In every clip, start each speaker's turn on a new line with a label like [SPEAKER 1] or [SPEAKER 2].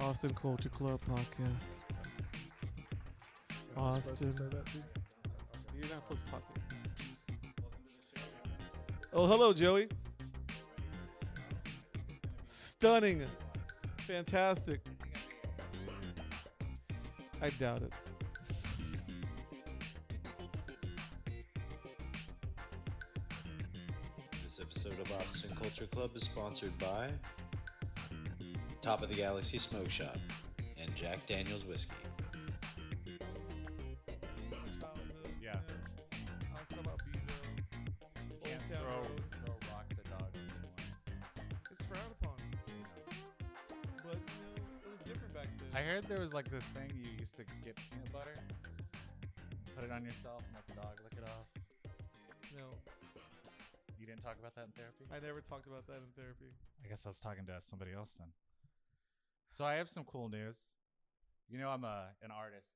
[SPEAKER 1] Austin Culture Club podcast.
[SPEAKER 2] Am I supposed to
[SPEAKER 1] Austin.
[SPEAKER 2] say that too?
[SPEAKER 1] You're not supposed to talk. Oh, hello, Joey. Stunning. Fantastic. I doubt it.
[SPEAKER 3] This episode of Austin Culture Club is sponsored by Top of the Galaxy Smoke Shop and Jack Daniels Whiskey.
[SPEAKER 4] Yeah.
[SPEAKER 1] I was talking about Beeville. Old Town
[SPEAKER 4] Can't throw,
[SPEAKER 1] Road.
[SPEAKER 4] throw rocks at dogs anymore.
[SPEAKER 1] It's frowned upon. But you know, it was different back then.
[SPEAKER 4] I heard there was like this thing you used to get peanut butter, put it on yourself, and let the dog lick it off.
[SPEAKER 1] no,
[SPEAKER 4] You didn't talk about that in therapy?
[SPEAKER 1] I never talked about that in therapy.
[SPEAKER 4] I guess I was talking to somebody else then. So I have some cool news. You know, I'm a an artist.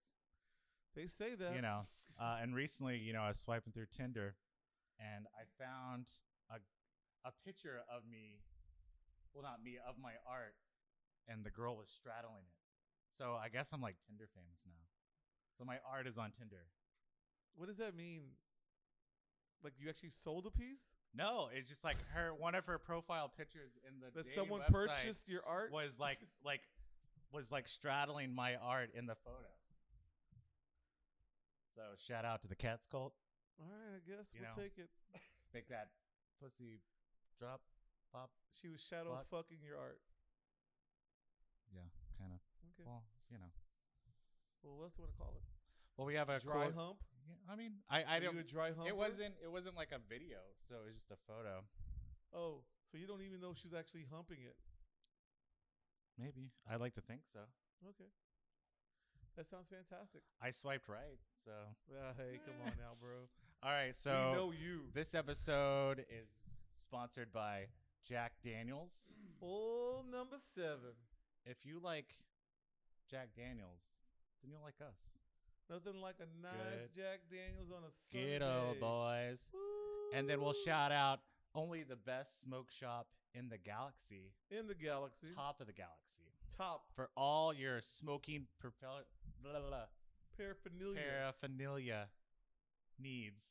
[SPEAKER 1] They say that.
[SPEAKER 4] you know. Uh, and recently, you know, I was swiping through Tinder, and I found a a picture of me, well, not me, of my art, and the girl was straddling it. So I guess I'm like Tinder famous now. So my art is on Tinder.
[SPEAKER 1] What does that mean? Like you actually sold a piece?
[SPEAKER 4] No, it's just like her one of her profile pictures in the
[SPEAKER 1] That
[SPEAKER 4] dating
[SPEAKER 1] someone
[SPEAKER 4] website
[SPEAKER 1] purchased your art?
[SPEAKER 4] was like like was like straddling my art in the photo. So shout out to the Cats cult.
[SPEAKER 1] All right, I guess
[SPEAKER 4] You
[SPEAKER 1] we'll
[SPEAKER 4] know.
[SPEAKER 1] take it.
[SPEAKER 4] Make that pussy drop, pop,
[SPEAKER 1] She was shadow
[SPEAKER 4] Fuck.
[SPEAKER 1] fucking your art.
[SPEAKER 4] Yeah, kind of.
[SPEAKER 1] Okay.
[SPEAKER 4] Well, you know.
[SPEAKER 1] Well, what else do you want to call it?
[SPEAKER 4] Well, we have a
[SPEAKER 1] Dry
[SPEAKER 4] quote-
[SPEAKER 1] hump?
[SPEAKER 4] Yeah, I mean, I I
[SPEAKER 1] Are
[SPEAKER 4] don't.
[SPEAKER 1] You a dry hump.
[SPEAKER 4] It wasn't. It wasn't like a video, so it was just a photo.
[SPEAKER 1] Oh, so you don't even know she's actually humping it.
[SPEAKER 4] Maybe I like to think so.
[SPEAKER 1] Okay. That sounds fantastic.
[SPEAKER 4] I swiped right, so
[SPEAKER 1] Ah, hey, come on now, bro.
[SPEAKER 4] all right. So
[SPEAKER 1] we know you.
[SPEAKER 4] this episode is sponsored by Jack Daniels.
[SPEAKER 1] Old number seven.
[SPEAKER 4] If you like Jack Daniels, then you'll like us.
[SPEAKER 1] Nothing like a nice
[SPEAKER 4] Good.
[SPEAKER 1] Jack Daniels on a Sunday.
[SPEAKER 4] Get up, boys, and then we'll
[SPEAKER 1] Woo!
[SPEAKER 4] shout out only the best smoke shop in the galaxy,
[SPEAKER 1] in the galaxy. Top,
[SPEAKER 4] top of the galaxy. for all your smoking propeller blah, blah, blah,
[SPEAKER 1] paraphernalia.
[SPEAKER 4] paraphernalia needs.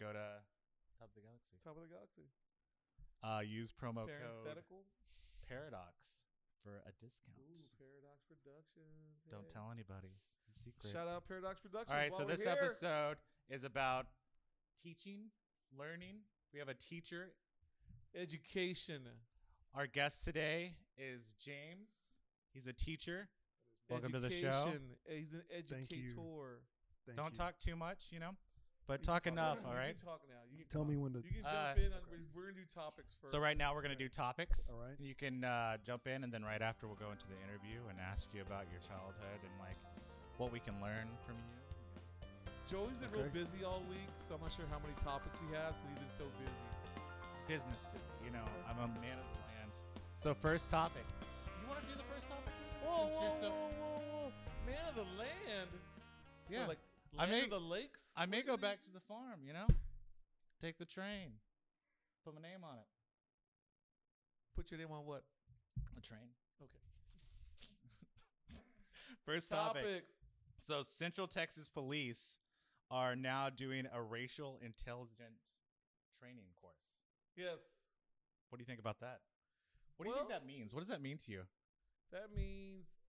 [SPEAKER 4] Go to Top of the Galaxy.
[SPEAKER 1] Top of the galaxy.
[SPEAKER 4] Uh, use promo code
[SPEAKER 1] Parenthetical.
[SPEAKER 4] Paradox for a discount.
[SPEAKER 1] Ooh, Paradox Productions.
[SPEAKER 4] Don't
[SPEAKER 1] hey.
[SPEAKER 4] tell anybody. It's a secret.
[SPEAKER 1] Shout out Paradox Productions.
[SPEAKER 4] all right,
[SPEAKER 1] while
[SPEAKER 4] so
[SPEAKER 1] we're
[SPEAKER 4] this
[SPEAKER 1] here.
[SPEAKER 4] episode is about teaching, learning. We have a teacher.
[SPEAKER 1] education.
[SPEAKER 4] Our guest today is James. He's a teacher. Welcome to the show.
[SPEAKER 1] Education. He's an
[SPEAKER 2] Thank you.
[SPEAKER 1] educator.
[SPEAKER 2] Thank
[SPEAKER 4] Don't
[SPEAKER 2] you.
[SPEAKER 4] talk too much, you know, but
[SPEAKER 1] You
[SPEAKER 4] talk
[SPEAKER 1] can
[SPEAKER 4] enough,
[SPEAKER 1] now.
[SPEAKER 4] all
[SPEAKER 1] You
[SPEAKER 4] right?
[SPEAKER 1] can talk now. You can
[SPEAKER 2] Tell
[SPEAKER 1] talk.
[SPEAKER 2] me when to.
[SPEAKER 1] You can jump
[SPEAKER 4] Uh,
[SPEAKER 1] in. On,
[SPEAKER 2] okay.
[SPEAKER 1] we- We're gonna do topics first.
[SPEAKER 4] So right now we're gonna do topics.
[SPEAKER 2] All right.
[SPEAKER 4] You can uh, jump in, and then right after we'll go into the interview and ask you about your childhood and like what we can learn from you.
[SPEAKER 1] Joey's been real
[SPEAKER 2] Okay.
[SPEAKER 1] busy all week, so I'm not sure how many topics he has because he's been so busy.
[SPEAKER 4] Business, busy. You know, I'm a man of the land. So first topic. You want to do the first topic?
[SPEAKER 1] Whoa,
[SPEAKER 4] Since
[SPEAKER 1] whoa,
[SPEAKER 4] you're
[SPEAKER 1] whoa,
[SPEAKER 4] so-
[SPEAKER 1] whoa, whoa! Man of the land. We're
[SPEAKER 4] Yeah.
[SPEAKER 1] Like
[SPEAKER 4] I
[SPEAKER 1] land
[SPEAKER 4] may-
[SPEAKER 1] of the lakes.
[SPEAKER 4] I may
[SPEAKER 1] What
[SPEAKER 4] go
[SPEAKER 1] is it?
[SPEAKER 4] back to the farm. You know, take the train, put my name on it.
[SPEAKER 1] Put your name on what?
[SPEAKER 4] A train.
[SPEAKER 1] Okay.
[SPEAKER 4] First topic.
[SPEAKER 1] Topics.
[SPEAKER 4] So Central Texas police are now doing a racial intelligence training course.
[SPEAKER 1] Yes.
[SPEAKER 4] What do you think about that? What do you think
[SPEAKER 1] Well-
[SPEAKER 4] that means? What does that mean to you?
[SPEAKER 1] That means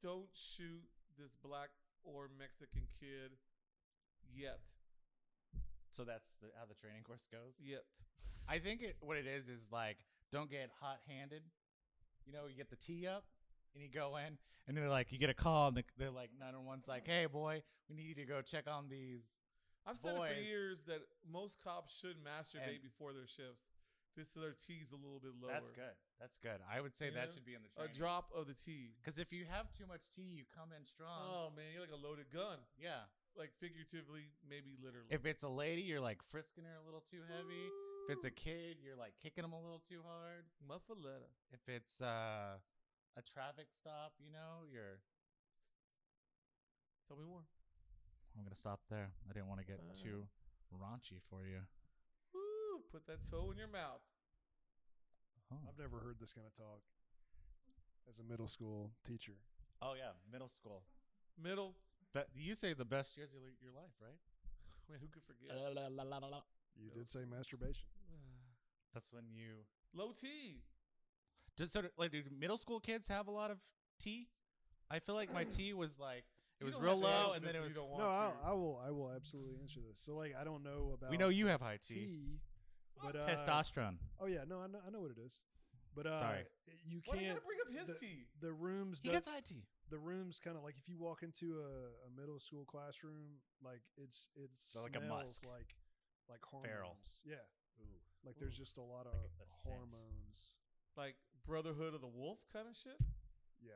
[SPEAKER 1] don't shoot this black or Mexican kid yet.
[SPEAKER 4] So that's the, how the training course goes.
[SPEAKER 1] Yet.
[SPEAKER 4] I think it, what it is is like don't get hot-handed. You know, you get the tee up and you go in, and they're like, you get a call, and the, they're like, nine one one's like, hey boy, we need you to go check on these.
[SPEAKER 1] I've said it for
[SPEAKER 4] Boys.
[SPEAKER 1] years that most cops should masturbate
[SPEAKER 4] And-
[SPEAKER 1] before their shifts. Just so their T's a little bit lower.
[SPEAKER 4] That's good. That's good. I would say that
[SPEAKER 1] Yeah.
[SPEAKER 4] should be in the
[SPEAKER 1] A
[SPEAKER 4] training.
[SPEAKER 1] drop of the T.
[SPEAKER 4] Because if you have too much tea, you come in strong.
[SPEAKER 1] oh man, you're like a loaded gun.
[SPEAKER 4] Yeah.
[SPEAKER 1] Like figuratively, maybe literally.
[SPEAKER 4] If it's a lady, you're like frisking her a little too heavy. If it's a kid, you're like kicking them a little too hard.
[SPEAKER 1] muffaletta.
[SPEAKER 4] if it's uh, a traffic stop, you know, you're.
[SPEAKER 1] Tell me more.
[SPEAKER 4] I'm gonna stop there. I didn't want to get
[SPEAKER 1] Uh.
[SPEAKER 4] too raunchy for you.
[SPEAKER 1] Woo, put that toe in your mouth.
[SPEAKER 4] Oh.
[SPEAKER 2] I've never heard this kind of talk. as a middle school teacher.
[SPEAKER 4] Oh yeah, middle school.
[SPEAKER 1] Middle.
[SPEAKER 4] But you say the best years of your life, right?
[SPEAKER 1] Man, who could forget?
[SPEAKER 4] Uh,
[SPEAKER 2] You
[SPEAKER 1] Middle
[SPEAKER 2] did say masturbation.
[SPEAKER 4] That's when you.
[SPEAKER 1] Low T.
[SPEAKER 4] Does sort of, like do middle school kids have a lot of tea? I feel like my tea was like it
[SPEAKER 1] You
[SPEAKER 4] was
[SPEAKER 1] don't have
[SPEAKER 4] real
[SPEAKER 1] to answer
[SPEAKER 4] low, and
[SPEAKER 1] this
[SPEAKER 4] then it
[SPEAKER 1] if
[SPEAKER 4] was.
[SPEAKER 1] You don't want
[SPEAKER 2] No, I,
[SPEAKER 1] to.
[SPEAKER 2] I will. I will absolutely answer this. So, like, I don't know about.
[SPEAKER 4] we know you have high tea.
[SPEAKER 2] T, but uh,
[SPEAKER 4] Testosterone.
[SPEAKER 2] Oh yeah, no, I know, I know what it is. But uh,
[SPEAKER 4] Sorry.
[SPEAKER 2] you
[SPEAKER 1] Why do you gotta
[SPEAKER 2] can't.
[SPEAKER 1] bring up his
[SPEAKER 2] the-
[SPEAKER 1] tea?
[SPEAKER 2] The rooms.
[SPEAKER 4] He
[SPEAKER 2] don't-
[SPEAKER 4] gets high tea.
[SPEAKER 2] the rooms kind of like if you walk into a, a middle school classroom, like it's it's
[SPEAKER 4] So like a musk.
[SPEAKER 2] like like hormones.
[SPEAKER 4] Feral.
[SPEAKER 2] Yeah, like there's just a lot of
[SPEAKER 4] Like a scent.
[SPEAKER 2] hormones.
[SPEAKER 1] Like Brotherhood of the Wolf kind of shit.
[SPEAKER 2] Yeah,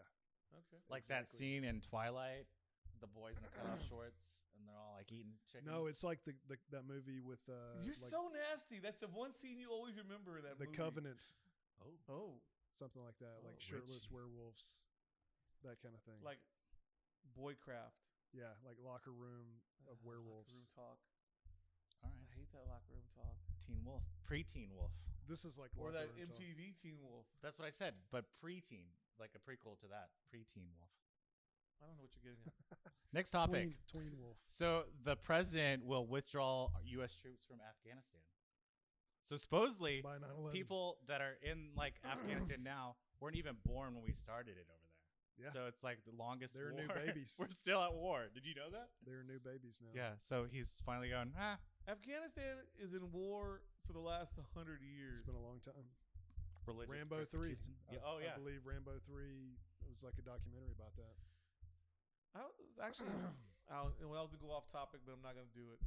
[SPEAKER 1] Okay.
[SPEAKER 4] Like that
[SPEAKER 2] exactly.
[SPEAKER 4] scene in Twilight, the boys in the cutoff shorts, and they're all like eating chicken.
[SPEAKER 2] No, it's like the, the that movie with uh,
[SPEAKER 1] You're
[SPEAKER 2] like
[SPEAKER 1] so nasty. That's the one scene you always remember in that
[SPEAKER 2] the
[SPEAKER 1] movie.
[SPEAKER 2] Covenant,
[SPEAKER 4] Oh.
[SPEAKER 1] Oh,
[SPEAKER 2] something like that,
[SPEAKER 4] Oh,
[SPEAKER 2] like shirtless
[SPEAKER 4] Richie.
[SPEAKER 2] werewolves, that kind of thing.
[SPEAKER 1] like boycraft.
[SPEAKER 2] yeah, like locker room of
[SPEAKER 1] Ugh,
[SPEAKER 2] werewolves.
[SPEAKER 1] Ah, Locker room talk. I
[SPEAKER 4] All right.
[SPEAKER 1] hate that locker room talk.
[SPEAKER 4] Teen Wolf, pre-Teen Wolf.
[SPEAKER 2] This is like
[SPEAKER 1] Or
[SPEAKER 2] locker
[SPEAKER 1] that
[SPEAKER 2] room talk.
[SPEAKER 1] MTV Teen Wolf.
[SPEAKER 4] That's what I said. But pre-teen, like a prequel to that, pre-Teen Wolf.
[SPEAKER 1] I don't know what you're getting at.
[SPEAKER 4] Next topic.
[SPEAKER 2] tween, tween wolf.
[SPEAKER 4] So the president will withdraw U.S. troops from Afghanistan. So supposedly,
[SPEAKER 2] By 9/11.
[SPEAKER 4] people that are in like Afghanistan now weren't even born when we started it over there.
[SPEAKER 2] Yeah.
[SPEAKER 4] So it's like the longest.
[SPEAKER 2] They're new
[SPEAKER 4] war.
[SPEAKER 2] babies.
[SPEAKER 4] We're still at war. Did you know that?
[SPEAKER 2] They're new babies now.
[SPEAKER 4] Yeah. So he's finally going. Ah,
[SPEAKER 1] Afghanistan is in war for the last 100 years.
[SPEAKER 2] it's been a long time.
[SPEAKER 4] religious
[SPEAKER 2] Rambo three.
[SPEAKER 4] persecution.
[SPEAKER 2] I-
[SPEAKER 4] Yeah, oh yeah.
[SPEAKER 2] I believe Rambo three. It was like a documentary about that.
[SPEAKER 1] I was actually, I was, well, I was going to go off topic, but I'm not going to do it.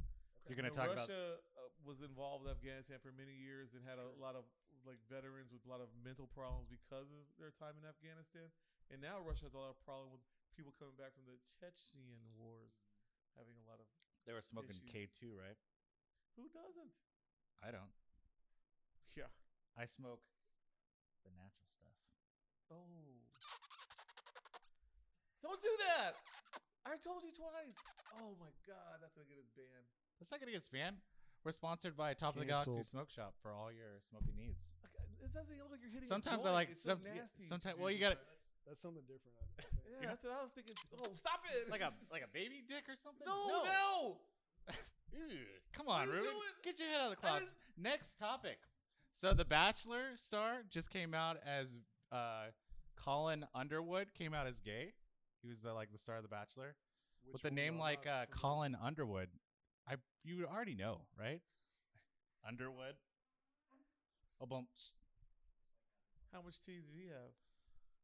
[SPEAKER 4] You're gonna
[SPEAKER 1] Uh,
[SPEAKER 4] talk about
[SPEAKER 1] Russia uh, was involved with Afghanistan for many years and had a lot of like veterans with a lot of mental problems because of their time in Afghanistan. And now Russia has a lot of problem with people coming back from the Chechen wars,
[SPEAKER 4] Mm.
[SPEAKER 1] having a lot of
[SPEAKER 4] they were smoking
[SPEAKER 1] issues.
[SPEAKER 4] K two, right?
[SPEAKER 1] who doesn't?
[SPEAKER 4] I don't.
[SPEAKER 1] Yeah.
[SPEAKER 4] I smoke the natural stuff.
[SPEAKER 1] Oh. Don't do that. I told you twice. Oh my God, that's gonna get us banned.
[SPEAKER 4] That's not gonna get spammed. We're sponsored by Top of the Galaxy
[SPEAKER 2] Canceled.
[SPEAKER 4] Smoke Shop for all your smoking needs.
[SPEAKER 1] Okay, It doesn't even look like you're hitting. a
[SPEAKER 4] Sometimes I
[SPEAKER 1] joint.
[SPEAKER 4] like-
[SPEAKER 1] it's
[SPEAKER 4] some-
[SPEAKER 1] so
[SPEAKER 4] yeah,
[SPEAKER 1] nasty. to
[SPEAKER 4] sometime-
[SPEAKER 1] do
[SPEAKER 4] well, you gotta-
[SPEAKER 1] sometimes.
[SPEAKER 2] That's something different. I, I think.
[SPEAKER 1] Yeah, that's what I was thinking. too. Oh, stop it!
[SPEAKER 4] like a like a baby dick or something?
[SPEAKER 1] no, no.
[SPEAKER 4] Ew. Come on,
[SPEAKER 1] are you
[SPEAKER 4] Ruben.
[SPEAKER 1] doing?
[SPEAKER 4] Get your head out of
[SPEAKER 1] That
[SPEAKER 4] the clouds.
[SPEAKER 1] is-
[SPEAKER 4] Next topic. So the Bachelor star just came out as uh, Colin Underwood came out as gay. He was the like the star of the Bachelor
[SPEAKER 2] Which
[SPEAKER 4] with a
[SPEAKER 2] one
[SPEAKER 4] name
[SPEAKER 2] I'm
[SPEAKER 4] like uh,
[SPEAKER 2] not familiar
[SPEAKER 4] Colin Underwood. I you already know, right? Underwood. Oh, A bump.
[SPEAKER 1] How much tea did he have?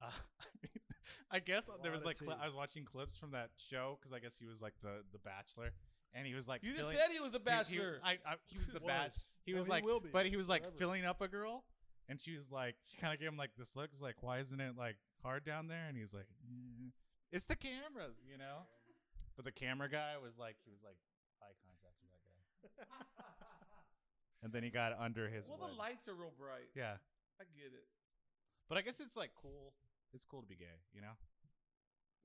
[SPEAKER 4] Uh, I mean, I guess
[SPEAKER 2] A
[SPEAKER 4] there was
[SPEAKER 2] lot
[SPEAKER 4] like
[SPEAKER 2] of
[SPEAKER 4] cli-
[SPEAKER 2] tea.
[SPEAKER 4] I was watching clips from that show because I guess he was like the the Bachelor, and he was like
[SPEAKER 1] You just
[SPEAKER 4] filling-
[SPEAKER 1] said he was the
[SPEAKER 4] He,
[SPEAKER 1] bachelor.
[SPEAKER 4] he, I, I, he was the bat.
[SPEAKER 2] Was.
[SPEAKER 4] He
[SPEAKER 2] No,
[SPEAKER 4] was
[SPEAKER 2] he
[SPEAKER 4] like,
[SPEAKER 2] will be,
[SPEAKER 4] but he was like
[SPEAKER 2] forever.
[SPEAKER 4] filling up a girl, and she was like, she kind of gave him like this look, it's like, why isn't it like hard down there? And he's like, "Mm, it's the cameras, you know. But the camera guy was like, he was like eye contact with that guy, and then he got under his.
[SPEAKER 1] well, the
[SPEAKER 4] wing.
[SPEAKER 1] lights are real bright.
[SPEAKER 4] Yeah,
[SPEAKER 1] I get it.
[SPEAKER 4] but I guess it's like cool. It's cool to be gay, you know.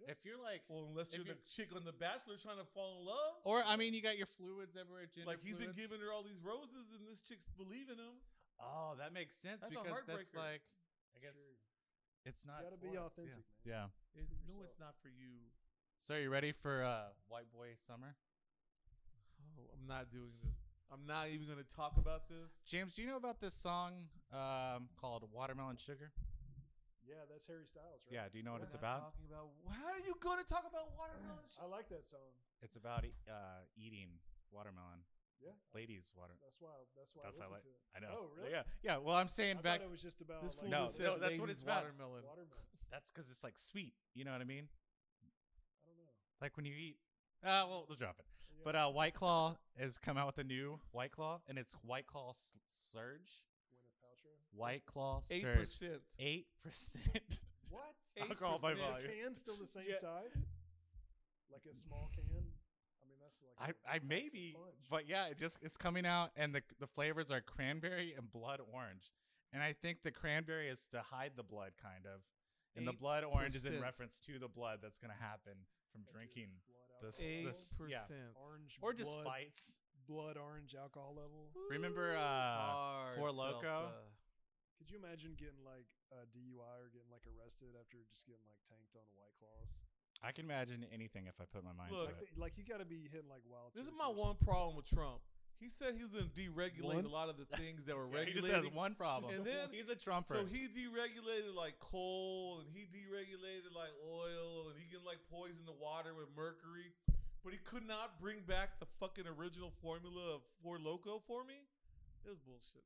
[SPEAKER 4] If you're like,
[SPEAKER 1] Well, unless
[SPEAKER 4] If
[SPEAKER 1] you're the
[SPEAKER 4] you-
[SPEAKER 1] chick on The Bachelor trying to fall in love,
[SPEAKER 4] or I mean, you got your fluids everywhere. Gender
[SPEAKER 1] like he's been
[SPEAKER 4] fluids.
[SPEAKER 1] giving her all these roses and this chick's believing him.
[SPEAKER 4] Oh, that makes sense
[SPEAKER 1] That's a
[SPEAKER 4] because that's
[SPEAKER 1] heartbreaker.
[SPEAKER 4] like, I
[SPEAKER 2] It's
[SPEAKER 4] guess
[SPEAKER 2] true.
[SPEAKER 4] it's
[SPEAKER 2] You
[SPEAKER 4] not.
[SPEAKER 2] gotta
[SPEAKER 4] for
[SPEAKER 2] be
[SPEAKER 4] us,
[SPEAKER 2] authentic, man.
[SPEAKER 4] Yeah. yeah.
[SPEAKER 1] It,
[SPEAKER 2] For
[SPEAKER 1] no,
[SPEAKER 2] yourself.
[SPEAKER 1] it's not for you.
[SPEAKER 4] So are you ready for uh, White Boy Summer?
[SPEAKER 1] Oh, I'm not doing this. I'm not even going to talk about this.
[SPEAKER 4] James, do you know about this song um, called Watermelon Sugar?
[SPEAKER 2] Yeah, that's Harry Styles, right?
[SPEAKER 4] Yeah, do you know what
[SPEAKER 1] We're
[SPEAKER 4] it's
[SPEAKER 1] not
[SPEAKER 4] about?
[SPEAKER 1] Talking about how are you going to talk about watermelon?
[SPEAKER 2] I
[SPEAKER 1] shit?
[SPEAKER 2] like that song.
[SPEAKER 4] It's about e- uh, eating watermelon,
[SPEAKER 2] Yeah,
[SPEAKER 4] ladies' water.
[SPEAKER 2] that's, that's why. That's why
[SPEAKER 4] That's
[SPEAKER 2] I
[SPEAKER 4] how I
[SPEAKER 2] listen to
[SPEAKER 4] like.
[SPEAKER 2] it.
[SPEAKER 4] I know.
[SPEAKER 2] Oh, really?
[SPEAKER 4] Yeah, yeah. Well, I'm saying
[SPEAKER 2] I
[SPEAKER 4] back.
[SPEAKER 2] thought it was just about
[SPEAKER 1] this
[SPEAKER 2] like,
[SPEAKER 1] fool
[SPEAKER 4] No,
[SPEAKER 1] just
[SPEAKER 4] no,
[SPEAKER 1] said
[SPEAKER 4] that's what
[SPEAKER 1] ladies
[SPEAKER 4] it's about.
[SPEAKER 1] Watermelon.
[SPEAKER 2] watermelon.
[SPEAKER 4] That's because it's like sweet. You know what I mean?
[SPEAKER 2] I don't know.
[SPEAKER 4] Like when you eat. Uh, well, we'll drop it.
[SPEAKER 2] Yeah.
[SPEAKER 4] But uh, White Claw has come out with a new White Claw, and it's White Claw S- Surge.
[SPEAKER 2] Gwyneth Paltrow.
[SPEAKER 4] White Claw
[SPEAKER 1] Eight
[SPEAKER 4] Surge.
[SPEAKER 1] percent.
[SPEAKER 4] Eight percent.
[SPEAKER 2] What?
[SPEAKER 4] Alcohol by
[SPEAKER 2] Is the
[SPEAKER 4] volume.
[SPEAKER 2] can still the same
[SPEAKER 1] Yeah.
[SPEAKER 2] size? Like a small can. I mean, that's like.
[SPEAKER 4] I,
[SPEAKER 2] a
[SPEAKER 4] I
[SPEAKER 2] packs of
[SPEAKER 4] maybe,
[SPEAKER 2] punch.
[SPEAKER 4] but yeah, it just it's coming out, and the the flavors are cranberry and blood orange, and I think the cranberry is to hide the blood, kind of, and the blood orange is in
[SPEAKER 1] 8%.
[SPEAKER 4] reference to the blood that's going to happen
[SPEAKER 2] Like
[SPEAKER 4] from
[SPEAKER 2] your
[SPEAKER 4] drinking,
[SPEAKER 2] blood
[SPEAKER 4] the s-
[SPEAKER 1] Eight
[SPEAKER 2] alcohol
[SPEAKER 4] this- yeah.
[SPEAKER 1] percent.
[SPEAKER 2] level, orange
[SPEAKER 4] or just
[SPEAKER 2] blood,
[SPEAKER 4] fights.
[SPEAKER 2] blood orange alcohol level.
[SPEAKER 4] Remember, uh,
[SPEAKER 1] Hard
[SPEAKER 4] Four Loko?
[SPEAKER 1] salsa.
[SPEAKER 2] Could you imagine getting like a DUI or getting like arrested after just getting like tanked on White Claws?
[SPEAKER 4] I can imagine anything if I put my mind
[SPEAKER 1] Look,
[SPEAKER 4] to
[SPEAKER 2] Like,
[SPEAKER 4] it.
[SPEAKER 2] th- like you got to be hitting like wild.
[SPEAKER 1] This is
[SPEAKER 2] turkey
[SPEAKER 1] my one
[SPEAKER 2] or something.
[SPEAKER 1] problem with Trump. He said he was going to deregulate
[SPEAKER 2] One?
[SPEAKER 1] a lot of the things that were
[SPEAKER 4] Yeah, he
[SPEAKER 1] regulated.
[SPEAKER 4] just has one problem.
[SPEAKER 1] And then-
[SPEAKER 4] he's a
[SPEAKER 1] So
[SPEAKER 4] Trumper.
[SPEAKER 1] he deregulated like coal and he deregulated like oil and he can like poison the water with mercury. But he could not bring back the fucking original formula of Four Loco for me. It was bullshit.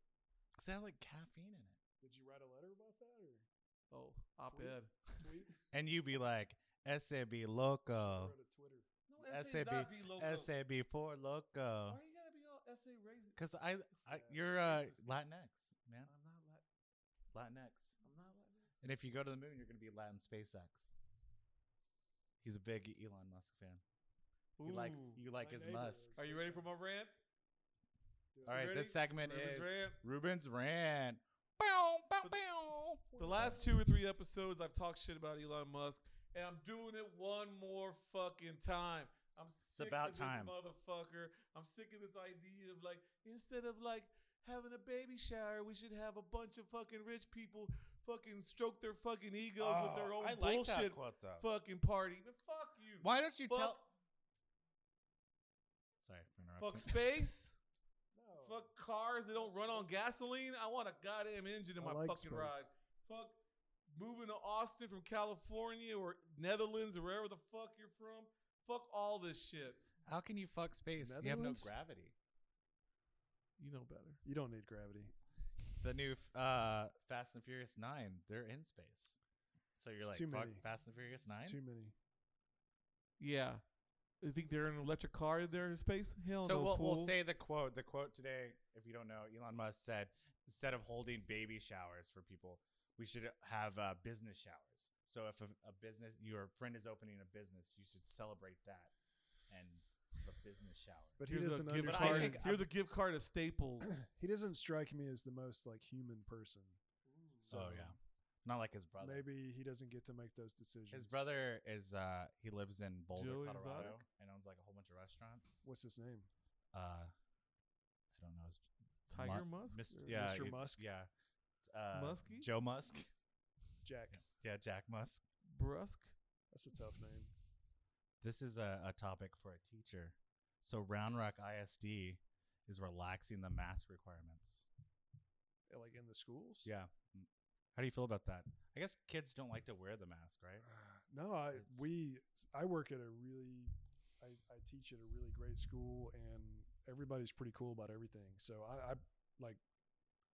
[SPEAKER 4] Does that have, like caffeine in it?
[SPEAKER 2] Did you write a letter about that or
[SPEAKER 1] Oh, op ed.
[SPEAKER 2] tweet?
[SPEAKER 4] And you be like, SAB loco.
[SPEAKER 2] wrote a Twitter.
[SPEAKER 1] SAB.
[SPEAKER 4] SAB.
[SPEAKER 1] loco.
[SPEAKER 4] SAB
[SPEAKER 1] Why
[SPEAKER 4] for loco.
[SPEAKER 1] you gotta be all SA racist?
[SPEAKER 4] Because I, I,
[SPEAKER 2] Yeah,
[SPEAKER 4] you're uh,
[SPEAKER 1] racist.
[SPEAKER 4] Latinx, man.
[SPEAKER 1] I'm not like
[SPEAKER 4] Latinx.
[SPEAKER 1] I'm not like that.
[SPEAKER 4] And if you go to the moon, you're going to be Latin SpaceX. He's a big Elon Musk fan. You like,
[SPEAKER 1] Ooh.
[SPEAKER 4] you
[SPEAKER 2] My
[SPEAKER 4] like his
[SPEAKER 2] neighbor
[SPEAKER 4] Musk.
[SPEAKER 2] is
[SPEAKER 1] Are you ready for my rant?
[SPEAKER 2] Do it.
[SPEAKER 4] All right,
[SPEAKER 1] ready?
[SPEAKER 4] this segment
[SPEAKER 1] Ruben's
[SPEAKER 4] is
[SPEAKER 1] rant.
[SPEAKER 4] Ruben's rant. Bow, bow,
[SPEAKER 1] The-
[SPEAKER 4] bow.
[SPEAKER 1] The last two or three episodes, I've talked shit about Elon Musk, and I'm doing it one more fucking time. I'm sick
[SPEAKER 4] about
[SPEAKER 1] of
[SPEAKER 4] time.
[SPEAKER 1] this motherfucker. I'm sick of this idea of like, instead of like having a baby shower, we should have a bunch of fucking rich people fucking stroke their fucking egos with their own
[SPEAKER 4] Oh, I like
[SPEAKER 1] bullshit
[SPEAKER 4] that quote, though.
[SPEAKER 1] fucking party. But fuck you.
[SPEAKER 4] Why don't you
[SPEAKER 1] fuck,
[SPEAKER 4] tell? Sorry for interrupting.
[SPEAKER 1] fuck space.
[SPEAKER 2] No.
[SPEAKER 1] Fuck cars that don't run on gasoline. I want a goddamn engine in
[SPEAKER 2] I
[SPEAKER 1] my
[SPEAKER 2] like
[SPEAKER 1] fucking
[SPEAKER 2] space.
[SPEAKER 1] ride. Fuck moving to Austin from California or Netherlands or wherever the fuck you're from. Fuck all this shit.
[SPEAKER 4] How can you fuck space? You have no
[SPEAKER 2] Netherlands?
[SPEAKER 4] gravity.
[SPEAKER 1] You know better.
[SPEAKER 2] You don't need gravity.
[SPEAKER 4] The new f- uh, Fast and Furious Nine, they're in space. So you're
[SPEAKER 2] It's
[SPEAKER 4] like
[SPEAKER 2] too
[SPEAKER 4] fuck
[SPEAKER 2] many.
[SPEAKER 4] Fast and Furious
[SPEAKER 2] It's
[SPEAKER 4] Nine.
[SPEAKER 2] too many.
[SPEAKER 1] Yeah. You think they're in an electric car in their space? Hell
[SPEAKER 4] So
[SPEAKER 1] no,
[SPEAKER 4] we'll,
[SPEAKER 1] fool.
[SPEAKER 4] we'll say the quote. The quote today, if you don't know, Elon Musk said, instead of holding baby showers for people, we should have uh, business showers. So if a, a business, your friend is opening a business, you should celebrate that and the business shower.
[SPEAKER 2] But he
[SPEAKER 1] here's
[SPEAKER 2] doesn't
[SPEAKER 1] a gift
[SPEAKER 4] But I
[SPEAKER 1] card.
[SPEAKER 2] understand.
[SPEAKER 4] think-
[SPEAKER 1] here's a gift card to Staples.
[SPEAKER 2] He doesn't strike me as the most like human person. So
[SPEAKER 4] oh yeah, not like his brother.
[SPEAKER 2] maybe he doesn't get to make those decisions.
[SPEAKER 4] His brother is uh he lives in Boulder,
[SPEAKER 1] Joe
[SPEAKER 4] Colorado,
[SPEAKER 1] Exotic?
[SPEAKER 4] and owns like a whole bunch of restaurants.
[SPEAKER 2] What's his name?
[SPEAKER 4] Uh, I don't know. His,
[SPEAKER 1] Tiger
[SPEAKER 4] Mu-
[SPEAKER 1] Musk?
[SPEAKER 4] Mist-
[SPEAKER 1] Or-
[SPEAKER 4] yeah,
[SPEAKER 2] Mr.
[SPEAKER 4] you-
[SPEAKER 2] Musk?
[SPEAKER 4] Yeah, uh,
[SPEAKER 1] Muskie?
[SPEAKER 4] Joe Musk.
[SPEAKER 2] Jack.
[SPEAKER 4] Yeah, Jack Musk.
[SPEAKER 1] Brusque?
[SPEAKER 2] That's a tough name.
[SPEAKER 4] This is a, a topic for a teacher. So Round Rock ISD is relaxing the mask requirements.
[SPEAKER 2] Uh, Like in the schools?
[SPEAKER 4] Yeah. Mm. How do you feel about that? I guess kids don't like to wear the mask, right?
[SPEAKER 2] No, I
[SPEAKER 4] It's-
[SPEAKER 2] we I work at a really I, I teach at a really great school and everybody's pretty cool about everything. So I, I like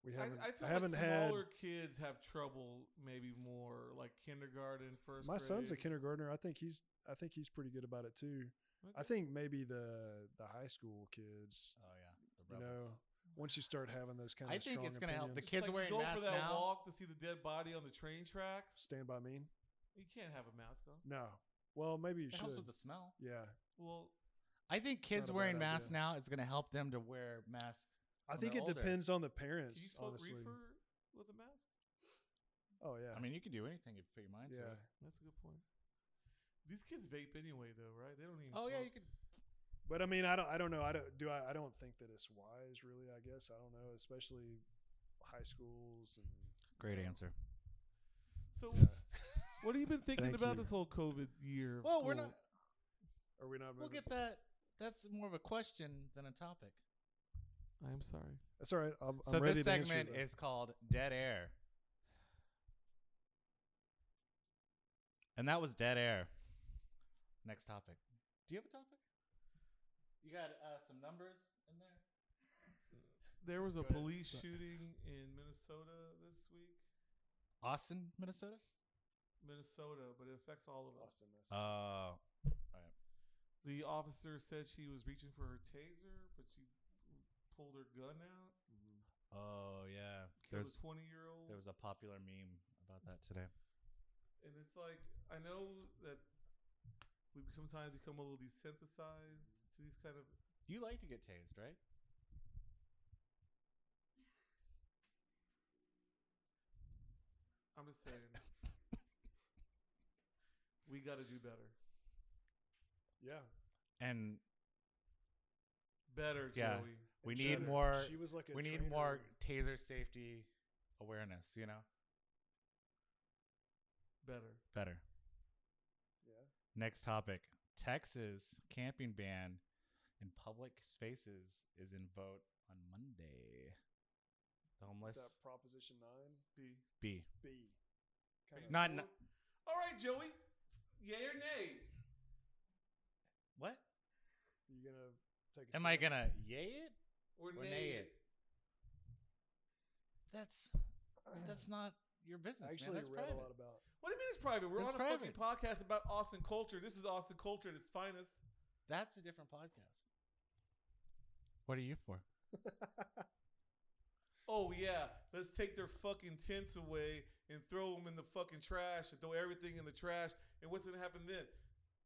[SPEAKER 2] we haven't
[SPEAKER 1] I, I,
[SPEAKER 2] I,
[SPEAKER 1] feel
[SPEAKER 2] haven't
[SPEAKER 1] like
[SPEAKER 2] had
[SPEAKER 1] smaller kids have trouble maybe more like kindergarten, first
[SPEAKER 2] my son's a
[SPEAKER 1] grade.
[SPEAKER 2] kindergartner. I think he's I think he's pretty good about it too. I
[SPEAKER 1] Okay.
[SPEAKER 2] think maybe the the high school kids,
[SPEAKER 4] Oh yeah,
[SPEAKER 2] you
[SPEAKER 4] the rebels.
[SPEAKER 2] know, once you start having those kind
[SPEAKER 4] I
[SPEAKER 2] of
[SPEAKER 4] think
[SPEAKER 2] strong
[SPEAKER 4] it's gonna help
[SPEAKER 2] opinions-
[SPEAKER 4] the
[SPEAKER 1] It's
[SPEAKER 4] kids are wearing
[SPEAKER 1] you go for
[SPEAKER 4] masks
[SPEAKER 1] that
[SPEAKER 4] now.
[SPEAKER 1] walk to see the dead body on the train tracks.
[SPEAKER 2] Stand by me?
[SPEAKER 1] You can't have a mask on.
[SPEAKER 2] No. Well, maybe you
[SPEAKER 4] It helps
[SPEAKER 2] should.
[SPEAKER 4] with the smell.
[SPEAKER 2] yeah,
[SPEAKER 1] Well,
[SPEAKER 4] I think
[SPEAKER 2] not
[SPEAKER 4] kids
[SPEAKER 2] a bad
[SPEAKER 4] wearing masks
[SPEAKER 2] idea.
[SPEAKER 4] now is going to help them to wear masks.
[SPEAKER 2] I
[SPEAKER 4] when
[SPEAKER 2] think it
[SPEAKER 4] they're older.
[SPEAKER 2] depends on the
[SPEAKER 1] can you
[SPEAKER 2] parents,
[SPEAKER 1] smoke
[SPEAKER 2] honestly.
[SPEAKER 1] reefer with a mask?
[SPEAKER 2] Oh yeah,
[SPEAKER 4] I mean, you can do anything if you put your mind to
[SPEAKER 2] yeah.
[SPEAKER 4] it.
[SPEAKER 1] That's a good point. These kids vape anyway, though, right? They don't even.
[SPEAKER 4] Oh yeah, you
[SPEAKER 1] smoke.
[SPEAKER 4] could.
[SPEAKER 2] But I mean, I don't, I don't know. I don't, do I, I don't think that it's wise, really. I guess I don't know, especially high schools and
[SPEAKER 4] Great answer.
[SPEAKER 1] So,
[SPEAKER 2] yeah.
[SPEAKER 1] what have you been thinking
[SPEAKER 2] Thank
[SPEAKER 1] about
[SPEAKER 2] you.
[SPEAKER 1] this whole COVID year? of
[SPEAKER 4] Well, we're
[SPEAKER 1] school?
[SPEAKER 4] not.
[SPEAKER 2] Are we not?
[SPEAKER 4] We'll
[SPEAKER 2] moving-
[SPEAKER 4] get that. That's more of a question than a topic.
[SPEAKER 1] I'm sorry.
[SPEAKER 2] That's all right. I'm,
[SPEAKER 4] so
[SPEAKER 2] I'm ready
[SPEAKER 4] this
[SPEAKER 2] to answer
[SPEAKER 4] segment
[SPEAKER 2] that.
[SPEAKER 4] is called Dead Air, and that was Dead Air. Next topic. Do you have a topic? You got uh, some numbers in there.
[SPEAKER 1] There was a
[SPEAKER 4] Go ahead.
[SPEAKER 1] police shooting in Minnesota this week.
[SPEAKER 4] Austin, Minnesota.
[SPEAKER 1] Minnesota, but it affects all of us.
[SPEAKER 2] Austin,
[SPEAKER 4] Oh,
[SPEAKER 2] Massachusetts.
[SPEAKER 1] The officer said she was reaching for her taser, but she pulled her gun out.
[SPEAKER 4] oh yeah.
[SPEAKER 1] Killed
[SPEAKER 4] There's
[SPEAKER 1] a 20 year old.
[SPEAKER 4] there was a popular meme about that today.
[SPEAKER 1] and it's like I know that we sometimes become a little desensitized to these kind of.
[SPEAKER 4] You like to get tased, right?
[SPEAKER 1] I'm just saying, we got to do better.
[SPEAKER 2] yeah.
[SPEAKER 4] And
[SPEAKER 1] Better,
[SPEAKER 4] Yeah.
[SPEAKER 1] Joey.
[SPEAKER 4] we
[SPEAKER 2] And
[SPEAKER 4] need
[SPEAKER 2] Cheddar,
[SPEAKER 4] more.
[SPEAKER 2] She was like a
[SPEAKER 4] we need
[SPEAKER 2] trainer.
[SPEAKER 4] more taser safety awareness, you know?
[SPEAKER 1] Better.
[SPEAKER 4] Better.
[SPEAKER 2] Yeah.
[SPEAKER 4] Next topic Texas camping ban in public spaces is in vote on Monday. The homeless
[SPEAKER 2] Is that Proposition Nine
[SPEAKER 1] B.
[SPEAKER 4] B.
[SPEAKER 2] B?
[SPEAKER 1] Pay
[SPEAKER 2] Kinda-
[SPEAKER 4] Not-
[SPEAKER 1] forward. All right, Joey. Yay or nay?
[SPEAKER 4] What?
[SPEAKER 2] you gonna take? A
[SPEAKER 4] Am I
[SPEAKER 2] stance?
[SPEAKER 4] gonna yay it?
[SPEAKER 1] Or,
[SPEAKER 4] Or
[SPEAKER 1] nay,
[SPEAKER 4] nay
[SPEAKER 1] it?
[SPEAKER 4] it. That's that's not your business.
[SPEAKER 2] I
[SPEAKER 4] man.
[SPEAKER 2] actually
[SPEAKER 4] That's
[SPEAKER 2] read
[SPEAKER 4] private.
[SPEAKER 2] a lot about.
[SPEAKER 1] What do you mean it's private? We're
[SPEAKER 4] It's
[SPEAKER 1] on a fucking podcast about Austin culture. This is Austin culture at its finest.
[SPEAKER 4] That's a different podcast. What are you for?
[SPEAKER 1] Oh yeah, let's take their fucking tents away and throw them in the fucking trash and throw everything in the trash. And what's gonna happen then?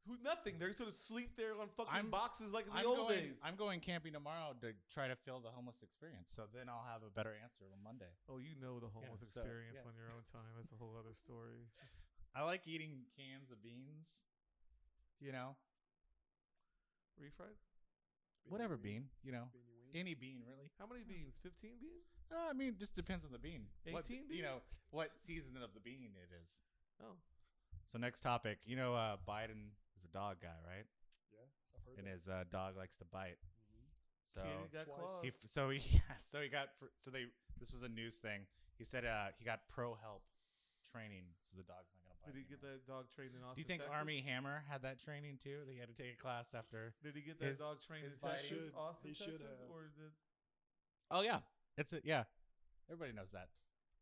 [SPEAKER 1] Who? Nothing. They're gonna sleep there on fucking
[SPEAKER 4] I'm-
[SPEAKER 1] boxes like in the
[SPEAKER 4] I'm
[SPEAKER 1] old
[SPEAKER 4] going,
[SPEAKER 1] days.
[SPEAKER 4] I'm going camping tomorrow to try to fill the homeless experience. So then I'll have a better answer on Monday.
[SPEAKER 1] oh, you know the homeless
[SPEAKER 4] so,
[SPEAKER 1] experience
[SPEAKER 4] yeah.
[SPEAKER 1] on your own time. That's a whole other story.
[SPEAKER 4] I like eating cans of beans. You know,
[SPEAKER 1] Refried?
[SPEAKER 2] Beanie
[SPEAKER 4] whatever
[SPEAKER 2] Weenie-
[SPEAKER 4] bean. You know,
[SPEAKER 2] Beanie Weenie.
[SPEAKER 4] any bean really.
[SPEAKER 1] How many beans? Fifteen beans?
[SPEAKER 4] Uh, I mean, just depends on the bean. What-
[SPEAKER 1] 18 bean?
[SPEAKER 4] You know what season of the bean it is.
[SPEAKER 1] Oh,
[SPEAKER 4] So next topic. You know, uh, Biden is a dog guy, right?
[SPEAKER 2] yeah, I've heard
[SPEAKER 4] And
[SPEAKER 2] that.
[SPEAKER 4] his uh, dog likes to bite.
[SPEAKER 2] Mhm.
[SPEAKER 4] So
[SPEAKER 1] Kitty got
[SPEAKER 2] Twice.
[SPEAKER 1] claws.
[SPEAKER 4] he f- so he yeah, so he got pr- so they this was a news thing. He said uh, he got pro help training, so the dog's not gonna bite.
[SPEAKER 1] Did he get
[SPEAKER 4] anymore.
[SPEAKER 1] that dog trained in Austin?
[SPEAKER 4] Do you think
[SPEAKER 1] Texas?
[SPEAKER 4] Army Hammer had that training too? That he had to take a class after.
[SPEAKER 1] Did he get that
[SPEAKER 4] His-
[SPEAKER 1] dog trained
[SPEAKER 4] his
[SPEAKER 1] in
[SPEAKER 4] body-
[SPEAKER 1] Texas,
[SPEAKER 2] Should-
[SPEAKER 1] Austin,
[SPEAKER 2] he should
[SPEAKER 1] Texas,
[SPEAKER 2] have.
[SPEAKER 1] or did
[SPEAKER 4] Oh yeah, it's a, yeah. Everybody knows that.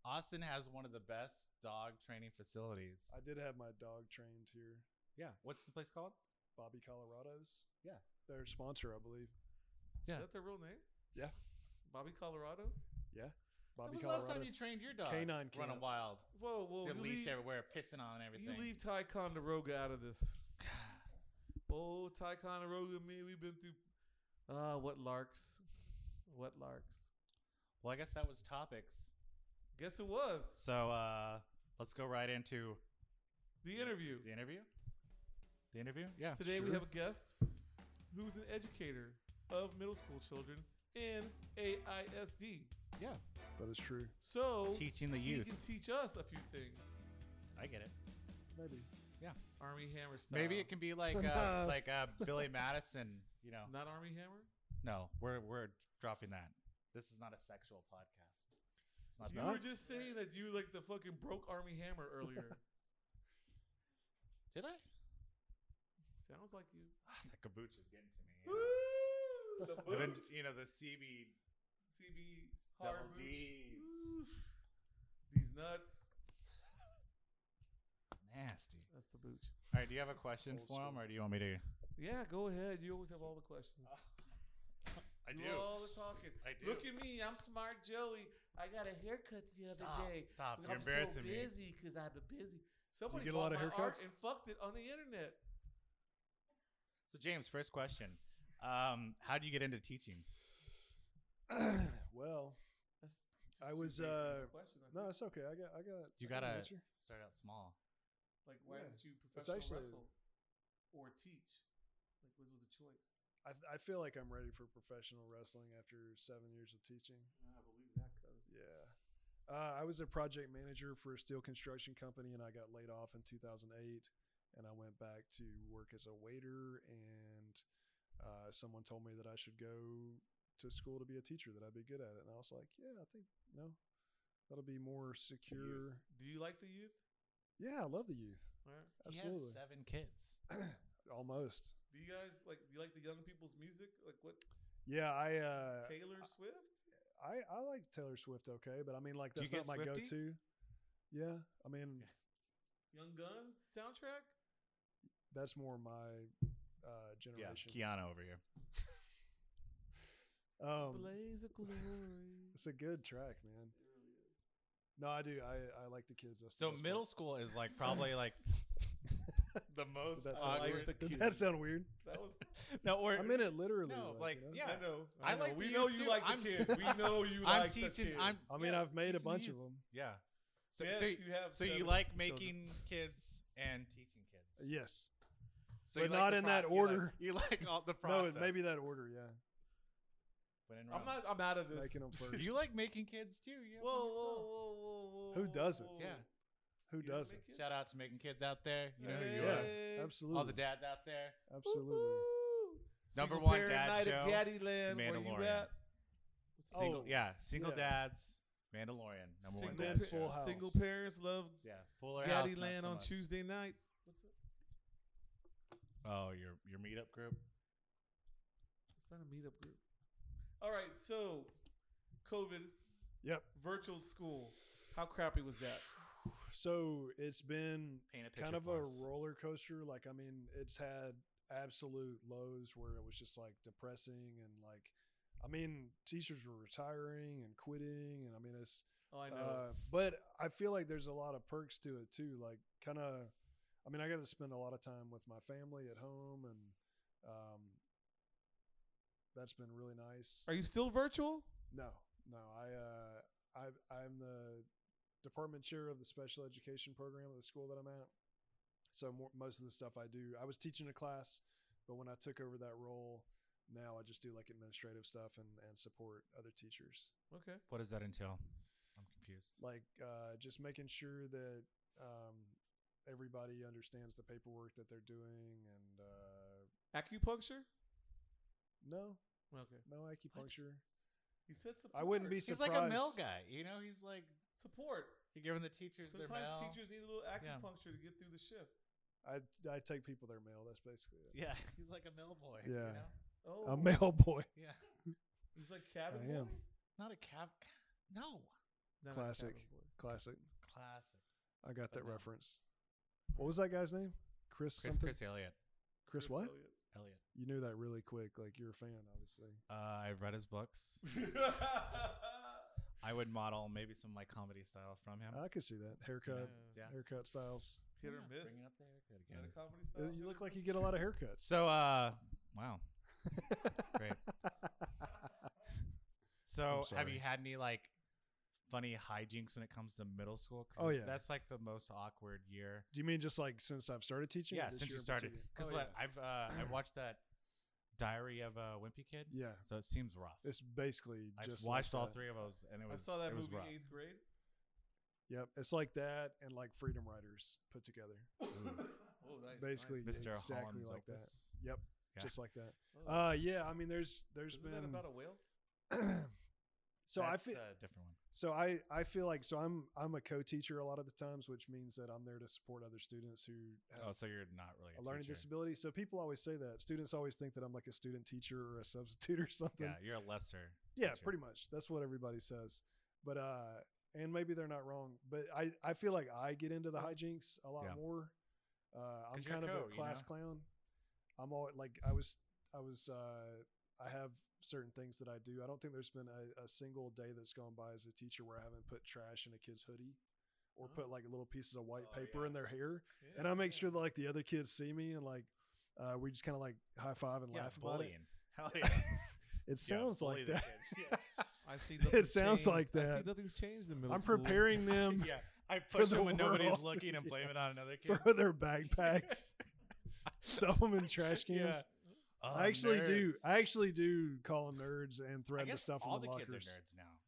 [SPEAKER 4] Austin has one of the best dog training facilities.
[SPEAKER 2] I did have my dog trained here,
[SPEAKER 4] yeah, what's the place called?
[SPEAKER 2] Bobby Colorado's.
[SPEAKER 4] Yeah.
[SPEAKER 2] their sponsor, I believe.
[SPEAKER 4] Yeah.
[SPEAKER 1] is that their real name?
[SPEAKER 2] Yeah.
[SPEAKER 1] Bobby Colorado.
[SPEAKER 2] Bobby
[SPEAKER 4] when was the last time you
[SPEAKER 2] Colorado's.
[SPEAKER 4] trained your dog?
[SPEAKER 2] canine
[SPEAKER 4] running
[SPEAKER 2] camp.
[SPEAKER 4] wild,
[SPEAKER 1] Whoa, whoa!
[SPEAKER 4] Your
[SPEAKER 1] you
[SPEAKER 4] leash
[SPEAKER 1] leave,
[SPEAKER 4] everywhere, pissing on everything.
[SPEAKER 1] You leave Ty Conderoga out of this. Oh, Ty Conderoga and me, we've been through. Ah, what larks. What larks.
[SPEAKER 4] Well, I guess that was topics.
[SPEAKER 1] Guess it was
[SPEAKER 4] So uh, let's go right into
[SPEAKER 1] the interview.
[SPEAKER 4] The interview? The interview? Yeah.
[SPEAKER 1] Today we have a guest who's an educator of middle school children in AISD.
[SPEAKER 4] yeah.
[SPEAKER 2] That is true.
[SPEAKER 1] So
[SPEAKER 4] Teaching the
[SPEAKER 1] he
[SPEAKER 4] youth.
[SPEAKER 1] can teach us a few things.
[SPEAKER 4] I get it.
[SPEAKER 2] Maybe
[SPEAKER 1] Army Hammer style.
[SPEAKER 4] Maybe it can be like uh, like uh, Billy Madison. You know,
[SPEAKER 1] not Army Hammer.
[SPEAKER 4] no, we're we're dropping that. This is not a sexual podcast. It's
[SPEAKER 1] you
[SPEAKER 4] not.
[SPEAKER 2] not?
[SPEAKER 1] were just saying that you like the fucking broke Army Hammer earlier.
[SPEAKER 4] Did I?
[SPEAKER 1] Sounds like you.
[SPEAKER 4] Ah, that kabooch is getting to me. you
[SPEAKER 1] Woo!
[SPEAKER 4] know.
[SPEAKER 1] The
[SPEAKER 4] And then,
[SPEAKER 1] boots.
[SPEAKER 4] you know the CB.
[SPEAKER 1] CB
[SPEAKER 4] Double
[SPEAKER 1] hard boots.
[SPEAKER 4] Ds.
[SPEAKER 1] Oof. These nuts.
[SPEAKER 4] Nasty.
[SPEAKER 1] That's the booch.
[SPEAKER 4] All right. Do you have a question
[SPEAKER 2] Old
[SPEAKER 4] for him,
[SPEAKER 2] school.
[SPEAKER 4] or do you want me to?
[SPEAKER 1] Yeah, go ahead. You always have all the questions.
[SPEAKER 4] I
[SPEAKER 1] all the talking.
[SPEAKER 4] I do.
[SPEAKER 1] Look at me. I'm smart Joey. I got a haircut the other
[SPEAKER 4] Stop.
[SPEAKER 1] day.
[SPEAKER 4] Stop.
[SPEAKER 1] But I'm
[SPEAKER 4] You're
[SPEAKER 1] so
[SPEAKER 4] embarrassing me.
[SPEAKER 1] busy because I've been busy. Somebody
[SPEAKER 2] get a
[SPEAKER 1] bought
[SPEAKER 2] lot of
[SPEAKER 1] my art
[SPEAKER 2] haircuts?
[SPEAKER 1] and fucked it on the internet.
[SPEAKER 4] So James, first question. Um, how do you get into teaching?
[SPEAKER 2] well,
[SPEAKER 1] That's just
[SPEAKER 2] I
[SPEAKER 1] your
[SPEAKER 2] was,
[SPEAKER 1] basic
[SPEAKER 2] uh,
[SPEAKER 1] question, I
[SPEAKER 2] no,
[SPEAKER 1] think.
[SPEAKER 2] it's okay. I got, I got. I
[SPEAKER 4] You
[SPEAKER 2] got an
[SPEAKER 4] gotta-
[SPEAKER 2] answer.
[SPEAKER 4] Start out small.
[SPEAKER 1] like why
[SPEAKER 2] yeah,
[SPEAKER 1] didn't you
[SPEAKER 2] it's
[SPEAKER 1] professional
[SPEAKER 2] actually-
[SPEAKER 1] wrestle or teach? Like what was the choice?
[SPEAKER 2] I, I feel like I'm ready for professional wrestling after seven years of teaching.
[SPEAKER 1] I believe that cuz.
[SPEAKER 2] Yeah. Uh, I was a project manager for a steel construction company and I got laid off in 2008. And I went back to work as a waiter. And uh, someone told me that I should go to school to be a teacher, that I'd be good at it. And I was like, yeah, I think, you know, that'll be more secure.
[SPEAKER 1] Do you like the youth?
[SPEAKER 2] Yeah, I love the youth.
[SPEAKER 1] All right.
[SPEAKER 2] Absolutely.
[SPEAKER 4] He has seven kids.
[SPEAKER 2] Almost.
[SPEAKER 1] Do you guys like do you like the young people's music? Like what
[SPEAKER 2] Yeah, I, uh,
[SPEAKER 1] Taylor Swift?
[SPEAKER 2] I, I like Taylor Swift okay, but I mean, like,
[SPEAKER 4] Do you
[SPEAKER 2] that's not
[SPEAKER 4] get
[SPEAKER 2] my go
[SPEAKER 4] Swiftie?
[SPEAKER 2] to. Yeah. I mean,
[SPEAKER 1] Young Guns soundtrack?
[SPEAKER 2] that's more my uh, generation.
[SPEAKER 4] Kiana over here.
[SPEAKER 2] Um,
[SPEAKER 1] Blaze of glory.
[SPEAKER 2] It's a good track, man. No, I do. I, I like the kids. That's the
[SPEAKER 4] So
[SPEAKER 2] best
[SPEAKER 4] middle
[SPEAKER 2] part.
[SPEAKER 4] school is like probably like the
[SPEAKER 2] Did
[SPEAKER 4] most
[SPEAKER 2] that sound
[SPEAKER 1] like
[SPEAKER 4] awkward.
[SPEAKER 2] weird?
[SPEAKER 1] the
[SPEAKER 2] Did
[SPEAKER 1] kids.
[SPEAKER 2] that sound weird?
[SPEAKER 1] That was
[SPEAKER 4] no, or
[SPEAKER 2] I meant it literally.
[SPEAKER 4] No,
[SPEAKER 2] like,
[SPEAKER 4] like,
[SPEAKER 2] you know?
[SPEAKER 4] yeah.
[SPEAKER 1] I know.
[SPEAKER 4] I
[SPEAKER 1] I, know.
[SPEAKER 4] like
[SPEAKER 1] we
[SPEAKER 4] the
[SPEAKER 1] know
[SPEAKER 4] youth,
[SPEAKER 1] you
[SPEAKER 4] too.
[SPEAKER 1] like
[SPEAKER 4] I'm-
[SPEAKER 1] the kids. We know you
[SPEAKER 4] I'm
[SPEAKER 1] like the
[SPEAKER 4] teaching.
[SPEAKER 1] kids.
[SPEAKER 4] I'm.
[SPEAKER 2] I mean,
[SPEAKER 4] yeah,
[SPEAKER 2] I've made a
[SPEAKER 4] teaching
[SPEAKER 2] bunch
[SPEAKER 4] you.
[SPEAKER 2] of them.
[SPEAKER 4] Yeah. So
[SPEAKER 1] yes,
[SPEAKER 4] so, you,
[SPEAKER 1] you have
[SPEAKER 4] so you
[SPEAKER 1] seven
[SPEAKER 4] like
[SPEAKER 1] children.
[SPEAKER 4] making kids and teaching kids.
[SPEAKER 2] Yes.
[SPEAKER 4] So
[SPEAKER 2] but
[SPEAKER 4] you like
[SPEAKER 2] not
[SPEAKER 4] the
[SPEAKER 2] in that
[SPEAKER 4] pro- you like-
[SPEAKER 2] order.
[SPEAKER 4] You like, all the process.
[SPEAKER 2] No, maybe that order. Yeah.
[SPEAKER 4] When in Rome.
[SPEAKER 1] I'm not. I'm out of this.
[SPEAKER 2] Making 'em first.
[SPEAKER 4] you like making kids too. Yeah,
[SPEAKER 1] Whoa, whoa, whoa, whoa, whoa.
[SPEAKER 2] Who
[SPEAKER 1] whoa,
[SPEAKER 2] doesn't?
[SPEAKER 1] whoa.
[SPEAKER 4] Yeah.
[SPEAKER 2] Who
[SPEAKER 1] You don't
[SPEAKER 2] doesn't?
[SPEAKER 1] make kids?
[SPEAKER 4] Shout out to making kids out there. You know who you
[SPEAKER 2] Yeah.
[SPEAKER 4] are.
[SPEAKER 1] Hey.
[SPEAKER 2] Absolutely.
[SPEAKER 4] All the dads out there.
[SPEAKER 2] Absolutely.
[SPEAKER 1] Woo-hoo.
[SPEAKER 4] Number
[SPEAKER 1] Single
[SPEAKER 4] one
[SPEAKER 1] parent
[SPEAKER 4] dad
[SPEAKER 1] night at
[SPEAKER 4] show,
[SPEAKER 1] Gaddyland. Where you
[SPEAKER 4] Mandalorian.
[SPEAKER 1] at?
[SPEAKER 4] Single,
[SPEAKER 2] Oh,
[SPEAKER 4] yeah, single
[SPEAKER 2] yeah.
[SPEAKER 4] dads. Mandalorian, number one
[SPEAKER 1] Single
[SPEAKER 4] dad
[SPEAKER 2] pa- oh,
[SPEAKER 4] show.
[SPEAKER 2] Full House.
[SPEAKER 1] Single parents love
[SPEAKER 4] Yeah, Fuller House. not
[SPEAKER 1] Gaddyland
[SPEAKER 4] so
[SPEAKER 1] on
[SPEAKER 4] much.
[SPEAKER 1] Tuesday nights. What's that?
[SPEAKER 4] Oh, your your meetup group.
[SPEAKER 1] It's not a meetup group. All right, so COVID.
[SPEAKER 2] Yep.
[SPEAKER 1] Virtual school. How crappy was that?
[SPEAKER 2] So it's been
[SPEAKER 4] Paint a picture
[SPEAKER 2] kind of
[SPEAKER 4] for
[SPEAKER 2] a
[SPEAKER 4] us.
[SPEAKER 2] roller coaster. Like, I mean, it's had absolute lows where it was just like depressing and like, I mean, teachers were retiring and quitting. And I mean, it's,
[SPEAKER 1] Oh, I know.
[SPEAKER 2] uh, but I feel like there's a lot of perks to it too. Like, kind of, I mean, I got to spend a lot of time with my family at home and, um, that's been really nice.
[SPEAKER 1] Are you still virtual?
[SPEAKER 2] No, no. I uh, I I'm the department chair of the special education program at the school that I'm at. So mo most of the stuff I do, I was teaching a class, but when I took over that role, now I just do like administrative stuff and and support other teachers,
[SPEAKER 1] Okay.
[SPEAKER 4] What does that entail? I'm confused.
[SPEAKER 2] like uh, just making sure that um, everybody understands the paperwork that they're doing and. Uh,
[SPEAKER 1] Acupuncture?
[SPEAKER 2] no,
[SPEAKER 1] Okay.
[SPEAKER 2] no acupuncture.
[SPEAKER 1] He said support.
[SPEAKER 2] I wouldn't be
[SPEAKER 4] He's
[SPEAKER 2] surprised.
[SPEAKER 4] like a mail guy. You know, he's like
[SPEAKER 1] support.
[SPEAKER 4] you're giving the teachers their
[SPEAKER 1] Sometimes
[SPEAKER 4] mail.
[SPEAKER 1] teachers need a little
[SPEAKER 4] Yeah.
[SPEAKER 1] acupuncture to get through the shift.
[SPEAKER 2] I I take people their mail. That's basically it.
[SPEAKER 4] yeah, he's like a mail boy. You
[SPEAKER 2] Yeah.
[SPEAKER 4] know?
[SPEAKER 1] Oh,
[SPEAKER 2] A mail boy.
[SPEAKER 4] Yeah.
[SPEAKER 1] He's like cabin
[SPEAKER 2] I
[SPEAKER 1] boy.
[SPEAKER 2] am.
[SPEAKER 4] Not a cab. No.
[SPEAKER 1] No, not
[SPEAKER 2] Classic.
[SPEAKER 1] cabin boy.
[SPEAKER 2] Classic.
[SPEAKER 4] Classic.
[SPEAKER 2] I got that
[SPEAKER 4] Okay.
[SPEAKER 2] reference. What was that guy's name? Chris,
[SPEAKER 4] Chris,
[SPEAKER 2] something. Chris,
[SPEAKER 4] Chris Elliott.
[SPEAKER 2] what?
[SPEAKER 1] Elliott.
[SPEAKER 4] Elliott.
[SPEAKER 2] You knew that really quick. Like you're a fan, obviously.
[SPEAKER 4] Uh, I've read his books. I would model maybe some of my comedy style from him.
[SPEAKER 2] I could see that haircut,
[SPEAKER 4] yeah.
[SPEAKER 2] haircut styles.
[SPEAKER 1] Hit or
[SPEAKER 4] Yeah,
[SPEAKER 1] miss.
[SPEAKER 4] bringing up the haircut
[SPEAKER 1] Is that
[SPEAKER 4] again.
[SPEAKER 1] a comedy
[SPEAKER 2] Uh,
[SPEAKER 1] style? Hit
[SPEAKER 2] You
[SPEAKER 1] or
[SPEAKER 2] look like you
[SPEAKER 1] miss?
[SPEAKER 2] get a lot of haircuts.
[SPEAKER 4] So, uh, wow. Great. So, have
[SPEAKER 2] sorry.
[SPEAKER 4] you had any like funny hijinks when it comes to middle school? 'Cause
[SPEAKER 2] Oh, yeah.
[SPEAKER 4] that's like the most awkward year.
[SPEAKER 2] Do you mean just like since I've started teaching? or
[SPEAKER 4] yeah,
[SPEAKER 2] this
[SPEAKER 4] since
[SPEAKER 2] year
[SPEAKER 4] you
[SPEAKER 2] in
[SPEAKER 4] started,
[SPEAKER 2] particular?
[SPEAKER 4] because
[SPEAKER 2] Oh,
[SPEAKER 4] I've uh, I watched that Diary of a Wimpy Kid.
[SPEAKER 2] yeah.
[SPEAKER 4] So it seems rough.
[SPEAKER 2] yeah, it's basically
[SPEAKER 4] I
[SPEAKER 2] just like
[SPEAKER 4] watched all
[SPEAKER 2] that.
[SPEAKER 4] three of those, and it
[SPEAKER 1] I
[SPEAKER 4] was
[SPEAKER 1] saw that
[SPEAKER 4] it was
[SPEAKER 1] movie
[SPEAKER 4] rough.
[SPEAKER 1] eighth grade.
[SPEAKER 2] Yep, it's like that and like Freedom Riders put together,
[SPEAKER 1] oh, nice.
[SPEAKER 2] Basically,
[SPEAKER 1] nice.
[SPEAKER 2] Mr.
[SPEAKER 4] Mr.
[SPEAKER 2] Exactly
[SPEAKER 4] Holland's
[SPEAKER 2] like that.
[SPEAKER 4] opus. Yeah.
[SPEAKER 2] just like that.
[SPEAKER 1] Oh,
[SPEAKER 2] Uh, yeah, I mean, there's there's
[SPEAKER 1] isn't that
[SPEAKER 2] been
[SPEAKER 1] about a whale?
[SPEAKER 2] so I
[SPEAKER 4] That's uh,
[SPEAKER 2] feel
[SPEAKER 4] a different one.
[SPEAKER 2] So I I feel like so I'm I'm a co-teacher a lot of the times, which means that I'm there to support other students who have
[SPEAKER 4] Oh, so you're not really
[SPEAKER 2] a learning
[SPEAKER 4] teacher.
[SPEAKER 2] disability. So people always say that students always think that I'm like a student teacher or a substitute or something.
[SPEAKER 4] Yeah, you're a lesser.
[SPEAKER 2] Yeah,
[SPEAKER 4] teacher.
[SPEAKER 2] pretty much. That's what everybody says. But uh, and maybe they're not wrong. But I I feel like I get into the hijinks a lot
[SPEAKER 4] Yeah.
[SPEAKER 2] more. Uh, I'm
[SPEAKER 4] 'Cause you're a
[SPEAKER 2] kind of
[SPEAKER 4] co,
[SPEAKER 2] a
[SPEAKER 4] you
[SPEAKER 2] class
[SPEAKER 4] know?
[SPEAKER 2] clown. I'm all like I was I was uh, I have certain things that I do. I don't think there's been a, a single day that's gone by as a teacher where I haven't put trash in a kid's hoodie or
[SPEAKER 1] Oh.
[SPEAKER 2] put like little pieces of white
[SPEAKER 1] Oh,
[SPEAKER 2] paper
[SPEAKER 1] yeah.
[SPEAKER 2] in their hair.
[SPEAKER 1] Yeah,
[SPEAKER 2] And I make
[SPEAKER 1] yeah.
[SPEAKER 2] sure that like the other kids see me and like uh, we just kind of like high five and
[SPEAKER 4] Yeah,
[SPEAKER 2] laugh about
[SPEAKER 4] bullying. Hell
[SPEAKER 2] it.
[SPEAKER 4] yeah.
[SPEAKER 2] it sounds like
[SPEAKER 4] bully the
[SPEAKER 2] that.
[SPEAKER 4] kids, yeah.
[SPEAKER 1] I see.
[SPEAKER 2] It
[SPEAKER 1] nothing's
[SPEAKER 2] sounds
[SPEAKER 1] changed.
[SPEAKER 2] like
[SPEAKER 1] I see
[SPEAKER 2] that.
[SPEAKER 1] nothing's changed in middle
[SPEAKER 2] I'm
[SPEAKER 1] school.
[SPEAKER 2] preparing them
[SPEAKER 4] yeah, I
[SPEAKER 2] Um, for
[SPEAKER 4] push
[SPEAKER 2] the
[SPEAKER 4] them when nobody's
[SPEAKER 2] world.
[SPEAKER 4] looking and blame it on another kid.
[SPEAKER 2] for their backpacks, stuff them in trash cans.
[SPEAKER 4] Yeah. Oh,
[SPEAKER 2] I actually do.
[SPEAKER 4] nerds.
[SPEAKER 2] I actually do call them nerds and
[SPEAKER 4] I
[SPEAKER 2] thread the
[SPEAKER 4] guess
[SPEAKER 2] stuff
[SPEAKER 4] all
[SPEAKER 2] in the,
[SPEAKER 4] the
[SPEAKER 2] lockers.
[SPEAKER 4] kids are nerds now,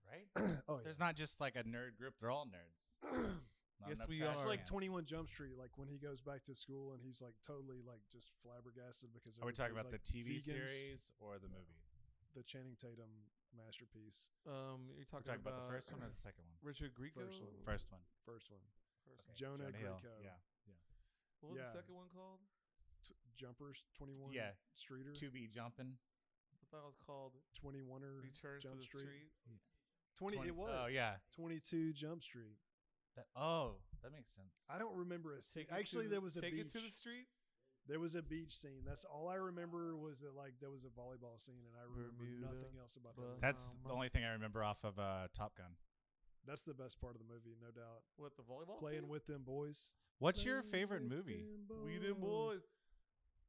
[SPEAKER 4] right?
[SPEAKER 2] oh yeah.
[SPEAKER 4] There's not just like a nerd group; they're all nerds. Not
[SPEAKER 1] Yes,
[SPEAKER 4] enough
[SPEAKER 1] we
[SPEAKER 4] trash
[SPEAKER 1] are.
[SPEAKER 2] It's like
[SPEAKER 4] cans.
[SPEAKER 2] 21 Jump Street. Like when he goes back to school and he's like totally like just flabbergasted because
[SPEAKER 4] Are we talking about
[SPEAKER 2] everybody's,
[SPEAKER 4] the TV
[SPEAKER 2] like, vegans,
[SPEAKER 4] series or the movie?
[SPEAKER 2] the Channing Tatum masterpiece,
[SPEAKER 1] Um, you're
[SPEAKER 4] We're
[SPEAKER 1] talking,
[SPEAKER 4] talking about the first one or the second one?
[SPEAKER 1] Richard Grieco.
[SPEAKER 2] First one.
[SPEAKER 4] First one.
[SPEAKER 2] first one?
[SPEAKER 1] First
[SPEAKER 4] Okay,
[SPEAKER 2] Jonah
[SPEAKER 4] Jonah Hill,
[SPEAKER 2] Greco.
[SPEAKER 4] Yeah.
[SPEAKER 1] What was
[SPEAKER 2] Yeah.
[SPEAKER 1] the second one called?
[SPEAKER 2] T- Jumpers 21
[SPEAKER 4] Yeah.
[SPEAKER 2] Streeter
[SPEAKER 4] To be jumping.
[SPEAKER 1] I thought it was called
[SPEAKER 2] 21er
[SPEAKER 1] Return
[SPEAKER 2] Jump
[SPEAKER 1] to the
[SPEAKER 2] Street.
[SPEAKER 1] Street.
[SPEAKER 2] 20, it was
[SPEAKER 4] Oh yeah.
[SPEAKER 2] 22 Jump Street.
[SPEAKER 4] That, oh, that makes sense.
[SPEAKER 2] I don't remember a scene.
[SPEAKER 1] Take It to
[SPEAKER 2] Actually,
[SPEAKER 1] the-
[SPEAKER 2] there was a
[SPEAKER 1] take
[SPEAKER 2] beach.
[SPEAKER 1] it to the street.
[SPEAKER 2] There was a beach scene. That's all I remember was that like there was a volleyball scene, and I remember
[SPEAKER 1] Bermuda
[SPEAKER 2] nothing else about that.
[SPEAKER 1] Bus.
[SPEAKER 2] movie.
[SPEAKER 4] That's
[SPEAKER 1] Um,
[SPEAKER 4] the only thing I remember off of uh, Top Gun.
[SPEAKER 2] That's the best part of the movie, no doubt.
[SPEAKER 1] What the volleyball?
[SPEAKER 2] Playing
[SPEAKER 1] scene?
[SPEAKER 2] with them boys.
[SPEAKER 4] What's your
[SPEAKER 2] Playing
[SPEAKER 4] favorite
[SPEAKER 2] with
[SPEAKER 4] movie?
[SPEAKER 2] them
[SPEAKER 1] we them boys.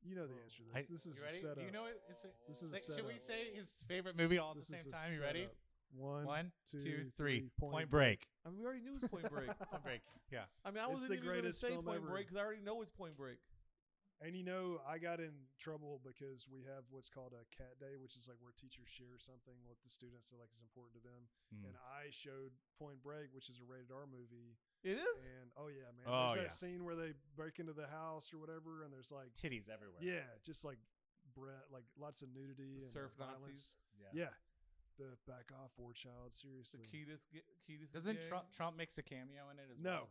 [SPEAKER 2] You know the answer to
[SPEAKER 4] I-
[SPEAKER 2] this. this is
[SPEAKER 4] you
[SPEAKER 2] a
[SPEAKER 4] ready?
[SPEAKER 2] setup.
[SPEAKER 4] Do you know it? It's,
[SPEAKER 2] This is a
[SPEAKER 4] like, should we
[SPEAKER 2] setup.
[SPEAKER 4] say his favorite movie all at
[SPEAKER 2] this
[SPEAKER 4] the
[SPEAKER 2] is
[SPEAKER 4] same
[SPEAKER 2] a
[SPEAKER 4] time? You ready?
[SPEAKER 2] setup. One.
[SPEAKER 4] One,
[SPEAKER 2] two,
[SPEAKER 4] two, three.
[SPEAKER 2] three. Point
[SPEAKER 4] Point, Break.
[SPEAKER 1] I mean, we already knew it was Point Break.
[SPEAKER 4] Point Break. Yeah.
[SPEAKER 1] I mean, I
[SPEAKER 2] It's
[SPEAKER 1] wasn't
[SPEAKER 2] the
[SPEAKER 1] even going to
[SPEAKER 2] greatest
[SPEAKER 1] say
[SPEAKER 2] film
[SPEAKER 1] Point
[SPEAKER 2] ever.
[SPEAKER 1] Break because I already know it's Point Break.
[SPEAKER 2] And you know, I got in trouble because we have what's called a cat day, which is like where teachers share something with the students that like is important to them.
[SPEAKER 4] Mm.
[SPEAKER 2] And I showed Point Break, which is a rated R movie.
[SPEAKER 1] It is.
[SPEAKER 2] And oh yeah, man,
[SPEAKER 4] Oh,
[SPEAKER 2] there's
[SPEAKER 4] yeah.
[SPEAKER 2] that scene where they break into the house or whatever, and there's like
[SPEAKER 4] Titties everywhere.
[SPEAKER 2] yeah, just like Brett, like lots of
[SPEAKER 1] The
[SPEAKER 2] nudity and
[SPEAKER 1] surf Nazis.
[SPEAKER 2] violence.
[SPEAKER 4] Yeah.
[SPEAKER 2] Yeah. the back off war child.
[SPEAKER 1] The
[SPEAKER 2] Seriously,
[SPEAKER 1] Ketis, ge- Ketis. is
[SPEAKER 4] Doesn't
[SPEAKER 1] gay.
[SPEAKER 4] Trump Trump makes a cameo in it as
[SPEAKER 2] no,
[SPEAKER 4] well?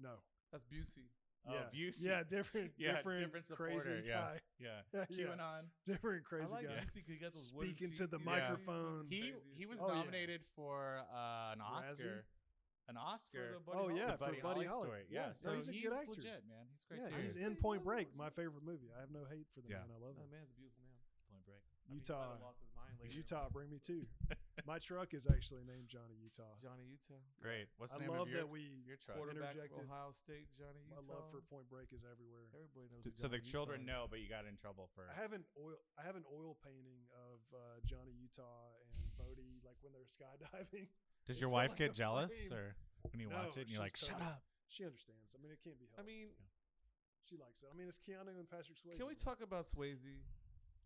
[SPEAKER 2] no,
[SPEAKER 1] That's Busey.
[SPEAKER 4] Oh,
[SPEAKER 2] yeah,
[SPEAKER 4] Busey.
[SPEAKER 2] yeah, different,
[SPEAKER 4] Yeah,
[SPEAKER 2] different,
[SPEAKER 4] different
[SPEAKER 2] crazy
[SPEAKER 4] supporter, yeah.
[SPEAKER 2] guy,
[SPEAKER 4] Yeah.
[SPEAKER 2] yeah,
[SPEAKER 4] QAnon.
[SPEAKER 2] different crazy
[SPEAKER 1] I like
[SPEAKER 2] guy.
[SPEAKER 1] Busey 'cause he got those wooden
[SPEAKER 2] Speaking to
[SPEAKER 1] cheek-
[SPEAKER 2] the
[SPEAKER 1] yeah.
[SPEAKER 2] microphone.
[SPEAKER 4] He
[SPEAKER 1] Crazy as
[SPEAKER 4] he was
[SPEAKER 1] shit.
[SPEAKER 2] Oh, yeah.
[SPEAKER 4] nominated for uh, an
[SPEAKER 2] Razzie?
[SPEAKER 4] Oscar. An Oscar.
[SPEAKER 1] For the Buddy
[SPEAKER 2] Oh
[SPEAKER 1] Holly
[SPEAKER 2] yeah,
[SPEAKER 4] the
[SPEAKER 1] story.
[SPEAKER 2] for
[SPEAKER 4] Buddy
[SPEAKER 2] Buddy
[SPEAKER 4] Holly
[SPEAKER 2] Holly.
[SPEAKER 4] story. Yeah.
[SPEAKER 2] no, he's a good actor.
[SPEAKER 4] legit, man. He's great.
[SPEAKER 2] Yeah,
[SPEAKER 4] too.
[SPEAKER 2] he's
[SPEAKER 1] Yeah.
[SPEAKER 2] in
[SPEAKER 1] He
[SPEAKER 2] Point
[SPEAKER 1] was
[SPEAKER 2] Break,
[SPEAKER 1] awesome.
[SPEAKER 2] my favorite movie. I have no hate for the
[SPEAKER 4] Yeah.
[SPEAKER 2] man. I love
[SPEAKER 1] Oh,
[SPEAKER 2] him.
[SPEAKER 1] man's a beautiful man.
[SPEAKER 4] Point Break.
[SPEAKER 1] I mean, he
[SPEAKER 2] Utah.
[SPEAKER 1] might have lost his mind later.
[SPEAKER 2] Utah, bring me two. my truck is actually named Johnny Utah.
[SPEAKER 1] Johnny Utah.
[SPEAKER 4] Great. What's the
[SPEAKER 2] I
[SPEAKER 4] name
[SPEAKER 2] love
[SPEAKER 4] of
[SPEAKER 2] that
[SPEAKER 4] your,
[SPEAKER 2] we.
[SPEAKER 4] your truck?
[SPEAKER 2] Quarter-
[SPEAKER 1] Quarterback of
[SPEAKER 2] interjected.
[SPEAKER 1] Ohio State, Johnny
[SPEAKER 2] My
[SPEAKER 1] Utah.
[SPEAKER 2] love for Point Break is everywhere.
[SPEAKER 1] Everybody knows. who
[SPEAKER 4] Th- So the
[SPEAKER 1] Johnny Utah
[SPEAKER 4] children
[SPEAKER 1] is.
[SPEAKER 4] know, but you got in trouble for.
[SPEAKER 2] I have an oil. I have an oil painting of uh, Johnny Utah and Bodie, like when they're skydiving.
[SPEAKER 4] Does
[SPEAKER 2] it's
[SPEAKER 4] your
[SPEAKER 2] not
[SPEAKER 4] wife
[SPEAKER 2] like
[SPEAKER 4] get
[SPEAKER 2] a
[SPEAKER 4] jealous,
[SPEAKER 2] frame.
[SPEAKER 4] or when you watch
[SPEAKER 2] No,
[SPEAKER 4] it and you're like,
[SPEAKER 2] she's
[SPEAKER 4] "Shut
[SPEAKER 2] totally-
[SPEAKER 4] up"?
[SPEAKER 2] She understands. I mean, it can't be helped.
[SPEAKER 1] I mean,
[SPEAKER 2] she likes it. I mean, it's Keanu and Patrick Swayze.
[SPEAKER 1] can we
[SPEAKER 2] man.
[SPEAKER 1] talk about Swayze,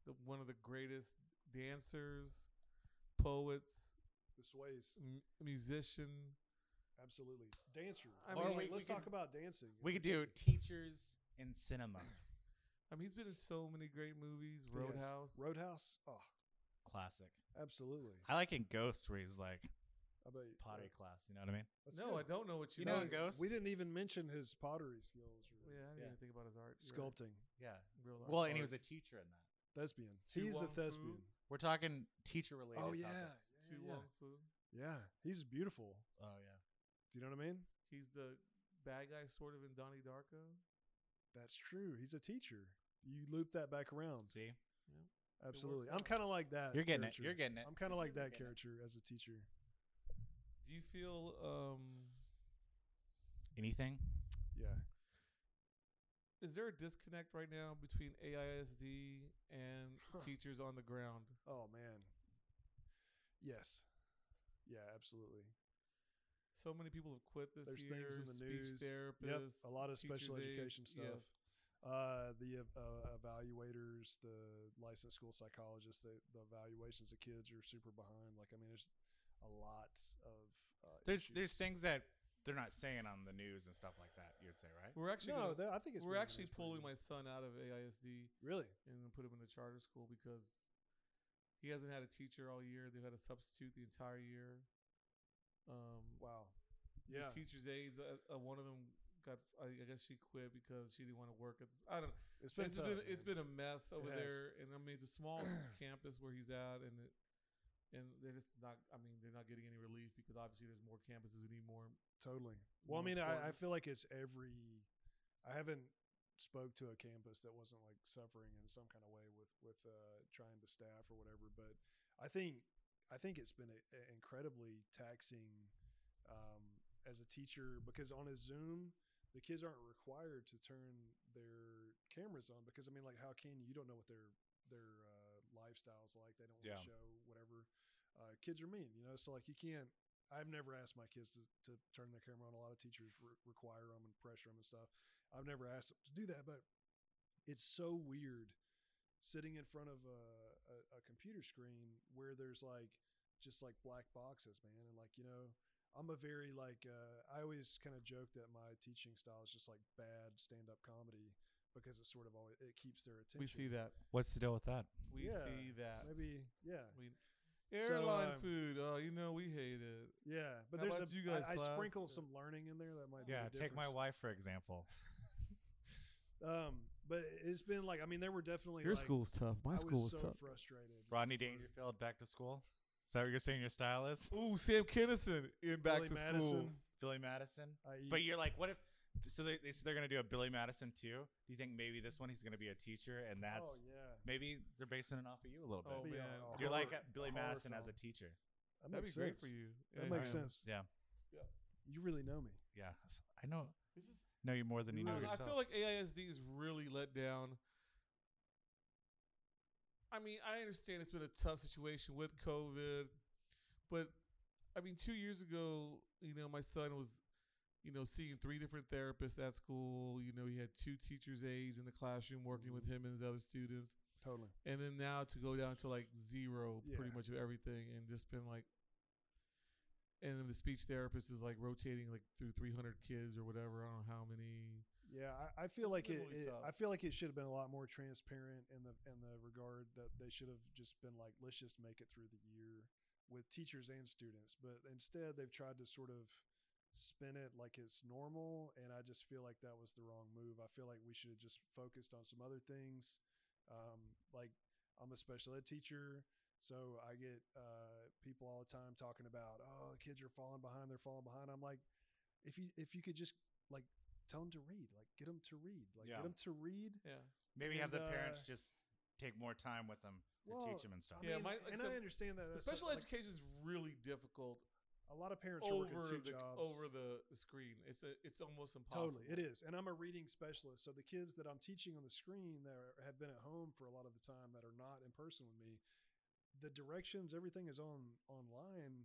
[SPEAKER 1] the, one of the greatest dancers, poets,
[SPEAKER 2] the Sways?
[SPEAKER 1] m- musician?
[SPEAKER 2] Absolutely, dancer.
[SPEAKER 1] I
[SPEAKER 2] I
[SPEAKER 1] mean,
[SPEAKER 2] mean,
[SPEAKER 1] we-
[SPEAKER 2] let's
[SPEAKER 1] we
[SPEAKER 2] talk
[SPEAKER 1] can-
[SPEAKER 2] about dancing.
[SPEAKER 4] We could do teachers in cinema
[SPEAKER 1] I mean, he's been in so many great movies.
[SPEAKER 2] Yes.
[SPEAKER 1] Roadhouse.
[SPEAKER 2] Roadhouse. Oh,
[SPEAKER 4] classic.
[SPEAKER 2] absolutely.
[SPEAKER 4] I like in Ghosts where he's like
[SPEAKER 2] I bet you-
[SPEAKER 4] pottery
[SPEAKER 2] yeah,
[SPEAKER 4] class. You know what I mean?
[SPEAKER 2] that's
[SPEAKER 1] No, I
[SPEAKER 2] good.
[SPEAKER 1] don't know what you,
[SPEAKER 4] You know
[SPEAKER 1] mean.
[SPEAKER 4] in Ghost?
[SPEAKER 2] We didn't even mention his pottery skills. Or
[SPEAKER 1] Yeah, I didn't
[SPEAKER 4] Yeah.
[SPEAKER 1] even think about his art. You're right.
[SPEAKER 2] Sculpting,
[SPEAKER 4] Yeah.
[SPEAKER 1] Real art.
[SPEAKER 4] Well, and he
[SPEAKER 1] Art.
[SPEAKER 4] was a teacher in that.
[SPEAKER 2] thespian.
[SPEAKER 1] Tu
[SPEAKER 2] He's a
[SPEAKER 1] Wong Fu.
[SPEAKER 2] thespian.
[SPEAKER 4] We're talking teacher related.
[SPEAKER 2] Oh yeah,
[SPEAKER 1] Tu
[SPEAKER 2] yeah, yeah.
[SPEAKER 1] Wong Fu.
[SPEAKER 2] yeah. He's beautiful.
[SPEAKER 4] Oh yeah.
[SPEAKER 2] Do you know what I mean?
[SPEAKER 1] He's the bad guy, sort of, in Donnie Darko.
[SPEAKER 2] That's true. He's a teacher. You loop that back around.
[SPEAKER 4] See,
[SPEAKER 2] Absolutely.
[SPEAKER 1] works
[SPEAKER 2] I'm
[SPEAKER 1] out.
[SPEAKER 2] kind of like that.
[SPEAKER 4] you're getting it.
[SPEAKER 2] character.
[SPEAKER 4] You're getting it.
[SPEAKER 2] I'm kind of like that
[SPEAKER 4] Getting it.
[SPEAKER 2] character as a teacher.
[SPEAKER 1] Do you feel um,
[SPEAKER 4] Anything?
[SPEAKER 2] Yeah.
[SPEAKER 1] is there a disconnect right now between AISD and
[SPEAKER 2] Huh.
[SPEAKER 1] teachers on the ground?
[SPEAKER 2] Oh man. Yes. Yeah, absolutely.
[SPEAKER 1] So many people have quit this
[SPEAKER 2] There's
[SPEAKER 1] year.
[SPEAKER 2] things in the
[SPEAKER 1] speech
[SPEAKER 2] news. Yep,
[SPEAKER 1] Therapists,
[SPEAKER 2] a lot of
[SPEAKER 1] teachers'
[SPEAKER 2] special
[SPEAKER 1] aides,
[SPEAKER 2] education stuff.
[SPEAKER 1] yes.
[SPEAKER 2] Uh, the ev- uh, evaluators, the licensed school psychologists, the, the evaluations of kids are super behind. Like, I mean, there's a lot of. Uh,
[SPEAKER 4] There's
[SPEAKER 2] issues.
[SPEAKER 4] there's things that they're not saying on the news and stuff like that. You'd say, right?
[SPEAKER 1] We're actually
[SPEAKER 2] no.
[SPEAKER 1] gonna-
[SPEAKER 2] That, I think it's
[SPEAKER 1] we're
[SPEAKER 2] been in the
[SPEAKER 1] actually
[SPEAKER 2] news pretty
[SPEAKER 1] pulling
[SPEAKER 2] good.
[SPEAKER 1] my son out of AISD
[SPEAKER 2] really.
[SPEAKER 1] and then put him in a charter school because he hasn't had a teacher all year. They've had a substitute the entire year. Um,
[SPEAKER 2] Wow.
[SPEAKER 1] his
[SPEAKER 2] Yeah.
[SPEAKER 1] teachers' aides, uh, uh, one of them got. I, I guess she quit because she didn't want to work at. This, I don't.
[SPEAKER 2] It's been
[SPEAKER 1] It's
[SPEAKER 2] tough.
[SPEAKER 1] been, it's
[SPEAKER 2] man.
[SPEAKER 1] been a mess over
[SPEAKER 2] has.
[SPEAKER 1] there, and I mean it's a small campus where he's at, and it, and they're just not. I mean, they're not getting any relief because obviously there's more campuses who need more.
[SPEAKER 2] Totally. Well,
[SPEAKER 1] more
[SPEAKER 2] I mean, I, I
[SPEAKER 1] important.
[SPEAKER 2] feel like it's every. I haven't spoke to a campus that wasn't like suffering in some kind of way with with uh, trying to staff or whatever. But I think I think it's been a, a- incredibly taxing um, as a teacher because on a Zoom, the kids aren't required to turn their cameras on because I mean, like, how can you? You don't know what their their uh, lifestyles like. They don't want
[SPEAKER 4] Yeah.
[SPEAKER 2] to show whatever. Uh, kids are mean, you know. So like, you can't. I've never asked my kids to, to turn their camera on. A lot of teachers re- require them and pressure them and stuff. I've never asked them to do that, but it's so weird sitting in front of a, a, a computer screen where there's like just like black boxes, man. And like, you know, I'm a very like, uh, I always kind of joke that my teaching style is just like bad stand up comedy because it sort of always, it keeps their attention.
[SPEAKER 1] We see that.
[SPEAKER 4] What's the deal with that?
[SPEAKER 1] We
[SPEAKER 2] Yeah,
[SPEAKER 1] see that.
[SPEAKER 2] Maybe, yeah,
[SPEAKER 1] We,
[SPEAKER 2] So,
[SPEAKER 1] airline
[SPEAKER 2] um,
[SPEAKER 1] food. Oh, you know we hate it.
[SPEAKER 2] yeah. But
[SPEAKER 1] How
[SPEAKER 2] there's a,
[SPEAKER 1] about you guys,
[SPEAKER 2] I, I
[SPEAKER 1] class?
[SPEAKER 2] sprinkle
[SPEAKER 1] Uh,
[SPEAKER 2] some learning in there that might
[SPEAKER 4] Yeah,
[SPEAKER 2] be the
[SPEAKER 4] take my
[SPEAKER 2] difference.
[SPEAKER 4] wife for example.
[SPEAKER 2] Um, but it's been like, I mean, there were definitely like,
[SPEAKER 1] tough. My
[SPEAKER 2] I was so frustrated.
[SPEAKER 4] Rodney
[SPEAKER 2] for-
[SPEAKER 4] Dangerfield back to school. Is that what you're saying your style is?
[SPEAKER 1] Ooh, Sam Kinison in Back
[SPEAKER 2] Billy
[SPEAKER 1] to School.
[SPEAKER 2] Madison,
[SPEAKER 4] Billy Madison.
[SPEAKER 2] I.e.
[SPEAKER 4] But you're like, what if? So they, they said they're gonna do a Billy Madison too. Do you think maybe this one he's gonna be a teacher and that's
[SPEAKER 2] oh yeah.
[SPEAKER 4] maybe they're basing it off of you a little bit?
[SPEAKER 1] Oh
[SPEAKER 2] That'd be
[SPEAKER 1] man,
[SPEAKER 2] a- a
[SPEAKER 4] you're like
[SPEAKER 2] horror-
[SPEAKER 4] a Billy
[SPEAKER 2] a horror
[SPEAKER 4] Madison as
[SPEAKER 2] film.
[SPEAKER 4] a teacher.
[SPEAKER 2] That
[SPEAKER 1] that'd be
[SPEAKER 2] makes
[SPEAKER 1] great
[SPEAKER 2] sense.
[SPEAKER 1] for you.
[SPEAKER 2] That
[SPEAKER 1] Yeah,
[SPEAKER 2] makes
[SPEAKER 1] yeah.
[SPEAKER 2] sense.
[SPEAKER 4] Yeah.
[SPEAKER 2] You really know me.
[SPEAKER 4] Yeah, I know
[SPEAKER 1] This is
[SPEAKER 4] know you more than you
[SPEAKER 2] No,
[SPEAKER 4] know
[SPEAKER 1] I- I
[SPEAKER 4] yourself.
[SPEAKER 1] feel like AISD is really let down. I mean, I understand it's been a tough situation with COVID, but I mean, two years ago, you know, my son was you know, seeing three different therapists at school. You know, he had two teachers' aides in the classroom working with him and his other students.
[SPEAKER 2] Totally.
[SPEAKER 1] And then now to go down to like zero pretty
[SPEAKER 2] Yeah.
[SPEAKER 1] much of everything and just been like and then the speech therapist is like rotating like through 300 kids or whatever. I don't know how many.
[SPEAKER 2] Yeah, I, I feel
[SPEAKER 1] It's
[SPEAKER 2] like it,
[SPEAKER 1] really
[SPEAKER 2] it-
[SPEAKER 1] tough.
[SPEAKER 2] I feel like it should have been a lot more transparent in the in the regard that they should have just been like, let's just make it through the year with teachers and students. But instead, they've tried to sort of spin it like it's normal, and I just feel like that was the wrong move. I feel like we should have just focused on some other things. Um, like I'm a special ed teacher. So I get uh, people all the time talking about, oh, the kids are falling behind. They're falling behind. I'm like, if you if you could just like tell them to read, like get them to read, like get
[SPEAKER 4] Yeah.
[SPEAKER 2] 'em get them to read.
[SPEAKER 1] Yeah.
[SPEAKER 4] Maybe have
[SPEAKER 2] And,
[SPEAKER 4] the parents
[SPEAKER 2] uh,
[SPEAKER 4] just take more time with them to
[SPEAKER 2] Well,
[SPEAKER 4] teach them and stuff.
[SPEAKER 2] I
[SPEAKER 1] Yeah,
[SPEAKER 2] mean,
[SPEAKER 1] my- except
[SPEAKER 2] and I understand that.
[SPEAKER 1] The
[SPEAKER 2] That's
[SPEAKER 1] special
[SPEAKER 2] like,
[SPEAKER 1] education is really difficult
[SPEAKER 2] a lot of parents are
[SPEAKER 1] over
[SPEAKER 2] working
[SPEAKER 1] the
[SPEAKER 2] two jobs.
[SPEAKER 1] over the screen. It's a, it's almost impossible.
[SPEAKER 2] Totally, it is, and I'm a reading specialist. So the kids that I'm teaching on the screen that are, have been at home for a lot of the time that are not in person with me, the directions, everything is on online.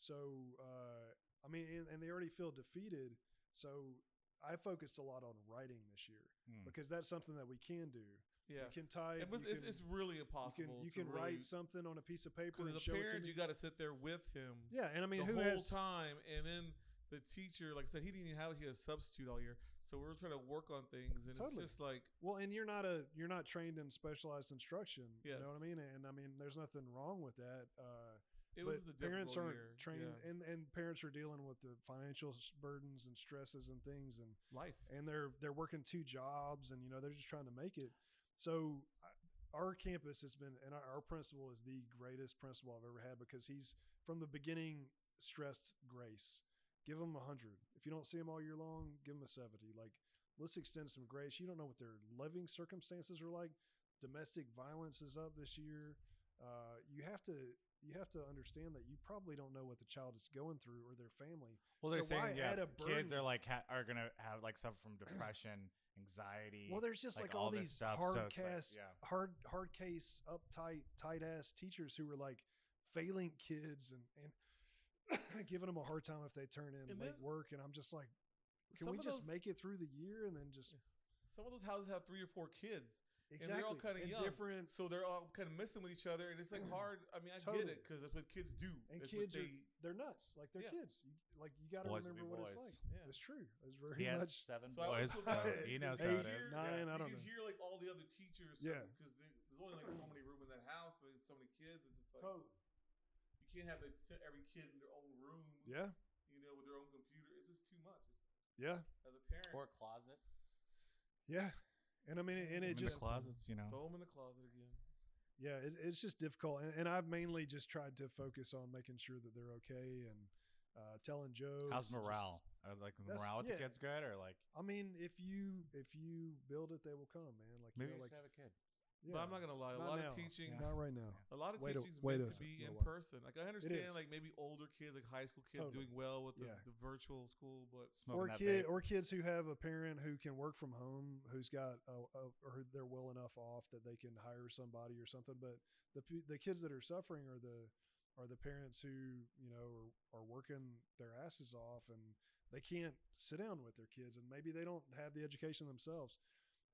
[SPEAKER 2] So uh, I mean, and, and they already feel defeated. So I focused a lot on writing this year
[SPEAKER 4] Hmm.
[SPEAKER 2] because that's something that we can do.
[SPEAKER 1] Yeah.
[SPEAKER 2] You can type.
[SPEAKER 1] It was,
[SPEAKER 2] you
[SPEAKER 1] it's,
[SPEAKER 2] can,
[SPEAKER 1] it's really
[SPEAKER 2] you can,
[SPEAKER 1] impossible.
[SPEAKER 2] you
[SPEAKER 1] to
[SPEAKER 2] can
[SPEAKER 1] really-
[SPEAKER 2] write something on a piece of paper
[SPEAKER 1] because
[SPEAKER 2] and
[SPEAKER 1] as a
[SPEAKER 2] show it to
[SPEAKER 1] parent,
[SPEAKER 2] me.
[SPEAKER 1] you got to sit there with him.
[SPEAKER 2] yeah, and I mean,
[SPEAKER 1] the
[SPEAKER 2] who
[SPEAKER 1] whole
[SPEAKER 2] has
[SPEAKER 1] time. And then the teacher, like I said, he didn't even have he had a substitute all year. So we were trying to work on things, and
[SPEAKER 2] Totally.
[SPEAKER 1] it's just like
[SPEAKER 2] Well, and you're not a you're not trained in specialized instruction. You know what I
[SPEAKER 1] Yes.
[SPEAKER 2] mean? And I mean, there's nothing wrong with that. Uh,
[SPEAKER 1] it
[SPEAKER 2] but
[SPEAKER 1] was a difficult
[SPEAKER 2] parents aren't
[SPEAKER 1] year.
[SPEAKER 2] trained,
[SPEAKER 1] Yeah.
[SPEAKER 2] and and parents are dealing with the financial s- burdens and stresses and things, and
[SPEAKER 1] life.
[SPEAKER 2] and they're they're working two jobs, and you know they're just trying to make it. So I- our campus has been, and our, our principal is the greatest principal I've ever had because he's from the beginning stressed grace. Give them a hundred. If you don't see them all year long, give them a seventy. Like let's extend some grace. You don't know what their living circumstances are like. Domestic violence is up this year. Uh, you have to you have to understand that you probably don't know what the child is going through or their family.
[SPEAKER 4] Well, they're
[SPEAKER 2] So why
[SPEAKER 4] saying yeah,
[SPEAKER 2] add a
[SPEAKER 4] kids
[SPEAKER 2] burden?
[SPEAKER 4] are like ha- are gonna have like suffer from depression, anxiety.
[SPEAKER 2] Well, there's just like,
[SPEAKER 4] like,
[SPEAKER 2] all,
[SPEAKER 4] all this
[SPEAKER 2] these
[SPEAKER 4] stuff, so
[SPEAKER 2] hard
[SPEAKER 4] it's like,
[SPEAKER 2] cast,
[SPEAKER 4] yeah.
[SPEAKER 2] hard hard case, uptight, tight ass teachers who were like failing kids and and giving them a hard time if they turn in
[SPEAKER 1] And
[SPEAKER 2] late
[SPEAKER 1] then-
[SPEAKER 2] work. And I'm just like, can
[SPEAKER 1] Some
[SPEAKER 2] we
[SPEAKER 1] of
[SPEAKER 2] just
[SPEAKER 1] those-
[SPEAKER 2] make it through the year and then just
[SPEAKER 1] Some of those houses have three or four kids, and they're all kind of
[SPEAKER 2] and
[SPEAKER 1] young,
[SPEAKER 2] different?
[SPEAKER 1] so they're all kind of missing with each other, and it's like hard. I mean, I get
[SPEAKER 2] Totally.
[SPEAKER 1] it because that's what kids do.
[SPEAKER 2] And
[SPEAKER 1] That's what
[SPEAKER 2] kids are
[SPEAKER 1] they-
[SPEAKER 2] they're nuts, like they're
[SPEAKER 1] Yeah.
[SPEAKER 2] kids. You, like you got to
[SPEAKER 4] Boys will
[SPEAKER 2] remember
[SPEAKER 4] be
[SPEAKER 2] what it's
[SPEAKER 4] boys.
[SPEAKER 2] like.
[SPEAKER 1] Yeah.
[SPEAKER 2] It's true. It's very
[SPEAKER 4] he has
[SPEAKER 2] much.
[SPEAKER 4] seven
[SPEAKER 1] So I always
[SPEAKER 4] boys,
[SPEAKER 1] feel
[SPEAKER 4] so
[SPEAKER 1] bad
[SPEAKER 4] he knows
[SPEAKER 1] because
[SPEAKER 4] how
[SPEAKER 1] you
[SPEAKER 4] it
[SPEAKER 1] hear-
[SPEAKER 4] is.
[SPEAKER 2] Nine, I
[SPEAKER 1] you
[SPEAKER 2] don't
[SPEAKER 1] can
[SPEAKER 2] know.
[SPEAKER 1] hear like all the other teachers.
[SPEAKER 2] Yeah.
[SPEAKER 1] because there's only like so many rooms in that house, and so many kids. It's just like you can't have it sit every kid in their own room.
[SPEAKER 2] Yeah,
[SPEAKER 1] you know, with their own computer. It's just too much.
[SPEAKER 2] yeah,
[SPEAKER 1] It's, as a parent,
[SPEAKER 4] Or closet.
[SPEAKER 2] yeah. And I mean, and
[SPEAKER 4] In
[SPEAKER 2] it
[SPEAKER 4] the
[SPEAKER 2] just
[SPEAKER 4] closets, you know.
[SPEAKER 1] throw them in the closet again.
[SPEAKER 2] yeah, it, it's just difficult. And, and I've mainly just tried to focus on making sure that they're okay and uh, telling jokes.
[SPEAKER 4] How's
[SPEAKER 2] just-
[SPEAKER 4] morale? Uh, like
[SPEAKER 2] That's-
[SPEAKER 4] morale with
[SPEAKER 2] yeah.
[SPEAKER 4] the kids good or like
[SPEAKER 2] I mean, if you if you build it, they will come, man. Like
[SPEAKER 4] maybe
[SPEAKER 2] you know, like
[SPEAKER 4] we should have a kid.
[SPEAKER 2] yeah,
[SPEAKER 1] But I'm not gonna lie, a
[SPEAKER 2] Not
[SPEAKER 1] lot
[SPEAKER 2] now.
[SPEAKER 1] of teaching,
[SPEAKER 4] Yeah.
[SPEAKER 2] not right now.
[SPEAKER 1] a lot of
[SPEAKER 2] Wait a-
[SPEAKER 1] teaching's
[SPEAKER 2] wait
[SPEAKER 1] meant
[SPEAKER 2] a
[SPEAKER 1] to be
[SPEAKER 2] little
[SPEAKER 1] in
[SPEAKER 2] while.
[SPEAKER 1] person. Like I understand,
[SPEAKER 2] is.
[SPEAKER 1] like maybe older kids, like high school kids,
[SPEAKER 2] Totally.
[SPEAKER 1] doing well with the,
[SPEAKER 2] Yeah.
[SPEAKER 1] the virtual school, but
[SPEAKER 4] Smoking
[SPEAKER 2] or
[SPEAKER 4] that
[SPEAKER 2] kid
[SPEAKER 4] vape.
[SPEAKER 2] or kids who have a parent who can work from home who's got a, a, or they're well enough off that they can hire somebody or something but the p- the kids that are suffering are the are the parents who you know are, are working their asses off and they can't sit down with their kids and maybe they don't have the education themselves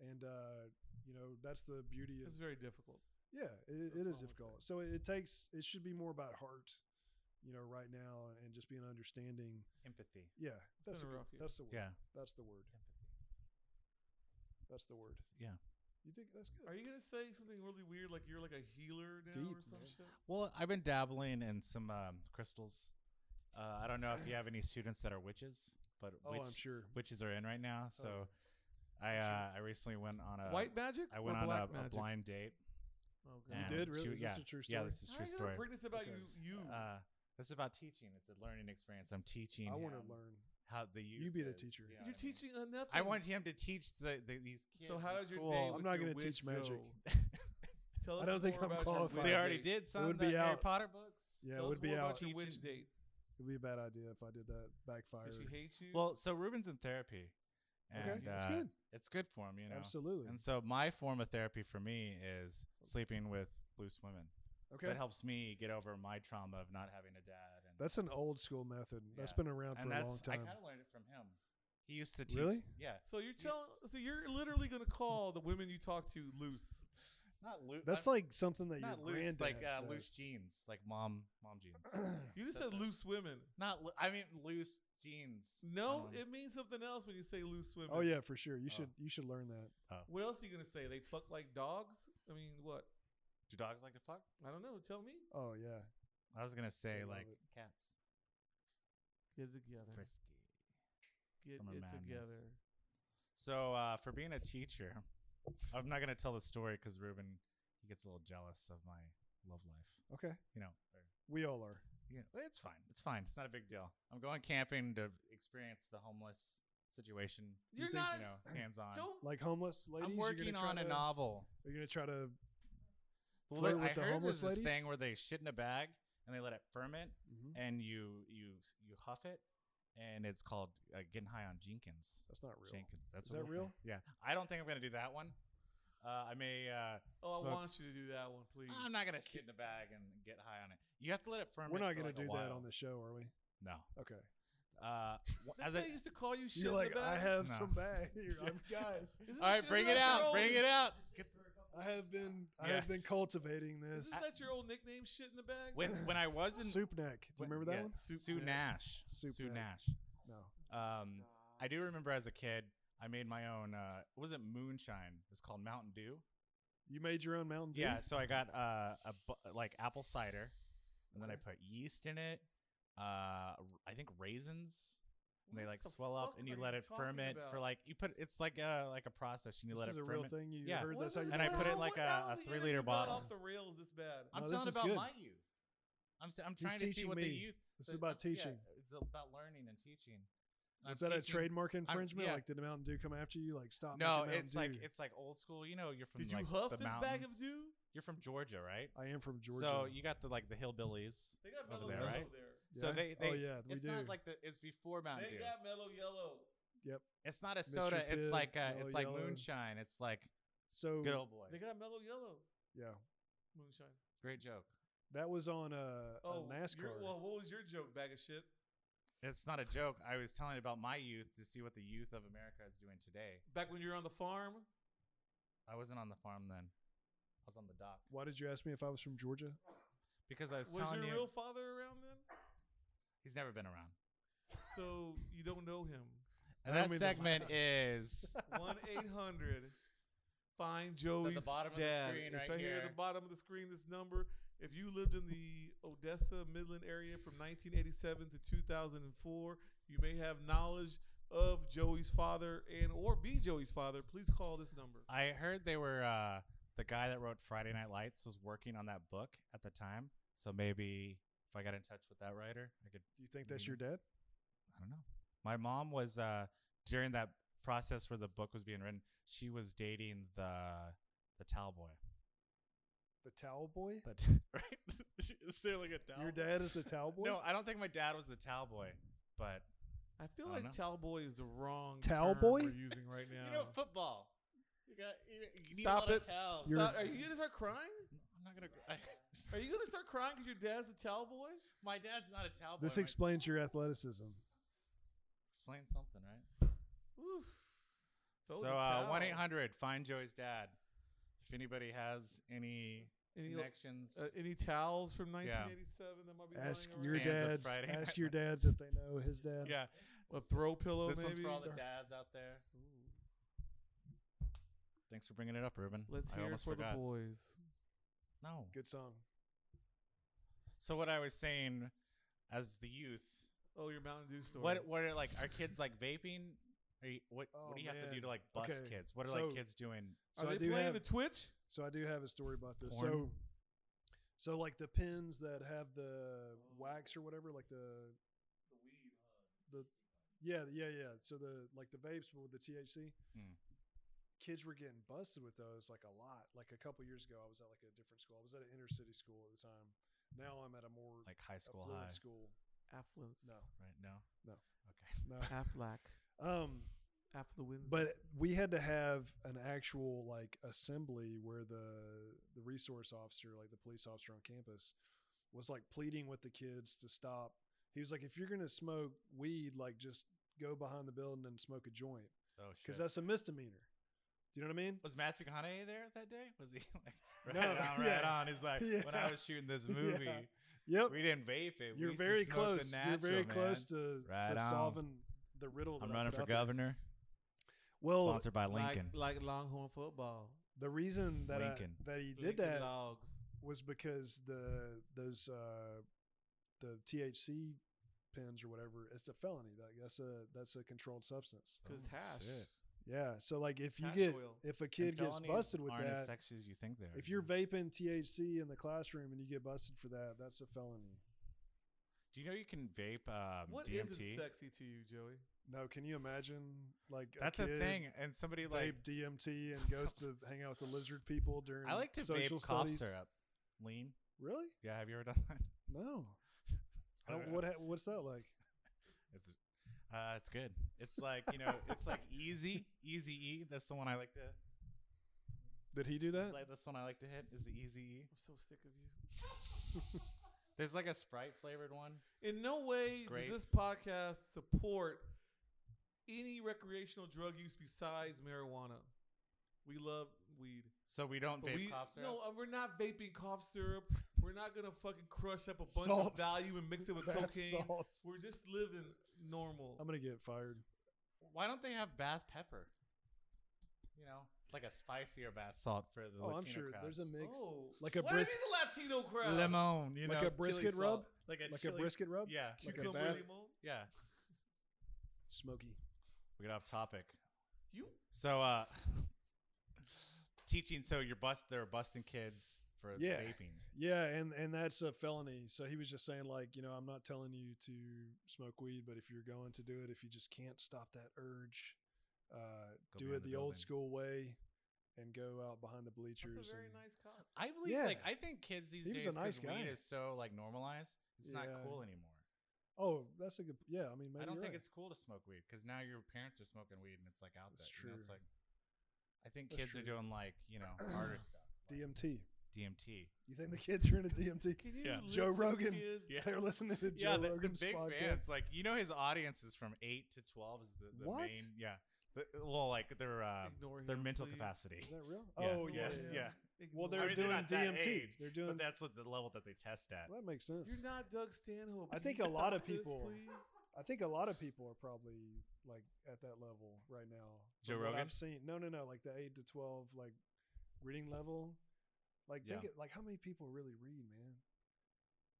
[SPEAKER 2] and uh you know that's the beauty of
[SPEAKER 1] it's very difficult.
[SPEAKER 2] yeah, it,
[SPEAKER 1] That's
[SPEAKER 2] it
[SPEAKER 1] what I
[SPEAKER 2] is
[SPEAKER 1] would
[SPEAKER 2] difficult. So it, it takes it should be more about heart, you know, right now and, just being understanding.
[SPEAKER 4] empathy.
[SPEAKER 2] Yeah, that's a
[SPEAKER 1] been a
[SPEAKER 2] good-
[SPEAKER 1] rough year.
[SPEAKER 2] that's the word.
[SPEAKER 4] Yeah.
[SPEAKER 2] That's the word. That's the word.
[SPEAKER 4] Yeah.
[SPEAKER 2] You think that's good?
[SPEAKER 1] Are you gonna say something really weird, like you're like a healer now or
[SPEAKER 2] Deep,
[SPEAKER 1] some
[SPEAKER 2] man.
[SPEAKER 1] shit?
[SPEAKER 4] Well, I've been dabbling in some um, crystals. Uh, I don't know if you have any students that are witches, but
[SPEAKER 2] oh,
[SPEAKER 4] witch,
[SPEAKER 2] I'm sure.
[SPEAKER 4] witches are in right now. So
[SPEAKER 2] Totally.
[SPEAKER 4] I
[SPEAKER 2] I'm sure.
[SPEAKER 4] uh, I recently went on a
[SPEAKER 1] White magic?
[SPEAKER 4] I went
[SPEAKER 1] or
[SPEAKER 4] on
[SPEAKER 1] black
[SPEAKER 4] a, a
[SPEAKER 1] magic?
[SPEAKER 4] blind date.
[SPEAKER 1] Oh, God.
[SPEAKER 4] and
[SPEAKER 2] You did
[SPEAKER 4] she
[SPEAKER 2] really?
[SPEAKER 4] was-
[SPEAKER 2] Is
[SPEAKER 4] yeah,
[SPEAKER 2] this a true
[SPEAKER 4] Yeah,
[SPEAKER 2] story?
[SPEAKER 4] this is a
[SPEAKER 1] How
[SPEAKER 4] true
[SPEAKER 1] you
[SPEAKER 4] story.
[SPEAKER 1] gonna bring this about
[SPEAKER 2] Okay.
[SPEAKER 1] you? You
[SPEAKER 4] Uh, this is about teaching. It's a learning experience. I'm teaching.
[SPEAKER 2] I want
[SPEAKER 4] him
[SPEAKER 2] to learn.
[SPEAKER 4] How the youth
[SPEAKER 2] You be the
[SPEAKER 4] is,
[SPEAKER 2] teacher.
[SPEAKER 4] know
[SPEAKER 2] You're
[SPEAKER 4] what
[SPEAKER 1] you're
[SPEAKER 4] I mean?
[SPEAKER 1] teaching a nothing.
[SPEAKER 4] I want him to teach the, the these kids.
[SPEAKER 1] So how
[SPEAKER 4] in
[SPEAKER 1] does your
[SPEAKER 4] school.
[SPEAKER 1] day?
[SPEAKER 2] I'm
[SPEAKER 1] with
[SPEAKER 2] not
[SPEAKER 1] your
[SPEAKER 2] gonna
[SPEAKER 1] witch
[SPEAKER 2] teach magic.
[SPEAKER 1] go? Tell us
[SPEAKER 2] I don't think
[SPEAKER 1] more
[SPEAKER 2] I'm
[SPEAKER 1] about your
[SPEAKER 2] qualified.
[SPEAKER 1] witch
[SPEAKER 4] they already
[SPEAKER 1] date.
[SPEAKER 4] did some
[SPEAKER 2] would
[SPEAKER 4] of
[SPEAKER 2] be
[SPEAKER 4] the Harry
[SPEAKER 2] out.
[SPEAKER 4] Potter books.
[SPEAKER 2] Yeah,
[SPEAKER 1] Tell
[SPEAKER 2] it
[SPEAKER 1] us
[SPEAKER 2] would be
[SPEAKER 1] more
[SPEAKER 2] out.
[SPEAKER 1] about your witch
[SPEAKER 4] Teaching-
[SPEAKER 1] date.
[SPEAKER 2] It'd be a bad idea if I did that. Backfire.
[SPEAKER 1] Did she hate you?
[SPEAKER 4] Well, so Ruben's in therapy. And,
[SPEAKER 2] Okay, that's
[SPEAKER 4] uh,
[SPEAKER 2] good.
[SPEAKER 4] It's good for him, you know.
[SPEAKER 2] Absolutely.
[SPEAKER 4] And so my form of therapy for me is sleeping with loose women.
[SPEAKER 2] Okay.
[SPEAKER 4] That helps me get over my trauma of not having a dad. And,
[SPEAKER 2] That's an old school method. That's
[SPEAKER 4] Yeah.
[SPEAKER 2] been around for
[SPEAKER 4] and
[SPEAKER 2] a
[SPEAKER 4] that's
[SPEAKER 2] long
[SPEAKER 4] I
[SPEAKER 2] time.
[SPEAKER 4] kind of learned it from him. He used to teach.
[SPEAKER 2] Really?
[SPEAKER 4] Yeah.
[SPEAKER 1] So you're telling, so you're literally gonna call the women you talk to loose.
[SPEAKER 4] Not loose.
[SPEAKER 2] That's like something that your
[SPEAKER 4] not loose,
[SPEAKER 2] granddad
[SPEAKER 4] like uh,
[SPEAKER 2] says.
[SPEAKER 4] loose jeans, like mom mom jeans.
[SPEAKER 1] You just
[SPEAKER 4] That's
[SPEAKER 1] said
[SPEAKER 4] a-
[SPEAKER 1] loose women.
[SPEAKER 4] Not. Lo- I mean loose jeans.
[SPEAKER 1] No,
[SPEAKER 4] Um,
[SPEAKER 1] it means something else when you say loose women.
[SPEAKER 2] oh yeah, for sure. You
[SPEAKER 4] Oh.
[SPEAKER 2] should you should learn that.
[SPEAKER 1] What else are you gonna say? They fuck like dogs. I mean, what?
[SPEAKER 4] Do dogs like to fuck?
[SPEAKER 1] I don't know. Tell me.
[SPEAKER 2] Oh yeah.
[SPEAKER 4] I was gonna say
[SPEAKER 2] love
[SPEAKER 4] like
[SPEAKER 2] it.
[SPEAKER 4] cats.
[SPEAKER 1] Get it together.
[SPEAKER 4] Frisky.
[SPEAKER 1] Get
[SPEAKER 4] from a
[SPEAKER 1] it
[SPEAKER 4] madness.
[SPEAKER 1] together.
[SPEAKER 4] So uh, for being a teacher, I'm not gonna tell the story because Ruben he gets a little jealous of my love life.
[SPEAKER 2] Okay.
[SPEAKER 4] You know. or-
[SPEAKER 2] We all are.
[SPEAKER 4] you know, it's fine. It's fine. It's not a big deal. I'm going camping to experience the homeless situation.
[SPEAKER 1] You're
[SPEAKER 2] think,
[SPEAKER 1] not.
[SPEAKER 4] You know, hands on.
[SPEAKER 1] don't.
[SPEAKER 2] Like homeless ladies.
[SPEAKER 4] I'm
[SPEAKER 2] you're
[SPEAKER 4] working
[SPEAKER 2] gonna try
[SPEAKER 4] on a
[SPEAKER 2] to-
[SPEAKER 4] novel.
[SPEAKER 2] You're gonna try to
[SPEAKER 4] Well,
[SPEAKER 2] flirt
[SPEAKER 4] there-
[SPEAKER 2] with
[SPEAKER 4] I
[SPEAKER 2] the
[SPEAKER 4] heard
[SPEAKER 2] homeless
[SPEAKER 4] there's
[SPEAKER 2] ladies?
[SPEAKER 4] this thing where they shit in a bag and they let it ferment
[SPEAKER 2] Mhm.
[SPEAKER 4] and you you you huff it and it's called uh, getting high on Jenkins.
[SPEAKER 2] that's not real.
[SPEAKER 4] Jenkins. That's
[SPEAKER 2] Is
[SPEAKER 4] a
[SPEAKER 2] that
[SPEAKER 4] thing.
[SPEAKER 2] real?
[SPEAKER 4] Yeah. I don't think I'm gonna do that one. Uh, I may. Uh,
[SPEAKER 1] Oh,
[SPEAKER 4] smoke-
[SPEAKER 1] I want you to do that one, please.
[SPEAKER 4] I'm not gonna shit in a bag and get high on it. You have to let it ferment.
[SPEAKER 2] We're not
[SPEAKER 4] for,
[SPEAKER 2] gonna
[SPEAKER 4] like, a
[SPEAKER 2] do that
[SPEAKER 4] while.
[SPEAKER 2] on the show, are we?
[SPEAKER 4] No.
[SPEAKER 2] Okay.
[SPEAKER 4] Uh, w- as
[SPEAKER 1] As I
[SPEAKER 4] I,
[SPEAKER 1] used to call you shit.
[SPEAKER 2] You're like,
[SPEAKER 1] in the
[SPEAKER 2] I
[SPEAKER 1] bag?
[SPEAKER 2] have
[SPEAKER 4] No.
[SPEAKER 2] some bag here. I'm guys.
[SPEAKER 1] Isn't
[SPEAKER 4] all
[SPEAKER 1] that
[SPEAKER 4] right,
[SPEAKER 1] your-
[SPEAKER 4] bring
[SPEAKER 1] isn't
[SPEAKER 4] it
[SPEAKER 1] that your
[SPEAKER 4] out. Bring
[SPEAKER 1] old-
[SPEAKER 4] it out. Get-
[SPEAKER 2] I have been I
[SPEAKER 4] Yeah.
[SPEAKER 2] have been cultivating this.
[SPEAKER 1] Isn't that your old nickname? Shit in the bag.
[SPEAKER 4] when when I was in
[SPEAKER 2] Soup neck. Do you
[SPEAKER 4] when-
[SPEAKER 2] remember that
[SPEAKER 4] yeah,
[SPEAKER 2] one?
[SPEAKER 4] Sue, Sue Nash.
[SPEAKER 2] Soup
[SPEAKER 4] Sue
[SPEAKER 2] Nash.
[SPEAKER 4] Nash.
[SPEAKER 2] No.
[SPEAKER 4] Um, I do remember as a kid, I made my own. Uh, it wasn't moonshine. It was called Mountain Dew.
[SPEAKER 2] You made your own Mountain Dew.
[SPEAKER 4] Yeah, so I got uh, a bu- like apple cider, and then I put yeast in it. Uh, r- I think raisins. And they
[SPEAKER 1] What
[SPEAKER 4] like
[SPEAKER 1] the
[SPEAKER 4] swell up,
[SPEAKER 1] fuck
[SPEAKER 4] and you
[SPEAKER 1] are
[SPEAKER 4] let it
[SPEAKER 1] talking
[SPEAKER 4] ferment for
[SPEAKER 1] about?
[SPEAKER 4] like you put. It's like a like a process, and you
[SPEAKER 2] This
[SPEAKER 4] let
[SPEAKER 2] is
[SPEAKER 4] it
[SPEAKER 2] a real
[SPEAKER 4] ferment.
[SPEAKER 2] thing. You
[SPEAKER 4] Yeah.
[SPEAKER 2] heard
[SPEAKER 1] What
[SPEAKER 2] that's how
[SPEAKER 1] is
[SPEAKER 2] you.
[SPEAKER 4] And
[SPEAKER 2] do
[SPEAKER 4] I
[SPEAKER 1] this-
[SPEAKER 2] it?
[SPEAKER 4] put it
[SPEAKER 1] how-
[SPEAKER 4] in, like,
[SPEAKER 1] what-
[SPEAKER 4] a-
[SPEAKER 1] how
[SPEAKER 4] a
[SPEAKER 1] is the
[SPEAKER 4] three-liter
[SPEAKER 1] internet not
[SPEAKER 4] bottle.
[SPEAKER 1] Off the rails this bad.
[SPEAKER 4] I'm
[SPEAKER 2] No, this
[SPEAKER 4] talking
[SPEAKER 2] is
[SPEAKER 4] about
[SPEAKER 2] good.
[SPEAKER 4] my youth. I'm s- I'm trying to see
[SPEAKER 2] teaching
[SPEAKER 4] what
[SPEAKER 2] me.
[SPEAKER 4] the youth.
[SPEAKER 2] This
[SPEAKER 4] the- uh,
[SPEAKER 2] is about
[SPEAKER 4] yeah,
[SPEAKER 2] teaching.
[SPEAKER 4] it's about learning and teaching. And
[SPEAKER 2] Was
[SPEAKER 4] I'm
[SPEAKER 2] that a
[SPEAKER 4] teaching-
[SPEAKER 2] trademark infringement?
[SPEAKER 4] yeah.
[SPEAKER 2] Like, did the Mountain Dew come after you? Like, stop.
[SPEAKER 4] No,
[SPEAKER 2] making Mountain
[SPEAKER 4] it's like
[SPEAKER 2] Dew.
[SPEAKER 4] it's like old school. You know, you're from
[SPEAKER 1] Did you
[SPEAKER 4] like,
[SPEAKER 1] huff
[SPEAKER 4] the
[SPEAKER 1] this bag of
[SPEAKER 4] mountains.
[SPEAKER 1] dew?
[SPEAKER 4] You're from Georgia, right?
[SPEAKER 2] I am from Georgia.
[SPEAKER 4] So you got the like the hillbillies.
[SPEAKER 1] They got
[SPEAKER 4] Over
[SPEAKER 1] mellow
[SPEAKER 4] there,
[SPEAKER 1] yellow
[SPEAKER 4] right?
[SPEAKER 1] there.
[SPEAKER 4] So
[SPEAKER 2] Yeah?
[SPEAKER 4] they, they
[SPEAKER 2] oh yeah, we
[SPEAKER 4] it's
[SPEAKER 2] do.
[SPEAKER 4] not like the it's before Mountain
[SPEAKER 1] They
[SPEAKER 4] Dew.
[SPEAKER 1] got mellow yellow.
[SPEAKER 4] It's not a
[SPEAKER 2] Mr.
[SPEAKER 4] soda.
[SPEAKER 2] Pibb,
[SPEAKER 4] it's like uh,
[SPEAKER 2] Mellow
[SPEAKER 4] it's like
[SPEAKER 2] Yellow.
[SPEAKER 4] moonshine. It's like
[SPEAKER 2] so
[SPEAKER 4] good old boy.
[SPEAKER 1] They got mellow yellow
[SPEAKER 2] yeah,
[SPEAKER 1] moonshine.
[SPEAKER 4] Great joke.
[SPEAKER 2] that was on uh, a
[SPEAKER 1] Oh,
[SPEAKER 2] NASCAR.
[SPEAKER 1] your- Well, what was your joke, bag of shit?
[SPEAKER 4] It's not a joke. I was telling about my youth to see what the youth of America is doing today.
[SPEAKER 1] Back when you were on the farm.
[SPEAKER 4] I wasn't on the farm then. I was on the dock
[SPEAKER 2] Why did you ask me if I was from Georgia?
[SPEAKER 4] because I was,
[SPEAKER 1] Was
[SPEAKER 4] telling
[SPEAKER 1] your
[SPEAKER 4] you
[SPEAKER 1] real father around then?
[SPEAKER 4] he's never been around.
[SPEAKER 1] So you don't know him.
[SPEAKER 4] And
[SPEAKER 2] don't
[SPEAKER 4] that
[SPEAKER 2] mean to laugh.
[SPEAKER 4] segment is
[SPEAKER 1] 1 800 Find
[SPEAKER 4] the
[SPEAKER 1] Joey's
[SPEAKER 4] bottom of the
[SPEAKER 1] dad.
[SPEAKER 4] screen
[SPEAKER 1] it's
[SPEAKER 4] right
[SPEAKER 1] right here. at
[SPEAKER 4] here.
[SPEAKER 1] the bottom of the screen, this number. If you lived in the Odessa Midland area from 1987 to 2004, you may have knowledge of Joey's father and or be Joey's father. Please call this number.
[SPEAKER 4] I heard they were uh, the guy that wrote Friday Night Lights was working on that book at the time. So maybe if I got in touch with that writer, I could.
[SPEAKER 2] Do you think that's
[SPEAKER 4] Mhm.
[SPEAKER 1] Mm-hmm.
[SPEAKER 2] your dad?
[SPEAKER 4] I don't know. My mom was uh, during that process where the book was being written. She was dating the the towel boy.
[SPEAKER 2] The towel boy?
[SPEAKER 4] But right, is there like a towel?
[SPEAKER 2] Your dad is the towel boy?
[SPEAKER 4] No, I don't think my dad was the towel boy. But
[SPEAKER 1] I feel
[SPEAKER 4] I
[SPEAKER 1] like
[SPEAKER 4] don't
[SPEAKER 1] Talboy is the wrong
[SPEAKER 2] Towel
[SPEAKER 1] term
[SPEAKER 2] boy?
[SPEAKER 1] we're using right now.
[SPEAKER 4] football. You got you,
[SPEAKER 1] you need a Stop lot of it.
[SPEAKER 4] towels.
[SPEAKER 2] You're-
[SPEAKER 1] Stop- are you gonna start crying?
[SPEAKER 4] I'm not gonna. Cry.
[SPEAKER 1] Are you gonna start crying because your dad's a towel boy?
[SPEAKER 4] my dad's not a towel
[SPEAKER 2] this explains your athleticism.
[SPEAKER 4] explain something, right?
[SPEAKER 1] Oof. Throw
[SPEAKER 4] So
[SPEAKER 1] the
[SPEAKER 4] uh,
[SPEAKER 1] towel.
[SPEAKER 4] one eight hundred find Joey's dad. If anybody has any
[SPEAKER 1] Any,
[SPEAKER 4] connections,
[SPEAKER 1] uh, any towels from
[SPEAKER 4] Yeah.
[SPEAKER 1] 1987 that might be lying
[SPEAKER 2] Ask
[SPEAKER 1] around?
[SPEAKER 2] your
[SPEAKER 4] Fans of
[SPEAKER 2] dads.
[SPEAKER 4] Friday
[SPEAKER 2] Ask
[SPEAKER 4] Night
[SPEAKER 2] your dads if they know his dad.
[SPEAKER 4] yeah,
[SPEAKER 1] a throw pillow.
[SPEAKER 4] this
[SPEAKER 1] maybe?
[SPEAKER 4] one's for all the
[SPEAKER 1] Sorry.
[SPEAKER 4] dads out there. Thanks for bringing it up, Ruben.
[SPEAKER 1] Let's
[SPEAKER 4] I
[SPEAKER 1] hear it
[SPEAKER 4] almost
[SPEAKER 1] for
[SPEAKER 4] forgot.
[SPEAKER 1] the boys.
[SPEAKER 4] No.
[SPEAKER 2] Good song.
[SPEAKER 4] So what I was saying, as the youth,
[SPEAKER 1] Oh, your Mountain Dew story.
[SPEAKER 4] what what are like are kids like vaping? Are you, what
[SPEAKER 2] Oh,
[SPEAKER 4] what do you have to do
[SPEAKER 2] man.
[SPEAKER 4] to like bust
[SPEAKER 2] Okay,
[SPEAKER 4] kids? What are
[SPEAKER 2] so-
[SPEAKER 4] like kids doing?
[SPEAKER 2] So
[SPEAKER 1] Are
[SPEAKER 2] I
[SPEAKER 1] they
[SPEAKER 2] do
[SPEAKER 1] playing
[SPEAKER 2] have
[SPEAKER 1] the Twitch?
[SPEAKER 2] so I do have a story about this.
[SPEAKER 4] Porn?
[SPEAKER 2] So so like the pins that have the wax or whatever, like the the yeah, yeah, yeah. So the like the vapes but with the THC.
[SPEAKER 4] Hmm.
[SPEAKER 2] Kids were getting busted with those like a lot. Like a couple years ago, I was at like a different school. I was at an inner city school at the time. Now I'm at a more
[SPEAKER 4] Like high school
[SPEAKER 2] affluent
[SPEAKER 4] high,
[SPEAKER 2] school.
[SPEAKER 1] Affluence.
[SPEAKER 2] No.
[SPEAKER 4] right? No.
[SPEAKER 2] No.
[SPEAKER 4] Okay.
[SPEAKER 2] No.
[SPEAKER 1] Afflac.
[SPEAKER 2] Um,
[SPEAKER 1] Affluence.
[SPEAKER 2] but we had to have an actual like assembly where the the resource officer, like the police officer on campus, was like pleading with the kids to stop. He was like, "If you're gonna smoke weed, like just go behind the building and smoke a joint
[SPEAKER 4] Oh shit.
[SPEAKER 2] because that's a misdemeanor. Do you know what I mean?
[SPEAKER 4] was Matthew McConaughey there that day? Was he like right
[SPEAKER 2] No,
[SPEAKER 4] on, right
[SPEAKER 2] yeah.
[SPEAKER 4] on? He's like when I
[SPEAKER 2] Yeah.
[SPEAKER 4] was shooting this
[SPEAKER 2] Yeah.
[SPEAKER 4] movie,
[SPEAKER 2] Yep.
[SPEAKER 4] we didn't vape
[SPEAKER 2] You're
[SPEAKER 4] it. we used to
[SPEAKER 2] very
[SPEAKER 4] smoke the
[SPEAKER 2] close. You're
[SPEAKER 4] natural,
[SPEAKER 2] very
[SPEAKER 4] man.
[SPEAKER 2] close to,
[SPEAKER 4] Right
[SPEAKER 2] to
[SPEAKER 4] on.
[SPEAKER 2] solving the riddle.
[SPEAKER 4] I'm
[SPEAKER 2] that I
[SPEAKER 4] running
[SPEAKER 2] put
[SPEAKER 4] for
[SPEAKER 2] out there.
[SPEAKER 4] governor,
[SPEAKER 2] Well,
[SPEAKER 4] sponsored by Lincoln.
[SPEAKER 1] Like, like Longhorn football.
[SPEAKER 2] the reason that I,
[SPEAKER 4] Lincoln.
[SPEAKER 2] that he did
[SPEAKER 1] Lincoln
[SPEAKER 2] that
[SPEAKER 1] Logs.
[SPEAKER 2] was because the those uh, the THC pins or whatever. It's a felony. Like that's a that's a controlled substance.
[SPEAKER 1] Because
[SPEAKER 4] Oh,
[SPEAKER 1] hash.
[SPEAKER 4] shit.
[SPEAKER 2] Yeah. So like if you
[SPEAKER 1] Hash
[SPEAKER 2] get
[SPEAKER 1] oil.
[SPEAKER 2] if a
[SPEAKER 4] And
[SPEAKER 2] kid gets
[SPEAKER 4] felonies
[SPEAKER 2] busted with
[SPEAKER 4] aren't
[SPEAKER 2] that,
[SPEAKER 4] as sexy as you think they are.
[SPEAKER 2] if you're vaping THC in the classroom and you get busted for that, that's a felony.
[SPEAKER 4] do you know you can vape um,
[SPEAKER 1] What
[SPEAKER 4] DMT?
[SPEAKER 1] not sexy to you, Joey?
[SPEAKER 2] No, can you imagine? Like
[SPEAKER 4] That's
[SPEAKER 2] a
[SPEAKER 4] a
[SPEAKER 2] kid
[SPEAKER 4] thing, and somebody like
[SPEAKER 2] vape DMT and goes to hang out with the lizard people during
[SPEAKER 4] I like to
[SPEAKER 2] social
[SPEAKER 4] vape cough
[SPEAKER 2] studies.
[SPEAKER 4] syrup, lean.
[SPEAKER 2] Really?
[SPEAKER 4] Yeah, have you ever done that?
[SPEAKER 2] No.
[SPEAKER 4] I
[SPEAKER 2] How,
[SPEAKER 4] don't know.
[SPEAKER 2] what ha- what's that like?
[SPEAKER 4] It's uh, it's good. It's like you know, it's like easy, easy E. That's the one I like to.
[SPEAKER 2] Did he do that?
[SPEAKER 4] Like, that's the one I like to hit. Is the easy E.
[SPEAKER 1] I'm so sick of you.
[SPEAKER 4] There's like a Sprite flavored one.
[SPEAKER 1] In no way
[SPEAKER 4] Grape.
[SPEAKER 1] does this podcast support any recreational drug use besides marijuana. We love weed.
[SPEAKER 4] So we don't
[SPEAKER 1] But
[SPEAKER 4] vape
[SPEAKER 1] we-
[SPEAKER 4] cough syrup.
[SPEAKER 1] No, uh, we're not vaping cough syrup. We're not gonna fucking crush up a bunch
[SPEAKER 2] Salt.
[SPEAKER 1] of value and mix it with
[SPEAKER 2] That's
[SPEAKER 1] cocaine.
[SPEAKER 2] salt.
[SPEAKER 1] We're just living normal.
[SPEAKER 2] I'm gonna get fired.
[SPEAKER 4] Why don't they have bath pepper? You know, like a spicier bath salt for the.
[SPEAKER 2] Oh, I'm
[SPEAKER 4] Latino
[SPEAKER 2] sure
[SPEAKER 4] crowd.
[SPEAKER 2] there's a mix,
[SPEAKER 1] Oh,
[SPEAKER 2] like a
[SPEAKER 1] why do you
[SPEAKER 2] bris-
[SPEAKER 1] need the Latino crowd?
[SPEAKER 4] lemon. You
[SPEAKER 2] like
[SPEAKER 4] know,
[SPEAKER 2] a
[SPEAKER 4] chili
[SPEAKER 2] brisket
[SPEAKER 4] salt.
[SPEAKER 2] rub?
[SPEAKER 4] like a
[SPEAKER 2] like a
[SPEAKER 4] chili-
[SPEAKER 2] brisket rub.
[SPEAKER 4] Yeah,
[SPEAKER 2] like a
[SPEAKER 1] Cucumber
[SPEAKER 2] bath-
[SPEAKER 1] limon?
[SPEAKER 4] yeah.
[SPEAKER 2] smoky.
[SPEAKER 4] We get off topic.
[SPEAKER 1] You
[SPEAKER 4] So, uh, teaching. So you're bust. They're busting kids for
[SPEAKER 2] Yeah.
[SPEAKER 4] vaping.
[SPEAKER 2] Yeah, and and that's a felony. So he was just saying like, you know, I'm not telling you to smoke weed, but if you're going to do it, if you just can't stop that urge, uh,
[SPEAKER 4] Go
[SPEAKER 2] do
[SPEAKER 4] behind
[SPEAKER 2] it
[SPEAKER 4] the
[SPEAKER 2] the, old
[SPEAKER 4] building.
[SPEAKER 2] school way, and go out behind the bleachers.
[SPEAKER 1] That's a very
[SPEAKER 2] and,
[SPEAKER 1] nice cop.
[SPEAKER 4] I believe,
[SPEAKER 2] Yeah.
[SPEAKER 4] like, I think kids these
[SPEAKER 2] He was
[SPEAKER 4] days,
[SPEAKER 2] a
[SPEAKER 4] because
[SPEAKER 2] nice guy.
[SPEAKER 4] weed is so like normalized, it's not
[SPEAKER 2] Yeah.
[SPEAKER 4] cool anymore.
[SPEAKER 2] Oh, that's a good. Yeah, I mean, maybe
[SPEAKER 4] I don't
[SPEAKER 2] you're
[SPEAKER 4] think
[SPEAKER 2] right.
[SPEAKER 4] it's cool to smoke weed because now your parents are smoking weed and it's like out
[SPEAKER 2] That's
[SPEAKER 4] there. you know, it's
[SPEAKER 2] true.
[SPEAKER 4] like, I think
[SPEAKER 2] That's
[SPEAKER 4] kids are
[SPEAKER 2] true.
[SPEAKER 4] doing like you know harder stuff, like
[SPEAKER 2] DMT.
[SPEAKER 4] DMT.
[SPEAKER 2] You think the kids are into DMT?
[SPEAKER 1] Can you
[SPEAKER 4] Yeah.
[SPEAKER 1] lift
[SPEAKER 2] Joe
[SPEAKER 1] some
[SPEAKER 2] Rogan.
[SPEAKER 1] kids?
[SPEAKER 4] Yeah.
[SPEAKER 2] They're listening to Joe
[SPEAKER 4] yeah, the, the
[SPEAKER 2] Rogan's
[SPEAKER 4] big
[SPEAKER 2] podcast.
[SPEAKER 4] fans, like you know, his audience is from eight to twelve is the, the
[SPEAKER 2] What?
[SPEAKER 4] main. Yeah, the, well, like their uh,
[SPEAKER 1] Ignore him,
[SPEAKER 4] their mental
[SPEAKER 1] please.
[SPEAKER 4] capacity.
[SPEAKER 2] Is that real?
[SPEAKER 4] Yeah.
[SPEAKER 2] Oh yeah,
[SPEAKER 1] Ignore him.
[SPEAKER 4] yeah.
[SPEAKER 2] Well,
[SPEAKER 1] Ignore
[SPEAKER 2] they're
[SPEAKER 4] I mean,
[SPEAKER 1] him.
[SPEAKER 4] they're
[SPEAKER 2] doing
[SPEAKER 4] not that
[SPEAKER 2] DMT.
[SPEAKER 4] age,
[SPEAKER 2] they're doing.
[SPEAKER 4] But that's what the level that they test at.
[SPEAKER 2] well, that makes sense.
[SPEAKER 1] You're not Doug Stanhope.
[SPEAKER 2] I
[SPEAKER 1] Can
[SPEAKER 2] think
[SPEAKER 1] you
[SPEAKER 2] a lot
[SPEAKER 1] stop
[SPEAKER 2] of
[SPEAKER 1] this,
[SPEAKER 2] people-
[SPEAKER 1] please?
[SPEAKER 2] I think a lot of people are probably like at that level right now.
[SPEAKER 4] Joe
[SPEAKER 2] From what
[SPEAKER 4] Rogan?
[SPEAKER 2] I've seen no, no, no, like the eight to twelve like reading level. Like
[SPEAKER 4] Yeah.
[SPEAKER 2] think it, like how many people really read, man?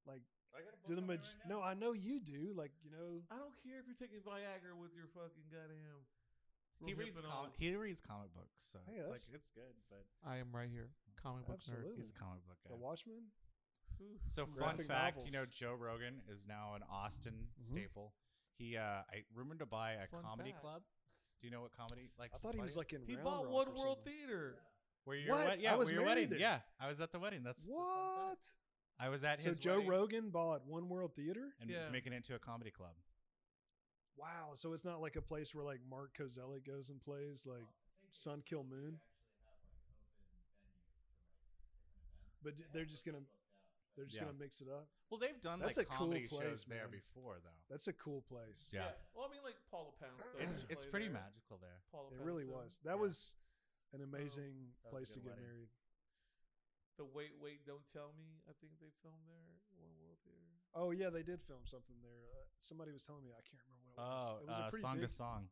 [SPEAKER 2] Like
[SPEAKER 4] I got a
[SPEAKER 2] do the
[SPEAKER 4] book on me
[SPEAKER 2] maj-
[SPEAKER 4] right now.
[SPEAKER 2] no, I know you do. Like you know,
[SPEAKER 1] I don't care if you're taking Viagra with your fucking goddamn.
[SPEAKER 4] he reads com-
[SPEAKER 1] rohypnol.
[SPEAKER 4] he reads comic books, so
[SPEAKER 2] Hey,
[SPEAKER 4] it's like
[SPEAKER 2] that's-
[SPEAKER 4] it's good, but
[SPEAKER 1] I am right here. Comic book
[SPEAKER 2] Absolutely.
[SPEAKER 4] he's a comic book guy.
[SPEAKER 2] the Watchmen.
[SPEAKER 1] nerd. Ooh.
[SPEAKER 4] So fun
[SPEAKER 2] Graphic
[SPEAKER 4] fact, you know,
[SPEAKER 2] novels.
[SPEAKER 4] Joe Rogan is now an Austin
[SPEAKER 2] Mhm.
[SPEAKER 4] staple. He, uh, I rumored to buy a
[SPEAKER 1] Fun
[SPEAKER 4] comedy
[SPEAKER 1] fact.
[SPEAKER 4] club. Do you know what comedy like?
[SPEAKER 2] I thought he was
[SPEAKER 4] buddy?
[SPEAKER 2] like in.
[SPEAKER 1] He
[SPEAKER 2] Round
[SPEAKER 1] bought
[SPEAKER 2] Rock
[SPEAKER 1] One
[SPEAKER 2] or
[SPEAKER 1] World
[SPEAKER 2] something.
[SPEAKER 1] Theater.
[SPEAKER 4] Where your
[SPEAKER 2] What?
[SPEAKER 4] wed- yeah,
[SPEAKER 2] I was
[SPEAKER 4] where your
[SPEAKER 2] married
[SPEAKER 4] wedding?
[SPEAKER 2] there.
[SPEAKER 4] Yeah, I was at the wedding. That's that's fun
[SPEAKER 2] What?
[SPEAKER 4] fact. I was at
[SPEAKER 2] So
[SPEAKER 4] his
[SPEAKER 2] Joe
[SPEAKER 4] wedding
[SPEAKER 2] Rogan bought One World Theater.
[SPEAKER 4] and he's
[SPEAKER 1] Yeah.
[SPEAKER 4] making it into a comedy club.
[SPEAKER 2] Wow. So it's not like a place where like Mark Kozelek goes and plays like Sun Kill Moon. But d- they're just gonna they're just
[SPEAKER 4] Yeah.
[SPEAKER 2] gonna mix it up.
[SPEAKER 4] Well, they've done
[SPEAKER 2] That's
[SPEAKER 4] like
[SPEAKER 2] a cool
[SPEAKER 4] comedy
[SPEAKER 2] place,
[SPEAKER 4] shows there
[SPEAKER 2] man.
[SPEAKER 4] before though.
[SPEAKER 2] That's a cool place.
[SPEAKER 4] Yeah.
[SPEAKER 1] Well, I mean, like Paula Pound stuff.
[SPEAKER 4] It's,
[SPEAKER 1] used to
[SPEAKER 4] it's
[SPEAKER 1] play
[SPEAKER 4] pretty
[SPEAKER 1] there.
[SPEAKER 4] magical there.
[SPEAKER 1] Paula
[SPEAKER 2] It
[SPEAKER 1] Pound
[SPEAKER 2] really
[SPEAKER 1] stuff.
[SPEAKER 2] was. That
[SPEAKER 4] Yeah. Oh,
[SPEAKER 2] was an amazing
[SPEAKER 4] That was a
[SPEAKER 2] place to
[SPEAKER 4] good
[SPEAKER 2] get
[SPEAKER 4] wedding.
[SPEAKER 2] married.
[SPEAKER 1] The Wait, Wait, Don't Tell Me. I think they filmed there. One World Theater.
[SPEAKER 2] Oh yeah, they did film something there. Uh, somebody was telling me I can't remember what it was.
[SPEAKER 4] Oh,
[SPEAKER 2] it was
[SPEAKER 4] uh, song
[SPEAKER 2] big-
[SPEAKER 4] to song,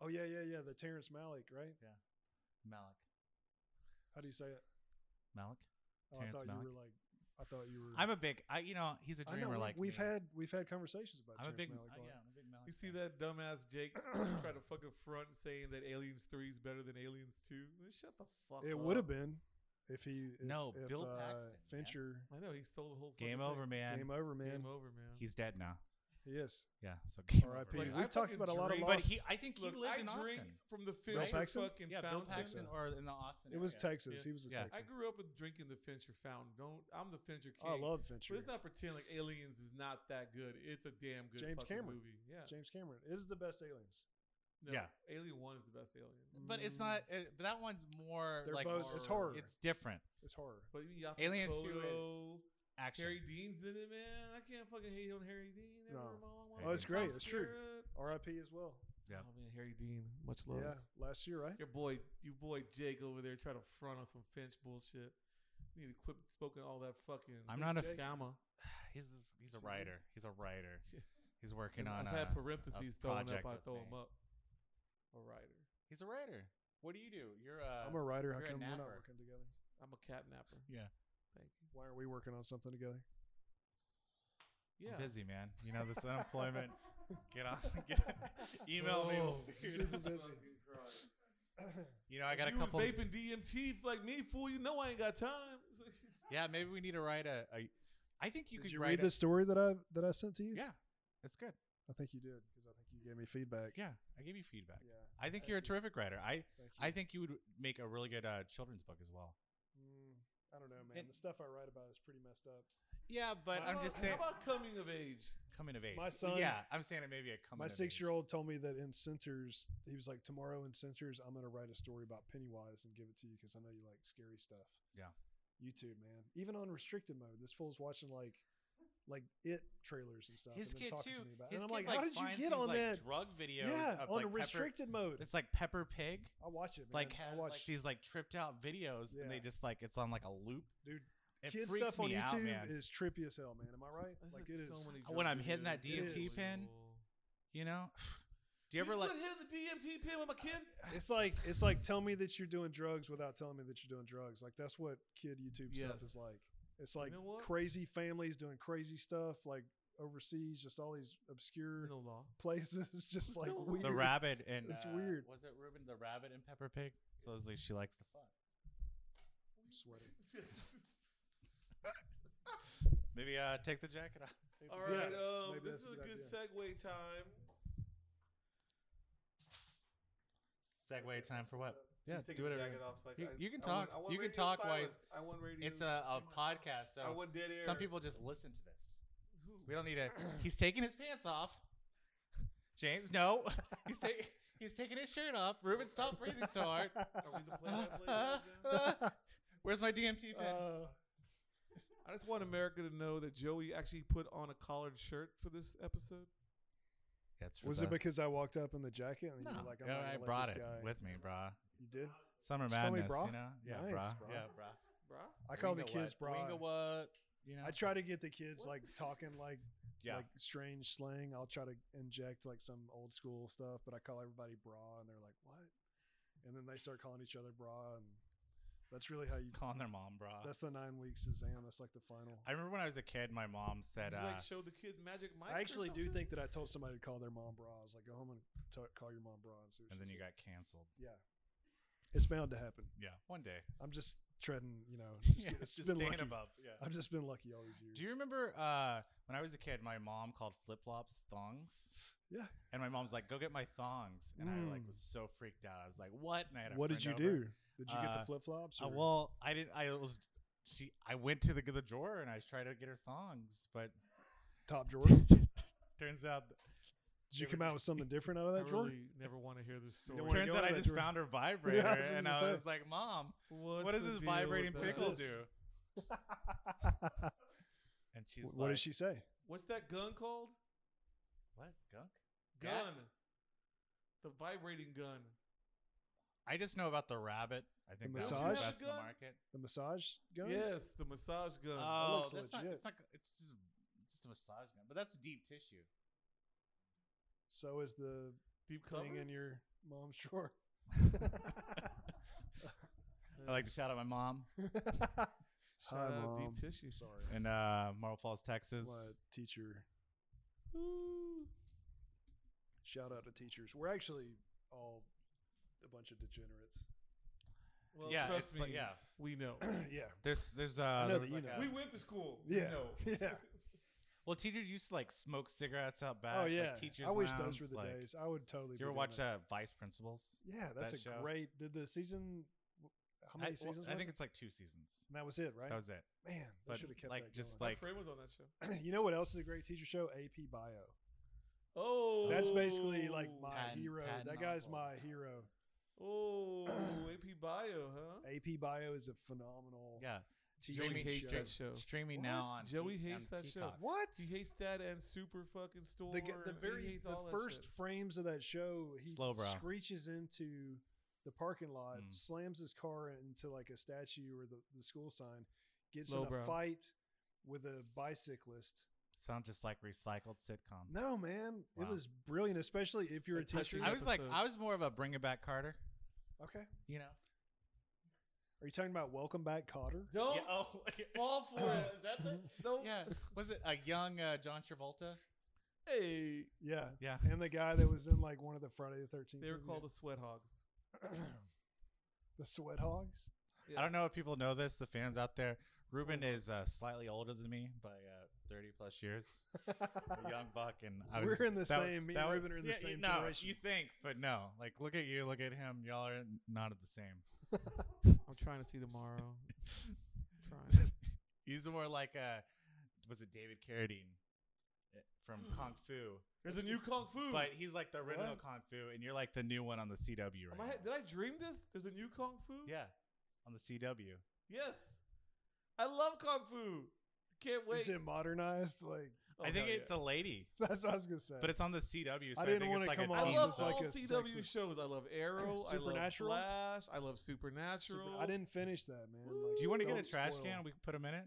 [SPEAKER 2] Oh yeah, yeah, yeah. The Terrence Malick, right?
[SPEAKER 4] Malik.
[SPEAKER 2] How do you say it?
[SPEAKER 4] Malik.
[SPEAKER 2] Oh,
[SPEAKER 4] Terrence
[SPEAKER 2] I thought
[SPEAKER 4] Malick?
[SPEAKER 2] you were like. I thought you were.
[SPEAKER 4] I'm a big. I you know he's a
[SPEAKER 2] I
[SPEAKER 4] dreamer.
[SPEAKER 2] know, we-
[SPEAKER 4] like
[SPEAKER 2] we've
[SPEAKER 4] me.
[SPEAKER 2] had we've had conversations about
[SPEAKER 4] I'm a
[SPEAKER 2] Terrence
[SPEAKER 4] big.
[SPEAKER 2] Malick.
[SPEAKER 4] uh,
[SPEAKER 2] a lot.
[SPEAKER 4] yeah, I'm a big Malik.
[SPEAKER 1] You see
[SPEAKER 4] fan.
[SPEAKER 1] that dumbass Jake try to fucking front saying that Aliens 3 is better than Aliens 2? Shut the fuck up.
[SPEAKER 2] It would have been if he if,
[SPEAKER 4] No,
[SPEAKER 2] if,
[SPEAKER 4] Bill
[SPEAKER 2] uh,
[SPEAKER 4] Paxton, man.
[SPEAKER 2] Fincher
[SPEAKER 1] I know, he stole the whole fucking
[SPEAKER 4] Game
[SPEAKER 1] thing.
[SPEAKER 4] over, man.
[SPEAKER 2] game over man.
[SPEAKER 1] Game over, man.
[SPEAKER 4] He's dead now.
[SPEAKER 2] He is.
[SPEAKER 4] Yeah. So game over.
[SPEAKER 2] R.I.P.
[SPEAKER 1] Like,
[SPEAKER 4] Yeah.
[SPEAKER 1] I
[SPEAKER 2] We've
[SPEAKER 1] fucking
[SPEAKER 2] talked about a lot of
[SPEAKER 1] drink-
[SPEAKER 4] But
[SPEAKER 2] lost.
[SPEAKER 4] he, I think he
[SPEAKER 1] Look,
[SPEAKER 4] lived
[SPEAKER 1] I
[SPEAKER 4] in
[SPEAKER 1] drink
[SPEAKER 4] Austin.
[SPEAKER 1] from the Fincher
[SPEAKER 2] Paxton?
[SPEAKER 1] fucking
[SPEAKER 4] Yeah, Bill
[SPEAKER 1] fountain.
[SPEAKER 4] Paxton
[SPEAKER 2] so.
[SPEAKER 4] or in the Austin.
[SPEAKER 2] it was
[SPEAKER 4] area.
[SPEAKER 2] Texas.
[SPEAKER 1] Yeah.
[SPEAKER 2] He was a
[SPEAKER 4] Yeah. I
[SPEAKER 1] I
[SPEAKER 2] Texan.
[SPEAKER 1] grew up with drinking the Fincher fountain. Don't I'm the Fincher king.
[SPEAKER 2] I, love Fincher.
[SPEAKER 1] But let's not pretend like Aliens is not that good. It's a damn good
[SPEAKER 2] James
[SPEAKER 1] fucking
[SPEAKER 2] Cameron.
[SPEAKER 1] movie. Yeah.
[SPEAKER 2] James Cameron is the best aliens.
[SPEAKER 1] No,
[SPEAKER 4] Yeah.
[SPEAKER 1] Alien One is the best Alien. Mm-hmm.
[SPEAKER 4] But it's not. It, but that one's more
[SPEAKER 2] They're
[SPEAKER 4] like
[SPEAKER 2] both-
[SPEAKER 1] it's
[SPEAKER 2] horror.
[SPEAKER 4] It's different.
[SPEAKER 2] It's horror.
[SPEAKER 1] But you got
[SPEAKER 4] Aliens 2 is
[SPEAKER 1] Kodo,
[SPEAKER 4] Action.
[SPEAKER 1] Harry Dean's in it, man. I can't fucking hate on Harry Dean. ever
[SPEAKER 2] No.
[SPEAKER 1] in my long
[SPEAKER 4] Oh,
[SPEAKER 1] life.
[SPEAKER 4] it's
[SPEAKER 1] Tom
[SPEAKER 2] great. It's true.
[SPEAKER 1] Skerritt.
[SPEAKER 2] RIP as well.
[SPEAKER 4] Yeah.
[SPEAKER 1] Oh man, Harry Dean, much love.
[SPEAKER 2] Yeah, last year, right?
[SPEAKER 1] Your boy, your boy Jake over there trying to front on some Finch bullshit. You need to quit spoken all that fucking.
[SPEAKER 4] I'm not a
[SPEAKER 2] Jake?
[SPEAKER 1] scammer.
[SPEAKER 4] He's this- he's a
[SPEAKER 2] Sorry.
[SPEAKER 4] writer. He's a writer.
[SPEAKER 1] Yeah.
[SPEAKER 4] He's working
[SPEAKER 1] I've
[SPEAKER 4] on. uh, a,
[SPEAKER 1] had parentheses
[SPEAKER 4] a
[SPEAKER 1] thrown up.
[SPEAKER 4] project
[SPEAKER 1] I
[SPEAKER 4] with
[SPEAKER 1] throw
[SPEAKER 4] me.
[SPEAKER 1] them up. A writer.
[SPEAKER 4] He's a writer. What do you do? You're uh, a.
[SPEAKER 2] I'm a writer. How
[SPEAKER 4] you're a
[SPEAKER 2] come we're not
[SPEAKER 4] napper.
[SPEAKER 2] working together?
[SPEAKER 1] I'm a cat napper.
[SPEAKER 4] yeah.
[SPEAKER 1] Thank you.
[SPEAKER 2] Why aren't we working on something together?
[SPEAKER 1] Yeah.
[SPEAKER 4] I'm busy man. You know this unemployment. get on. Get, email me. We'll
[SPEAKER 1] Oh,
[SPEAKER 4] figure it
[SPEAKER 2] super
[SPEAKER 4] out.
[SPEAKER 2] busy.
[SPEAKER 1] Fucking Christ.
[SPEAKER 4] You know I got a
[SPEAKER 1] you was
[SPEAKER 4] couple.
[SPEAKER 1] vaping DMT like me, fool. You know I ain't got time.
[SPEAKER 4] Yeah, maybe we need to write a. a I think you
[SPEAKER 2] did
[SPEAKER 4] could
[SPEAKER 2] you
[SPEAKER 4] write
[SPEAKER 2] read
[SPEAKER 4] a-
[SPEAKER 2] the story that I that I sent to you?
[SPEAKER 4] Yeah, it's good.
[SPEAKER 2] I think you did because I think you gave me feedback.
[SPEAKER 4] Yeah, I gave you feedback.
[SPEAKER 2] Yeah.
[SPEAKER 4] I think
[SPEAKER 2] Thank
[SPEAKER 4] you're a
[SPEAKER 2] you.
[SPEAKER 4] terrific writer. I
[SPEAKER 2] Thank you.
[SPEAKER 4] I think you would make a really good uh, children's book as well.
[SPEAKER 2] Mm, I don't know, man.
[SPEAKER 4] And-
[SPEAKER 2] the stuff I write about is pretty messed up.
[SPEAKER 4] Yeah, but
[SPEAKER 1] How
[SPEAKER 4] I'm
[SPEAKER 1] about-
[SPEAKER 4] just saying
[SPEAKER 1] How about coming of age?
[SPEAKER 4] coming of age.
[SPEAKER 2] My son-
[SPEAKER 4] Yeah, I'm saying it maybe a coming.
[SPEAKER 2] My
[SPEAKER 4] of age.
[SPEAKER 2] six year old told me that in Censors, he was like, tomorrow in Censors, I'm going to write a story about Pennywise and give it to you because I know you like scary stuff.
[SPEAKER 4] Yeah.
[SPEAKER 2] YouTube, man. Even on restricted mode, this fool's watching like like it trailers and stuff.
[SPEAKER 4] His
[SPEAKER 2] and then
[SPEAKER 4] kid
[SPEAKER 2] talking
[SPEAKER 4] too.
[SPEAKER 2] to me about it.
[SPEAKER 4] His
[SPEAKER 2] And I'm
[SPEAKER 4] kid,
[SPEAKER 2] like, how did you
[SPEAKER 4] finds
[SPEAKER 2] get
[SPEAKER 4] these,
[SPEAKER 2] on
[SPEAKER 4] like,
[SPEAKER 2] that?
[SPEAKER 4] drug videos?
[SPEAKER 2] Yeah,
[SPEAKER 4] of,
[SPEAKER 2] on
[SPEAKER 4] like,
[SPEAKER 2] a
[SPEAKER 4] Pepper-
[SPEAKER 2] restricted mode.
[SPEAKER 4] It's like Pepper Pig.
[SPEAKER 2] I watch it, man.
[SPEAKER 4] Like
[SPEAKER 2] I
[SPEAKER 4] has
[SPEAKER 2] watch
[SPEAKER 4] like these like tripped out videos, and they
[SPEAKER 2] Yeah.
[SPEAKER 4] just like it's on like a loop.
[SPEAKER 2] Dude,
[SPEAKER 4] it
[SPEAKER 2] kid
[SPEAKER 4] freaks
[SPEAKER 2] stuff on
[SPEAKER 4] me
[SPEAKER 2] YouTube
[SPEAKER 4] out, man.
[SPEAKER 2] is trippy as hell, man. Am I right?
[SPEAKER 1] That's
[SPEAKER 2] Like
[SPEAKER 1] like
[SPEAKER 2] it is.
[SPEAKER 1] so many drug
[SPEAKER 4] When I'm hitting that
[SPEAKER 1] videos. It
[SPEAKER 2] DMT
[SPEAKER 1] is.
[SPEAKER 4] pen, You know, do
[SPEAKER 1] You
[SPEAKER 4] you ever like?
[SPEAKER 1] put hit the DMT pin with my kid?
[SPEAKER 2] It's like it's like tell me that you're doing drugs without telling me that you're doing drugs. Like that's what kid YouTube stuff
[SPEAKER 1] Yes.
[SPEAKER 2] is like. It's like
[SPEAKER 1] know what?
[SPEAKER 2] crazy families doing crazy stuff, like overseas, just all these obscure
[SPEAKER 1] No law.
[SPEAKER 2] places, just like
[SPEAKER 1] No. The
[SPEAKER 2] weird.
[SPEAKER 4] the rabbit and
[SPEAKER 2] It's
[SPEAKER 4] uh,
[SPEAKER 2] weird.
[SPEAKER 4] Was it Ruben the rabbit and Pepper Pig? Supposedly she likes to fuck.
[SPEAKER 2] I'm sweating.
[SPEAKER 4] Maybe uh, take the jacket off.
[SPEAKER 1] All right,
[SPEAKER 2] Yeah,
[SPEAKER 1] um,
[SPEAKER 2] maybe
[SPEAKER 1] this
[SPEAKER 2] that's
[SPEAKER 1] is
[SPEAKER 2] a
[SPEAKER 1] a
[SPEAKER 2] good
[SPEAKER 1] good
[SPEAKER 2] idea.
[SPEAKER 1] segue time.
[SPEAKER 4] Segue time for what? Yeah,
[SPEAKER 1] He's taking
[SPEAKER 4] do it.
[SPEAKER 1] the
[SPEAKER 4] every-
[SPEAKER 1] jacket off, so I-
[SPEAKER 4] You-
[SPEAKER 1] I-
[SPEAKER 4] you can
[SPEAKER 1] I want-
[SPEAKER 4] talk.
[SPEAKER 1] I want
[SPEAKER 4] You can
[SPEAKER 1] radio
[SPEAKER 4] talk while
[SPEAKER 1] silence. I want radio.
[SPEAKER 4] It's a, a
[SPEAKER 1] silence.
[SPEAKER 4] podcast, so
[SPEAKER 1] I want dead air.
[SPEAKER 4] some people just listen to this.
[SPEAKER 1] Who?
[SPEAKER 4] We don't need it. He's taking his pants off. James, no. He's taking. He's taking his shirt off. Ruben, stop breathing so hard.
[SPEAKER 1] Are we the play-by-play guys now?
[SPEAKER 4] Where's my DMT pen?
[SPEAKER 2] Uh,
[SPEAKER 1] I just want America to know that Joey actually put on a collared shirt for this episode.
[SPEAKER 4] That's
[SPEAKER 2] was it because I walked up in the jacket and you were like, I'm not
[SPEAKER 4] I
[SPEAKER 2] gonna
[SPEAKER 4] brought
[SPEAKER 2] let
[SPEAKER 4] it
[SPEAKER 2] this guy.
[SPEAKER 4] with me, brah.
[SPEAKER 2] you did?
[SPEAKER 4] Summer
[SPEAKER 2] Just call me
[SPEAKER 4] madness,
[SPEAKER 2] brah?
[SPEAKER 4] you know? Yeah,
[SPEAKER 2] Nice,
[SPEAKER 4] brah.
[SPEAKER 2] brah.
[SPEAKER 4] Yeah, brah.
[SPEAKER 1] Bruh.
[SPEAKER 2] I call the
[SPEAKER 4] Winga
[SPEAKER 2] kids
[SPEAKER 4] what?
[SPEAKER 2] bra.
[SPEAKER 4] Winga what? You know?
[SPEAKER 2] I try to get the kids like talking like
[SPEAKER 4] yeah.
[SPEAKER 2] like strange slang. I'll try to inject like some old school stuff, but I call everybody bra, and they're like, "What?" And then they start calling each other bra, and that's really how you.
[SPEAKER 4] calling their mom, brah.
[SPEAKER 2] That's the nine weeks exam. That's like the final.
[SPEAKER 4] I remember when I was a kid, my mom said,
[SPEAKER 1] Did you
[SPEAKER 4] uh,
[SPEAKER 1] like show the kids Magic Mike.
[SPEAKER 2] I actually
[SPEAKER 1] or
[SPEAKER 2] do
[SPEAKER 1] something?
[SPEAKER 2] think that I told somebody to call their mom bra. I was like, "Go home and t- call your mom bra," and, see what
[SPEAKER 4] and
[SPEAKER 2] she
[SPEAKER 4] then you
[SPEAKER 2] says.
[SPEAKER 4] got canceled.
[SPEAKER 2] yeah. It's bound to happen.
[SPEAKER 4] Yeah, one day.
[SPEAKER 2] I'm just treading. You know, just,
[SPEAKER 4] Yeah,
[SPEAKER 2] get- it's
[SPEAKER 4] just
[SPEAKER 2] been
[SPEAKER 4] staying
[SPEAKER 2] lucky.
[SPEAKER 4] above, Yeah.
[SPEAKER 2] I've just been lucky all these years.
[SPEAKER 4] Do you remember uh, when I was a kid? My mom called flip flops thongs.
[SPEAKER 2] Yeah.
[SPEAKER 4] And my mom's like, "Go get my thongs," and I like
[SPEAKER 2] Mm.
[SPEAKER 4] was so freaked out. I was like, "What?" And I had a
[SPEAKER 2] what did you
[SPEAKER 4] friend over.
[SPEAKER 2] do? Did you get the
[SPEAKER 4] Uh,
[SPEAKER 2] flip flops?
[SPEAKER 4] Uh, well, I didn't. I was. She. I went to the the drawer and I tried to get her thongs, but
[SPEAKER 2] top drawer. Did
[SPEAKER 4] turns out
[SPEAKER 2] you come out with something different out of
[SPEAKER 1] I
[SPEAKER 2] that drawer?
[SPEAKER 1] really never want to hear this
[SPEAKER 2] You
[SPEAKER 1] story.
[SPEAKER 2] don't wanna
[SPEAKER 4] turns
[SPEAKER 2] go
[SPEAKER 4] out
[SPEAKER 2] to
[SPEAKER 4] I
[SPEAKER 2] that
[SPEAKER 4] just
[SPEAKER 2] drawer.
[SPEAKER 4] found her vibrator,
[SPEAKER 2] I was just
[SPEAKER 4] and
[SPEAKER 2] gonna
[SPEAKER 4] I
[SPEAKER 2] say.
[SPEAKER 4] was like, "Mom,
[SPEAKER 1] What's
[SPEAKER 4] what does
[SPEAKER 1] the
[SPEAKER 4] this
[SPEAKER 1] deal
[SPEAKER 4] vibrating
[SPEAKER 1] with that?
[SPEAKER 4] pickle
[SPEAKER 2] this?
[SPEAKER 4] do?" And she's
[SPEAKER 2] Wh- what
[SPEAKER 4] like,
[SPEAKER 2] did she say?
[SPEAKER 1] What's that gun called?
[SPEAKER 4] What gunk?
[SPEAKER 1] Gun.
[SPEAKER 4] Yeah.
[SPEAKER 1] The vibrating gun.
[SPEAKER 4] I just know about the rabbit. I think that was
[SPEAKER 2] massage?
[SPEAKER 4] the best in the
[SPEAKER 1] Gun?
[SPEAKER 4] market.
[SPEAKER 2] The massage gun? Ah,
[SPEAKER 1] Yes, the massage gun.
[SPEAKER 4] Oh,
[SPEAKER 2] looks
[SPEAKER 4] that's not,
[SPEAKER 2] legit.
[SPEAKER 4] it's not. It's just, it's just a massage gun, but that's deep tissue.
[SPEAKER 2] So is the
[SPEAKER 1] Deep cover.
[SPEAKER 2] thing in your mom's drawer.
[SPEAKER 4] I like to shout out my mom
[SPEAKER 1] Shout
[SPEAKER 2] Hi,
[SPEAKER 1] out
[SPEAKER 2] Mom.
[SPEAKER 1] deep tissue.
[SPEAKER 2] Sorry.
[SPEAKER 4] in uh, Marble Falls, Texas.
[SPEAKER 2] My teacher.
[SPEAKER 1] Ooh.
[SPEAKER 2] Shout out to teachers. We're actually all a bunch of degenerates.
[SPEAKER 1] Well,
[SPEAKER 4] yeah,
[SPEAKER 1] trust
[SPEAKER 4] it's
[SPEAKER 1] me.
[SPEAKER 4] like- yeah.
[SPEAKER 1] we know.
[SPEAKER 2] yeah.
[SPEAKER 4] There's there's uh
[SPEAKER 2] know
[SPEAKER 4] there
[SPEAKER 2] that
[SPEAKER 4] was
[SPEAKER 2] you
[SPEAKER 4] like
[SPEAKER 2] know.
[SPEAKER 4] a-
[SPEAKER 1] we went to school.
[SPEAKER 2] Yeah.
[SPEAKER 1] We know.
[SPEAKER 2] Yeah.
[SPEAKER 4] well teachers used to like smoke cigarettes out back.
[SPEAKER 2] oh
[SPEAKER 4] like,
[SPEAKER 2] yeah.
[SPEAKER 4] teachers.
[SPEAKER 2] I wish
[SPEAKER 4] lounge,
[SPEAKER 2] those were the
[SPEAKER 4] like-
[SPEAKER 2] days. I would totally.
[SPEAKER 4] You ever
[SPEAKER 2] be doing
[SPEAKER 4] watch
[SPEAKER 2] that.
[SPEAKER 4] uh, Vice Principals?
[SPEAKER 2] Yeah, that's
[SPEAKER 4] that
[SPEAKER 2] a
[SPEAKER 4] show?
[SPEAKER 2] great. Did the season? How many
[SPEAKER 4] I, well,
[SPEAKER 2] seasons?
[SPEAKER 4] I
[SPEAKER 2] was
[SPEAKER 4] think
[SPEAKER 2] it?
[SPEAKER 4] it's like two seasons.
[SPEAKER 2] And that was it, right?
[SPEAKER 4] That was it.
[SPEAKER 2] Man, they
[SPEAKER 4] but,
[SPEAKER 2] should have kept
[SPEAKER 4] like,
[SPEAKER 2] that
[SPEAKER 4] just,
[SPEAKER 1] My
[SPEAKER 2] going.
[SPEAKER 4] like-
[SPEAKER 1] friend was on that show.
[SPEAKER 2] you know what else is a great teacher show? AP Bio.
[SPEAKER 1] Oh,
[SPEAKER 2] That's basically like my
[SPEAKER 4] Patton-
[SPEAKER 2] hero.
[SPEAKER 4] Patton
[SPEAKER 2] that guy's
[SPEAKER 4] Oswalt.
[SPEAKER 2] my hero.
[SPEAKER 1] Oh, AP Bio, huh?
[SPEAKER 2] AP Bio is a phenomenal.
[SPEAKER 4] Yeah.
[SPEAKER 2] TV
[SPEAKER 4] Joey
[SPEAKER 1] hates
[SPEAKER 2] show.
[SPEAKER 1] that show.
[SPEAKER 4] Streaming
[SPEAKER 2] What?
[SPEAKER 4] now on
[SPEAKER 1] Joey
[SPEAKER 4] Pe-
[SPEAKER 1] hates
[SPEAKER 4] on
[SPEAKER 1] that show.
[SPEAKER 4] Peacock.
[SPEAKER 2] What?
[SPEAKER 1] He hates that and super fucking store.
[SPEAKER 2] The, g- the
[SPEAKER 1] and he
[SPEAKER 2] very
[SPEAKER 1] hates
[SPEAKER 2] the
[SPEAKER 1] all that
[SPEAKER 2] first
[SPEAKER 1] shit.
[SPEAKER 2] frames of that show, he
[SPEAKER 4] Slow, bro.
[SPEAKER 2] screeches into the parking lot,
[SPEAKER 4] Mm.
[SPEAKER 2] slams his car into like a statue or the, the school sign, gets
[SPEAKER 1] Low
[SPEAKER 2] in a
[SPEAKER 1] brow.
[SPEAKER 2] fight with a bicyclist.
[SPEAKER 4] Sounds just like recycled sitcom.
[SPEAKER 2] No, man, it
[SPEAKER 4] Wow.
[SPEAKER 2] was brilliant, especially if you're a
[SPEAKER 1] That touched
[SPEAKER 2] teacher.
[SPEAKER 1] me
[SPEAKER 4] I was like,
[SPEAKER 1] episode.
[SPEAKER 4] I was more of a bring it back Carter.
[SPEAKER 2] Okay,
[SPEAKER 4] You know.
[SPEAKER 2] are you talking about Welcome Back, Cotter?
[SPEAKER 1] Don't
[SPEAKER 4] Yeah, oh,
[SPEAKER 1] fall for it.
[SPEAKER 4] is that the?
[SPEAKER 1] Don't.
[SPEAKER 4] Yeah. Was it a young uh, John Travolta?
[SPEAKER 1] Hey,
[SPEAKER 2] Yeah,
[SPEAKER 4] Yeah.
[SPEAKER 2] and the guy that was in like one of the Friday the Thirteenth.
[SPEAKER 1] they were called the Sweat Hogs.
[SPEAKER 2] the, Sweat Hogs.
[SPEAKER 4] I don't know if people know this, the fans out there. Ruben is uh, slightly older than me by uh, 30 plus years. A young buck, and I was,
[SPEAKER 2] We're in the
[SPEAKER 4] that-
[SPEAKER 2] same- me and
[SPEAKER 4] that-
[SPEAKER 2] Ruben are in the same
[SPEAKER 4] you- no,
[SPEAKER 2] generation.
[SPEAKER 4] You think, but no. Like, look at you, look at him. Y'all are not at the same.
[SPEAKER 1] I'm trying to see tomorrow. trying.
[SPEAKER 4] He's more like uh was it David Carradine uh, from Kung Fu?
[SPEAKER 1] There's a new Kung Fu.
[SPEAKER 4] But he's like the original
[SPEAKER 2] What?
[SPEAKER 4] Kung Fu, and you're like the new one on the CW right
[SPEAKER 1] Am
[SPEAKER 4] now.
[SPEAKER 1] I, did I dream this? There's a new Kung Fu.
[SPEAKER 4] Yeah, on the CW.
[SPEAKER 1] Yes. I love Kung Fu. Can't wait.
[SPEAKER 2] Is it modernized? Like
[SPEAKER 1] Oh,
[SPEAKER 4] I think
[SPEAKER 1] hell
[SPEAKER 4] it's
[SPEAKER 1] yeah.
[SPEAKER 4] a lady,
[SPEAKER 2] that's what I was gonna say.
[SPEAKER 4] but it's on the CW. So
[SPEAKER 2] I
[SPEAKER 4] I,
[SPEAKER 2] didn't
[SPEAKER 4] think
[SPEAKER 2] wanna
[SPEAKER 4] it's like
[SPEAKER 2] come
[SPEAKER 4] a
[SPEAKER 2] on
[SPEAKER 1] Oh, I
[SPEAKER 4] teen
[SPEAKER 1] love
[SPEAKER 2] this
[SPEAKER 4] show.
[SPEAKER 2] like
[SPEAKER 1] all
[SPEAKER 2] a
[SPEAKER 1] CW
[SPEAKER 2] sexist-
[SPEAKER 1] shows. I love Arrow.
[SPEAKER 2] Supernatural?
[SPEAKER 1] I love Flash. I love
[SPEAKER 2] Super-
[SPEAKER 1] Supernatural.
[SPEAKER 2] I didn't finish that, man. Like,
[SPEAKER 4] Do you want to get a
[SPEAKER 2] don't
[SPEAKER 4] trash
[SPEAKER 2] spoil.
[SPEAKER 4] can? We can put him in it.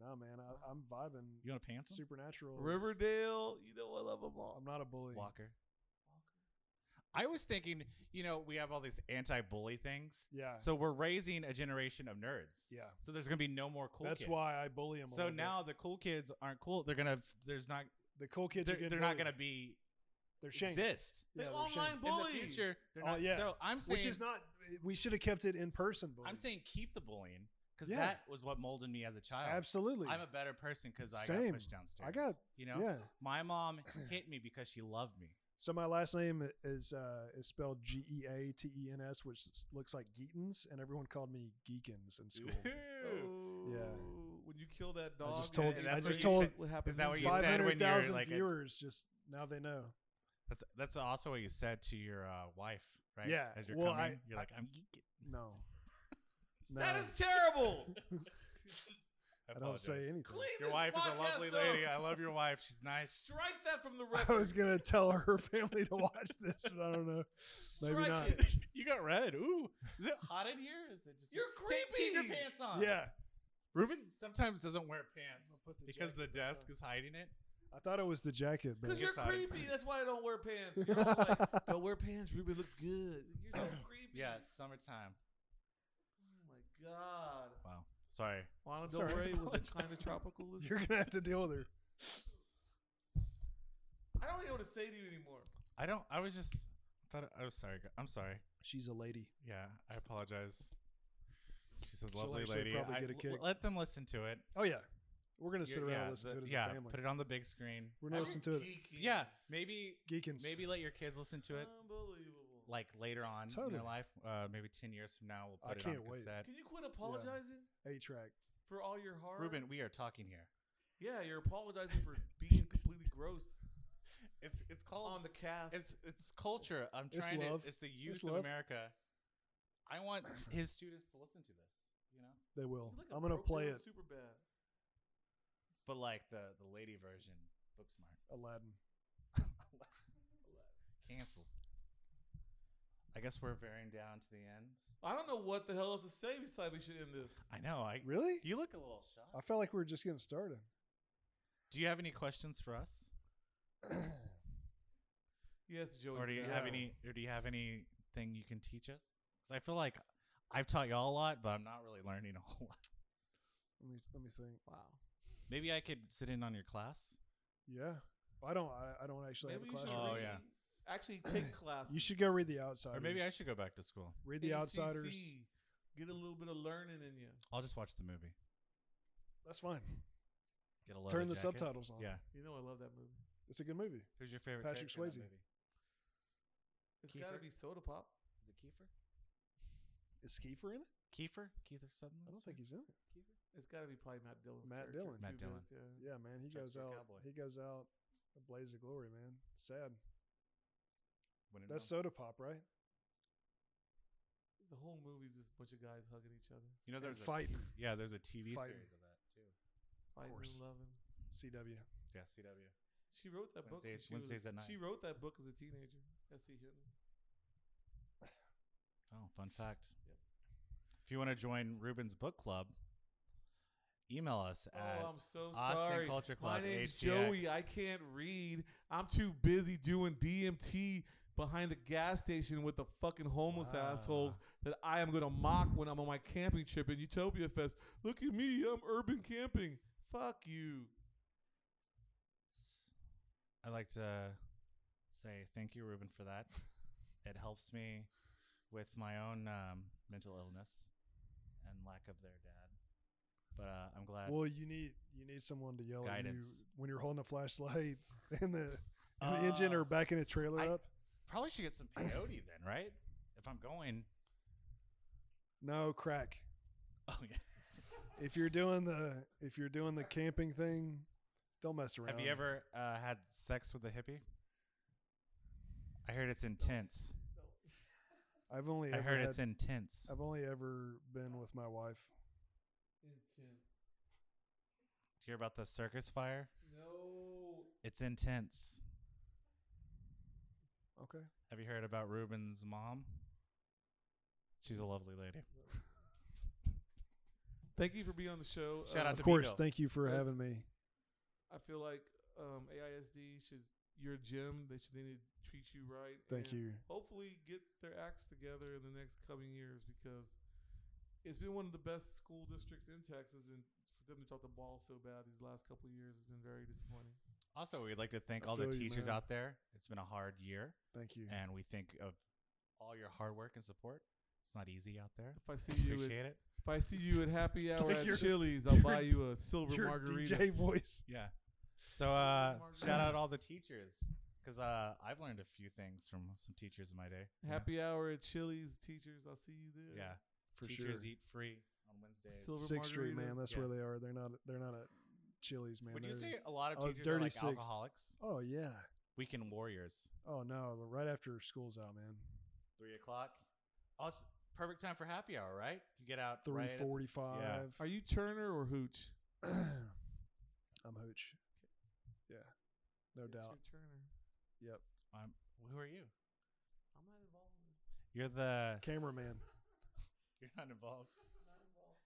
[SPEAKER 2] No, man. I, I'm vibing.
[SPEAKER 4] You want to pants him?
[SPEAKER 2] Supernatural. is-
[SPEAKER 1] Riverdale. You know I love them all.
[SPEAKER 2] I'm not a bully.
[SPEAKER 4] Walker. I was thinking, you know, we have all these anti-bully things,
[SPEAKER 2] Yeah.
[SPEAKER 4] so we're raising a generation of nerds.
[SPEAKER 2] yeah.
[SPEAKER 4] So there's gonna be no more cool.
[SPEAKER 2] that's
[SPEAKER 4] kids.
[SPEAKER 2] why I bully him. a
[SPEAKER 4] So
[SPEAKER 2] little bit.
[SPEAKER 4] now the cool kids aren't cool. They're gonna. There's not.
[SPEAKER 2] the cool kids
[SPEAKER 4] They're,
[SPEAKER 2] are getting
[SPEAKER 4] they're not
[SPEAKER 2] bullied.
[SPEAKER 4] gonna be
[SPEAKER 2] They're shamed.
[SPEAKER 4] exist
[SPEAKER 2] Yeah,
[SPEAKER 1] They're
[SPEAKER 2] they're
[SPEAKER 1] online
[SPEAKER 2] shamed.
[SPEAKER 1] bu- Bully.
[SPEAKER 4] in the future. They're
[SPEAKER 2] Oh,
[SPEAKER 4] not,
[SPEAKER 2] yeah.
[SPEAKER 4] So I'm saying,
[SPEAKER 2] Which is not. We should have kept it in person. Bullying.
[SPEAKER 4] I'm saying keep the bullying because
[SPEAKER 2] Yeah.
[SPEAKER 4] that was what molded me as a child.
[SPEAKER 2] absolutely.
[SPEAKER 4] I'm a better person because I
[SPEAKER 2] Same.
[SPEAKER 4] got pushed downstairs.
[SPEAKER 2] I got-
[SPEAKER 4] you know.
[SPEAKER 2] Yeah.
[SPEAKER 4] My mom hit me because she loved me.
[SPEAKER 2] So my last name is uh, is spelled G E A T E N S, which s- looks like Geetons, and everyone called me Geekins in school. Yeah.
[SPEAKER 1] Oh, When you kill that dog.
[SPEAKER 2] just told-
[SPEAKER 1] and
[SPEAKER 4] I
[SPEAKER 1] that's
[SPEAKER 4] just
[SPEAKER 1] what you
[SPEAKER 2] told-
[SPEAKER 1] said- What happened?
[SPEAKER 4] is that what you
[SPEAKER 2] Five
[SPEAKER 4] said when you were,
[SPEAKER 2] hundred thousand
[SPEAKER 4] like, a-
[SPEAKER 2] viewers just now they know.
[SPEAKER 4] That's that's also what you said to your uh, wife, right?
[SPEAKER 2] Yeah,
[SPEAKER 4] As you're
[SPEAKER 2] well,
[SPEAKER 4] coming,
[SPEAKER 2] I-
[SPEAKER 4] you're
[SPEAKER 2] I-
[SPEAKER 4] like, I'm geeking.
[SPEAKER 2] No, no,
[SPEAKER 1] That is terrible.
[SPEAKER 4] I,
[SPEAKER 2] I don't say
[SPEAKER 4] apologize.
[SPEAKER 2] anything.
[SPEAKER 1] Clean
[SPEAKER 4] Your
[SPEAKER 1] this
[SPEAKER 4] wife is a
[SPEAKER 1] podcast
[SPEAKER 4] lovely
[SPEAKER 1] up.
[SPEAKER 4] lady. I love your wife. She's nice.
[SPEAKER 1] Strike that from the
[SPEAKER 2] I
[SPEAKER 1] record.
[SPEAKER 2] was gonna tell her family to watch this, but I don't know. maybe
[SPEAKER 1] Strike
[SPEAKER 2] not.
[SPEAKER 1] it.
[SPEAKER 4] you got red. Ooh, is it hot in here? Is it just
[SPEAKER 1] You're
[SPEAKER 4] Take- keep your
[SPEAKER 1] creepy.
[SPEAKER 4] pants on.
[SPEAKER 2] Yeah,
[SPEAKER 4] Ruben sometimes doesn't wear pants
[SPEAKER 2] I'll put the
[SPEAKER 4] because the
[SPEAKER 2] jacket
[SPEAKER 4] desk
[SPEAKER 2] back
[SPEAKER 4] is hiding it.
[SPEAKER 2] I thought it was the jacket, but
[SPEAKER 1] Because you're
[SPEAKER 4] Gets out of-
[SPEAKER 1] creepy. That's why I don't wear pants. You're all like, don't wear pants. Ruby looks good. You're so creepy.
[SPEAKER 4] Yeah, it's summertime.
[SPEAKER 1] Oh my God.
[SPEAKER 4] Wow. Sorry.
[SPEAKER 1] Lana
[SPEAKER 2] It's
[SPEAKER 1] Del
[SPEAKER 2] all
[SPEAKER 1] Rey
[SPEAKER 2] right.
[SPEAKER 1] was a kind of tropical lizard.
[SPEAKER 2] you're gonna have to deal with her.
[SPEAKER 1] I don't even know what to say to you anymore.
[SPEAKER 4] I don't. I was just. Thought I was sorry. gu- I'm sorry.
[SPEAKER 2] She's a lady.
[SPEAKER 4] Yeah, I apologize. She's a
[SPEAKER 2] She'll
[SPEAKER 4] lovely
[SPEAKER 2] actually
[SPEAKER 4] lady.
[SPEAKER 2] probably
[SPEAKER 4] I-
[SPEAKER 2] get a
[SPEAKER 4] l-
[SPEAKER 2] kick.
[SPEAKER 4] Let them listen to it.
[SPEAKER 2] Oh yeah, we're gonna
[SPEAKER 4] You're-
[SPEAKER 2] sit around
[SPEAKER 4] yeah,
[SPEAKER 2] and listen
[SPEAKER 4] the-
[SPEAKER 2] to it as
[SPEAKER 4] yeah,
[SPEAKER 2] a family.
[SPEAKER 4] put it on the big screen.
[SPEAKER 2] We're gonna listen to it.
[SPEAKER 1] Geeky.
[SPEAKER 4] Yeah, maybe
[SPEAKER 2] Geekins.
[SPEAKER 4] maybe let your kids listen to it
[SPEAKER 1] Unbelievable.
[SPEAKER 4] like later on in
[SPEAKER 2] Totally.
[SPEAKER 4] their life. Uh, maybe ten years from now, we'll
[SPEAKER 2] I
[SPEAKER 4] put it
[SPEAKER 2] can't
[SPEAKER 4] on
[SPEAKER 2] wait.
[SPEAKER 4] cassette.
[SPEAKER 1] Can you quit apologizing
[SPEAKER 2] A track.
[SPEAKER 1] for all your horror?
[SPEAKER 4] Ruben, we are talking here.
[SPEAKER 1] Yeah, you're apologizing for being completely gross
[SPEAKER 4] It's it's called
[SPEAKER 1] on the cast.
[SPEAKER 4] Oh. it's it's culture. I'm
[SPEAKER 2] It's
[SPEAKER 4] trying
[SPEAKER 2] love.
[SPEAKER 4] to. It's the
[SPEAKER 2] It's
[SPEAKER 4] youth of
[SPEAKER 2] love.
[SPEAKER 4] America. I want his students to listen to this. You know,
[SPEAKER 2] They will.
[SPEAKER 1] You look
[SPEAKER 2] I'm gonna
[SPEAKER 1] appropriate on
[SPEAKER 2] play it.
[SPEAKER 1] Super bad.
[SPEAKER 4] but like the the lady version, Booksmart.
[SPEAKER 2] Aladdin.
[SPEAKER 4] Cancel. I guess we're bearing down to the end.
[SPEAKER 1] I don't know what the hell else to say besides we should end this.
[SPEAKER 4] I know. I
[SPEAKER 2] Really?
[SPEAKER 4] you look a little shocked.
[SPEAKER 2] I felt like we were just getting started.
[SPEAKER 4] Do you have any questions for us,
[SPEAKER 1] Yes, Joey.
[SPEAKER 4] or do you
[SPEAKER 2] Yeah.
[SPEAKER 4] have any, or do you have anything you can teach us? 'Cause I feel like I've taught y'all a lot, but I'm not really learning a whole lot.
[SPEAKER 2] Let me let me think.
[SPEAKER 1] Wow.
[SPEAKER 4] Maybe I could sit in on your class.
[SPEAKER 2] Yeah. I don't. I, I don't actually
[SPEAKER 1] Maybe you
[SPEAKER 2] have a
[SPEAKER 1] should
[SPEAKER 2] classroom.
[SPEAKER 4] Oh,
[SPEAKER 1] read-
[SPEAKER 4] yeah.
[SPEAKER 1] Actually, take classes.
[SPEAKER 2] You should go read The Outsiders.
[SPEAKER 4] Or maybe I should go back to school.
[SPEAKER 2] read The
[SPEAKER 1] ACC.
[SPEAKER 2] Outsiders.
[SPEAKER 1] Get a little bit of learning in you.
[SPEAKER 4] I'll just watch the movie.
[SPEAKER 2] That's fine.
[SPEAKER 4] Get a leather
[SPEAKER 2] Turn the
[SPEAKER 4] jacket.
[SPEAKER 2] subtitles on.
[SPEAKER 4] Yeah.
[SPEAKER 1] You know, I love that movie.
[SPEAKER 2] it's a good movie.
[SPEAKER 4] Who's your favorite?
[SPEAKER 2] Patrick
[SPEAKER 4] character in that
[SPEAKER 2] Swayze.
[SPEAKER 4] movie?
[SPEAKER 1] It's got to
[SPEAKER 4] Kiefer?
[SPEAKER 1] be Soda Pop.
[SPEAKER 4] Is it Kiefer?
[SPEAKER 2] Is Kiefer in it?
[SPEAKER 4] Kiefer? Kiefer Sutherland?
[SPEAKER 2] I don't think he's in it.
[SPEAKER 1] It's got to be probably Matt Dillon.
[SPEAKER 2] Matt Dillon.
[SPEAKER 4] Matt Dillon.
[SPEAKER 1] yeah.
[SPEAKER 2] Yeah, man. He
[SPEAKER 4] Dressed
[SPEAKER 2] goes
[SPEAKER 4] like
[SPEAKER 2] out.
[SPEAKER 4] cowboy.
[SPEAKER 2] He goes out a blaze of glory, man. Sad.
[SPEAKER 4] Wouldn't
[SPEAKER 2] That's
[SPEAKER 4] know.
[SPEAKER 2] Soda Pop, right?
[SPEAKER 1] the whole movie's just a bunch of guys hugging each other,
[SPEAKER 4] You know,
[SPEAKER 2] And
[SPEAKER 4] there's
[SPEAKER 2] fighting
[SPEAKER 4] A, yeah, there's a TV
[SPEAKER 2] Fight.
[SPEAKER 4] series of that too.
[SPEAKER 1] fighting,
[SPEAKER 2] course.
[SPEAKER 1] and loving.
[SPEAKER 2] CW.
[SPEAKER 4] Yeah, CW.
[SPEAKER 1] She wrote that book. when
[SPEAKER 4] Wednesdays-
[SPEAKER 1] she was a-
[SPEAKER 4] Wednesdays at night.
[SPEAKER 1] She wrote that book as a teenager. S.C. Hinton.
[SPEAKER 4] Oh, fun fact. If you want to join Ruben's book club, email us at
[SPEAKER 1] Oh, I'm so
[SPEAKER 4] Austin
[SPEAKER 1] sorry.
[SPEAKER 4] Culture Club,
[SPEAKER 1] My name's
[SPEAKER 4] HTX.
[SPEAKER 1] Joey. I can't read. I'm too busy doing DMT behind the gas station with the fucking homeless
[SPEAKER 4] Ah.
[SPEAKER 2] Wow.
[SPEAKER 1] assholes that I am gonna mock when I'm on my camping trip in Utopia Fest. Look at me, I'm urban camping. Fuck you.
[SPEAKER 4] I'd like to say thank you, Ruben, for that. it helps me with my own um, mental illness and lack of their dad. But uh, I'm glad.
[SPEAKER 2] Well, you need you need someone to yell at
[SPEAKER 4] Guidance.
[SPEAKER 2] you when you're holding a flashlight and the and the engine
[SPEAKER 4] Uh,
[SPEAKER 2] or backing a trailer
[SPEAKER 4] I-
[SPEAKER 2] up.
[SPEAKER 4] Probably should get some peyote then, right? If I'm going.
[SPEAKER 2] No crack.
[SPEAKER 4] Oh yeah.
[SPEAKER 2] If you're doing the if you're doing the camping thing, don't mess around.
[SPEAKER 4] Have you ever uh, had sex with a hippie? I heard it's intense.
[SPEAKER 2] I've only
[SPEAKER 4] I
[SPEAKER 2] ever
[SPEAKER 4] heard
[SPEAKER 2] had-
[SPEAKER 4] it's intense.
[SPEAKER 2] I've only ever been with my wife.
[SPEAKER 1] Intense.
[SPEAKER 4] Hear about the circus fire?
[SPEAKER 1] No.
[SPEAKER 4] It's intense.
[SPEAKER 2] Okay.
[SPEAKER 4] Have you heard about Ruben's mom? She's a lovely lady.
[SPEAKER 1] Thank you for being on the show.
[SPEAKER 4] Shout out
[SPEAKER 1] Uh,
[SPEAKER 2] Of
[SPEAKER 4] to
[SPEAKER 2] course.
[SPEAKER 4] Vigo.
[SPEAKER 2] Thank you for
[SPEAKER 1] Yes.
[SPEAKER 2] having me.
[SPEAKER 1] I feel like um, AISD should your gym. They should they need to treat you right.
[SPEAKER 2] Thank
[SPEAKER 1] and
[SPEAKER 2] you.
[SPEAKER 1] hopefully get their acts together in the next coming years because it's been one of the best school districts in Texas, and for them to talk the ball so bad these last couple of years has been very disappointing.
[SPEAKER 4] Also, we'd like to thank
[SPEAKER 2] I
[SPEAKER 4] all the
[SPEAKER 2] feel you,
[SPEAKER 4] teachers
[SPEAKER 2] man.
[SPEAKER 4] out there. It's been a hard year,
[SPEAKER 2] Thank you.
[SPEAKER 4] and we think of all your hard work and support. It's not easy out there.
[SPEAKER 1] If I see you, at,
[SPEAKER 4] Appreciate it.
[SPEAKER 1] if I see you at happy hour
[SPEAKER 2] like
[SPEAKER 1] at
[SPEAKER 2] your-
[SPEAKER 1] Chili's, I'll
[SPEAKER 2] your-
[SPEAKER 1] buy you a silver
[SPEAKER 2] Your
[SPEAKER 1] margarita.
[SPEAKER 2] DJ voice.
[SPEAKER 4] Yeah. So uh,
[SPEAKER 1] Margarita.
[SPEAKER 4] shout out all the teachers because uh, I've learned a few things from some teachers in my day. you know?
[SPEAKER 1] Happy hour at Chili's, teachers. I'll see you there.
[SPEAKER 4] Yeah.
[SPEAKER 2] For
[SPEAKER 4] teachers
[SPEAKER 2] sure.
[SPEAKER 4] eat free on Wednesdays.
[SPEAKER 1] Silver
[SPEAKER 2] Sixth Street, man.
[SPEAKER 1] margaritas.
[SPEAKER 2] That's
[SPEAKER 4] Yeah.
[SPEAKER 2] where they are. They're not. They're not at Chili's, man.
[SPEAKER 4] Would you
[SPEAKER 2] They're-
[SPEAKER 4] say a lot of
[SPEAKER 2] Oh,
[SPEAKER 4] teachers are
[SPEAKER 2] Dirty
[SPEAKER 4] like
[SPEAKER 2] Six.
[SPEAKER 4] alcoholics?
[SPEAKER 2] Oh yeah.
[SPEAKER 4] Weekend warriors.
[SPEAKER 2] Oh no. Right after school's out, man.
[SPEAKER 4] Three o'clock. Oh, it's perfect time for happy hour, right? You get out
[SPEAKER 2] Three
[SPEAKER 4] right at-
[SPEAKER 2] forty-five.
[SPEAKER 1] Are you Turner or Hooch?
[SPEAKER 2] I'm Hooch. Yeah. No
[SPEAKER 1] Yes,
[SPEAKER 2] doubt.
[SPEAKER 1] you're Turner.
[SPEAKER 2] Yep.
[SPEAKER 4] I'm, who are you?
[SPEAKER 1] I'm not involved in this.
[SPEAKER 4] You're the.
[SPEAKER 2] Cameraman.
[SPEAKER 4] You're not involved.
[SPEAKER 1] I'm not involved.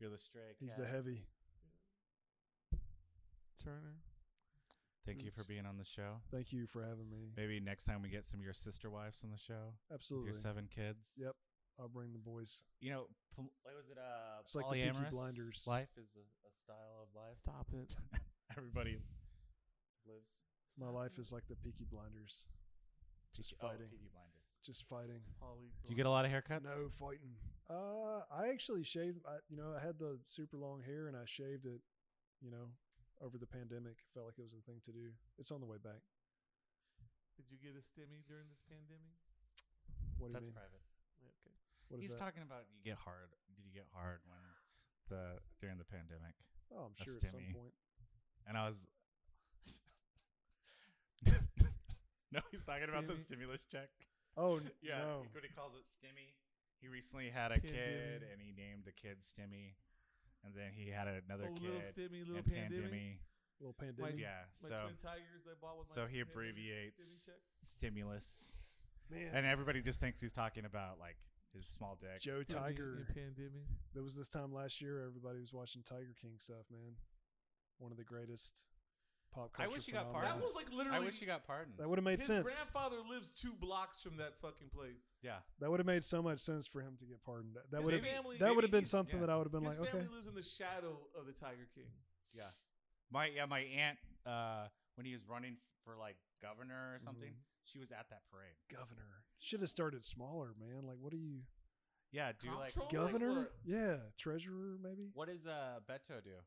[SPEAKER 4] You're the stray.
[SPEAKER 2] He's
[SPEAKER 4] cat.
[SPEAKER 2] the heavy.
[SPEAKER 1] Turner.
[SPEAKER 4] Thank you for
[SPEAKER 1] Oops.
[SPEAKER 4] being on the show.
[SPEAKER 2] Thank you for having me.
[SPEAKER 4] Maybe next time we get some of your sister wives on the show. with
[SPEAKER 2] Absolutely.
[SPEAKER 4] Your seven kids.
[SPEAKER 2] Yep. I'll bring the boys.
[SPEAKER 4] You know, pol- what was it? Uh,
[SPEAKER 2] It's like the Peaky
[SPEAKER 4] polyamorous
[SPEAKER 2] Blinders.
[SPEAKER 4] Life is a, a style of life.
[SPEAKER 1] Stop it.
[SPEAKER 4] Everybody lives.
[SPEAKER 2] My life is like the Peaky Blinders. Just
[SPEAKER 4] Peaky- oh,
[SPEAKER 2] fighting.
[SPEAKER 4] Peaky Blinders.
[SPEAKER 2] Just fighting.
[SPEAKER 1] Polly.
[SPEAKER 4] Do you get a lot of haircuts?
[SPEAKER 2] No fighting. Uh, I actually shaved. I, you know, I had the super long hair and I shaved it. You know, over the pandemic, felt like it was the thing to do. It's on the way back.
[SPEAKER 1] Did you get a stimmy during this pandemic?
[SPEAKER 2] What do
[SPEAKER 4] That's
[SPEAKER 2] you mean?
[SPEAKER 4] private.
[SPEAKER 1] Yeah, okay.
[SPEAKER 2] What is
[SPEAKER 4] He's
[SPEAKER 2] that?
[SPEAKER 4] talking about you get hard. Did you get hard when the during the pandemic?
[SPEAKER 2] oh, I'm
[SPEAKER 4] a
[SPEAKER 2] sure at some
[SPEAKER 4] stimmy.
[SPEAKER 2] point.
[SPEAKER 4] And I was. no, he's talking about the
[SPEAKER 1] Stimmy.
[SPEAKER 4] stimulus check.
[SPEAKER 2] Oh n-
[SPEAKER 4] Yeah,
[SPEAKER 2] no.
[SPEAKER 4] he- what he calls it, Stimmy. He recently had a
[SPEAKER 1] Pandemic.
[SPEAKER 4] kid, and he named the kid Stimmy. And then he had another
[SPEAKER 1] oh,
[SPEAKER 4] kid.
[SPEAKER 1] little stimmy, little
[SPEAKER 4] and
[SPEAKER 1] pandemic.
[SPEAKER 2] Little pandemic.
[SPEAKER 4] Yeah,
[SPEAKER 1] My
[SPEAKER 4] so
[SPEAKER 1] twin tigers I bought with my
[SPEAKER 4] so he
[SPEAKER 1] pandemic
[SPEAKER 4] abbreviates-
[SPEAKER 1] stimmy check.
[SPEAKER 4] stimulus,
[SPEAKER 2] Man,
[SPEAKER 4] and everybody just thinks he's talking about like his small dick.
[SPEAKER 2] Joe
[SPEAKER 1] Stimmy
[SPEAKER 2] Tiger.
[SPEAKER 1] and pandemic.
[SPEAKER 2] There was this time last year everybody was watching Tiger King stuff, man. One of the greatest pop
[SPEAKER 4] I
[SPEAKER 2] culture.
[SPEAKER 4] wish he got
[SPEAKER 2] phenomena.
[SPEAKER 4] pardoned.
[SPEAKER 1] That was like
[SPEAKER 4] I
[SPEAKER 1] literally.
[SPEAKER 4] wish he got pardoned.
[SPEAKER 2] that would have made
[SPEAKER 1] his
[SPEAKER 2] sense.
[SPEAKER 1] grandfather lives two blocks from that fucking place.
[SPEAKER 4] yeah,
[SPEAKER 2] that would have made so much sense for him to get pardoned. That- That
[SPEAKER 1] His
[SPEAKER 2] would have
[SPEAKER 1] family-
[SPEAKER 2] that would have been
[SPEAKER 1] maybe-
[SPEAKER 2] something
[SPEAKER 4] yeah.
[SPEAKER 2] that I would have been
[SPEAKER 1] His
[SPEAKER 2] like,
[SPEAKER 1] family
[SPEAKER 2] okay,
[SPEAKER 1] lives in the shadow of the Tiger King.
[SPEAKER 4] yeah. My yeah, my aunt uh, when he was running for like governor or something,
[SPEAKER 2] Mhm.
[SPEAKER 4] she was at that parade.
[SPEAKER 2] governor should have started smaller, man. Like, what are you,
[SPEAKER 4] Yeah, do Oh, like
[SPEAKER 1] Comptroller? Like
[SPEAKER 2] governor?
[SPEAKER 1] what?
[SPEAKER 2] yeah, treasurer maybe.
[SPEAKER 4] what does uh, Beto do?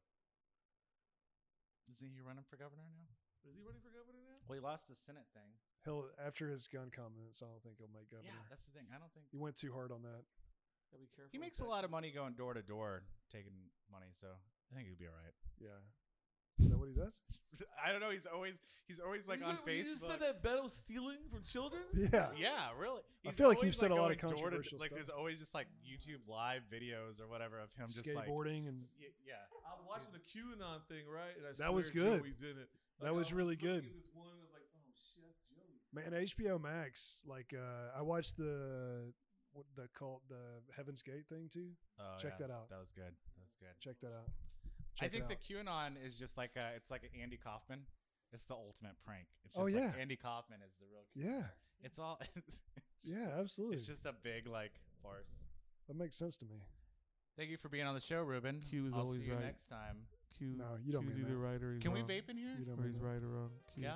[SPEAKER 4] Isn't he running for governor now?
[SPEAKER 1] Is he running for governor now?
[SPEAKER 4] Well, he lost the Senate thing.
[SPEAKER 2] He'll after his gun comments, I don't think he'll make governor.
[SPEAKER 4] Yeah, that's the thing. I don't think
[SPEAKER 2] you went too hard on that.
[SPEAKER 1] Yeah, be careful.
[SPEAKER 4] he
[SPEAKER 1] in
[SPEAKER 4] makes a lot of
[SPEAKER 1] Texas.
[SPEAKER 4] money going door to door taking money, so I think he'll be all right.
[SPEAKER 2] Yeah, Is that what he does?
[SPEAKER 4] I don't know. He's always he's always like
[SPEAKER 1] you
[SPEAKER 4] on
[SPEAKER 1] just,
[SPEAKER 4] Facebook.
[SPEAKER 1] You just said that Beto stealing from children.
[SPEAKER 2] Yeah.
[SPEAKER 4] Yeah, really.
[SPEAKER 2] I feel like
[SPEAKER 4] always,
[SPEAKER 2] you've said a lot of
[SPEAKER 4] going door to-
[SPEAKER 2] controversial
[SPEAKER 4] like
[SPEAKER 2] stuff.
[SPEAKER 4] there's always just like YouTube live videos or whatever of him just like
[SPEAKER 2] Skateboarding and
[SPEAKER 4] Y- yeah.
[SPEAKER 1] I was watching the QAnon thing, right? And I
[SPEAKER 2] That was
[SPEAKER 1] swear
[SPEAKER 2] good.
[SPEAKER 1] Joey's in it.
[SPEAKER 2] That
[SPEAKER 1] I
[SPEAKER 2] was really
[SPEAKER 1] looking
[SPEAKER 2] good.
[SPEAKER 1] at This one, I was like, oh shit, that's Joey.
[SPEAKER 2] man, HBO Max. Like uh, I watched the what the cult the Heaven's Gate thing too.
[SPEAKER 4] Oh,
[SPEAKER 2] Check
[SPEAKER 4] yeah.
[SPEAKER 2] that out.
[SPEAKER 4] That was good. That was good.
[SPEAKER 2] Check that out.
[SPEAKER 4] I
[SPEAKER 2] Check it
[SPEAKER 4] think the
[SPEAKER 2] out.
[SPEAKER 4] QAnon is just like a, it's like Andy Kaufman. It's the ultimate prank. It's just
[SPEAKER 2] Oh,
[SPEAKER 4] like
[SPEAKER 2] yeah.
[SPEAKER 4] Andy Kaufman is the real.
[SPEAKER 2] yeah,
[SPEAKER 4] It's all.
[SPEAKER 2] yeah, absolutely.
[SPEAKER 4] It's just a big like farce.
[SPEAKER 2] that makes sense to me.
[SPEAKER 4] Thank you for being on the show, Ruben.
[SPEAKER 1] Q is
[SPEAKER 4] I'll
[SPEAKER 1] always
[SPEAKER 4] see you
[SPEAKER 1] right.
[SPEAKER 4] next time.
[SPEAKER 1] Q.
[SPEAKER 2] No, you don't
[SPEAKER 1] Q's
[SPEAKER 2] mean
[SPEAKER 1] either
[SPEAKER 2] that.
[SPEAKER 1] right or he's
[SPEAKER 4] Can we
[SPEAKER 1] wrong.
[SPEAKER 4] vape in here?
[SPEAKER 2] You don't
[SPEAKER 1] Or
[SPEAKER 2] mean
[SPEAKER 1] he's
[SPEAKER 2] that.
[SPEAKER 1] right or wrong. Q.
[SPEAKER 4] Yeah.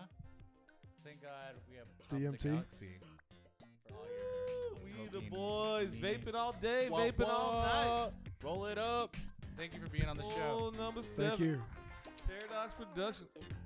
[SPEAKER 4] Thank God we have Pop The
[SPEAKER 2] DMT?
[SPEAKER 4] Galaxy for all your
[SPEAKER 1] We the
[SPEAKER 4] smoking
[SPEAKER 1] boys
[SPEAKER 4] needs.
[SPEAKER 1] vaping all day,
[SPEAKER 4] Well,
[SPEAKER 1] vaping
[SPEAKER 4] well,
[SPEAKER 1] all night.
[SPEAKER 4] night. Roll it up. Thank you for being on the show.
[SPEAKER 1] Rule number
[SPEAKER 2] Thank
[SPEAKER 1] seven.
[SPEAKER 2] you.
[SPEAKER 1] Paradox Production.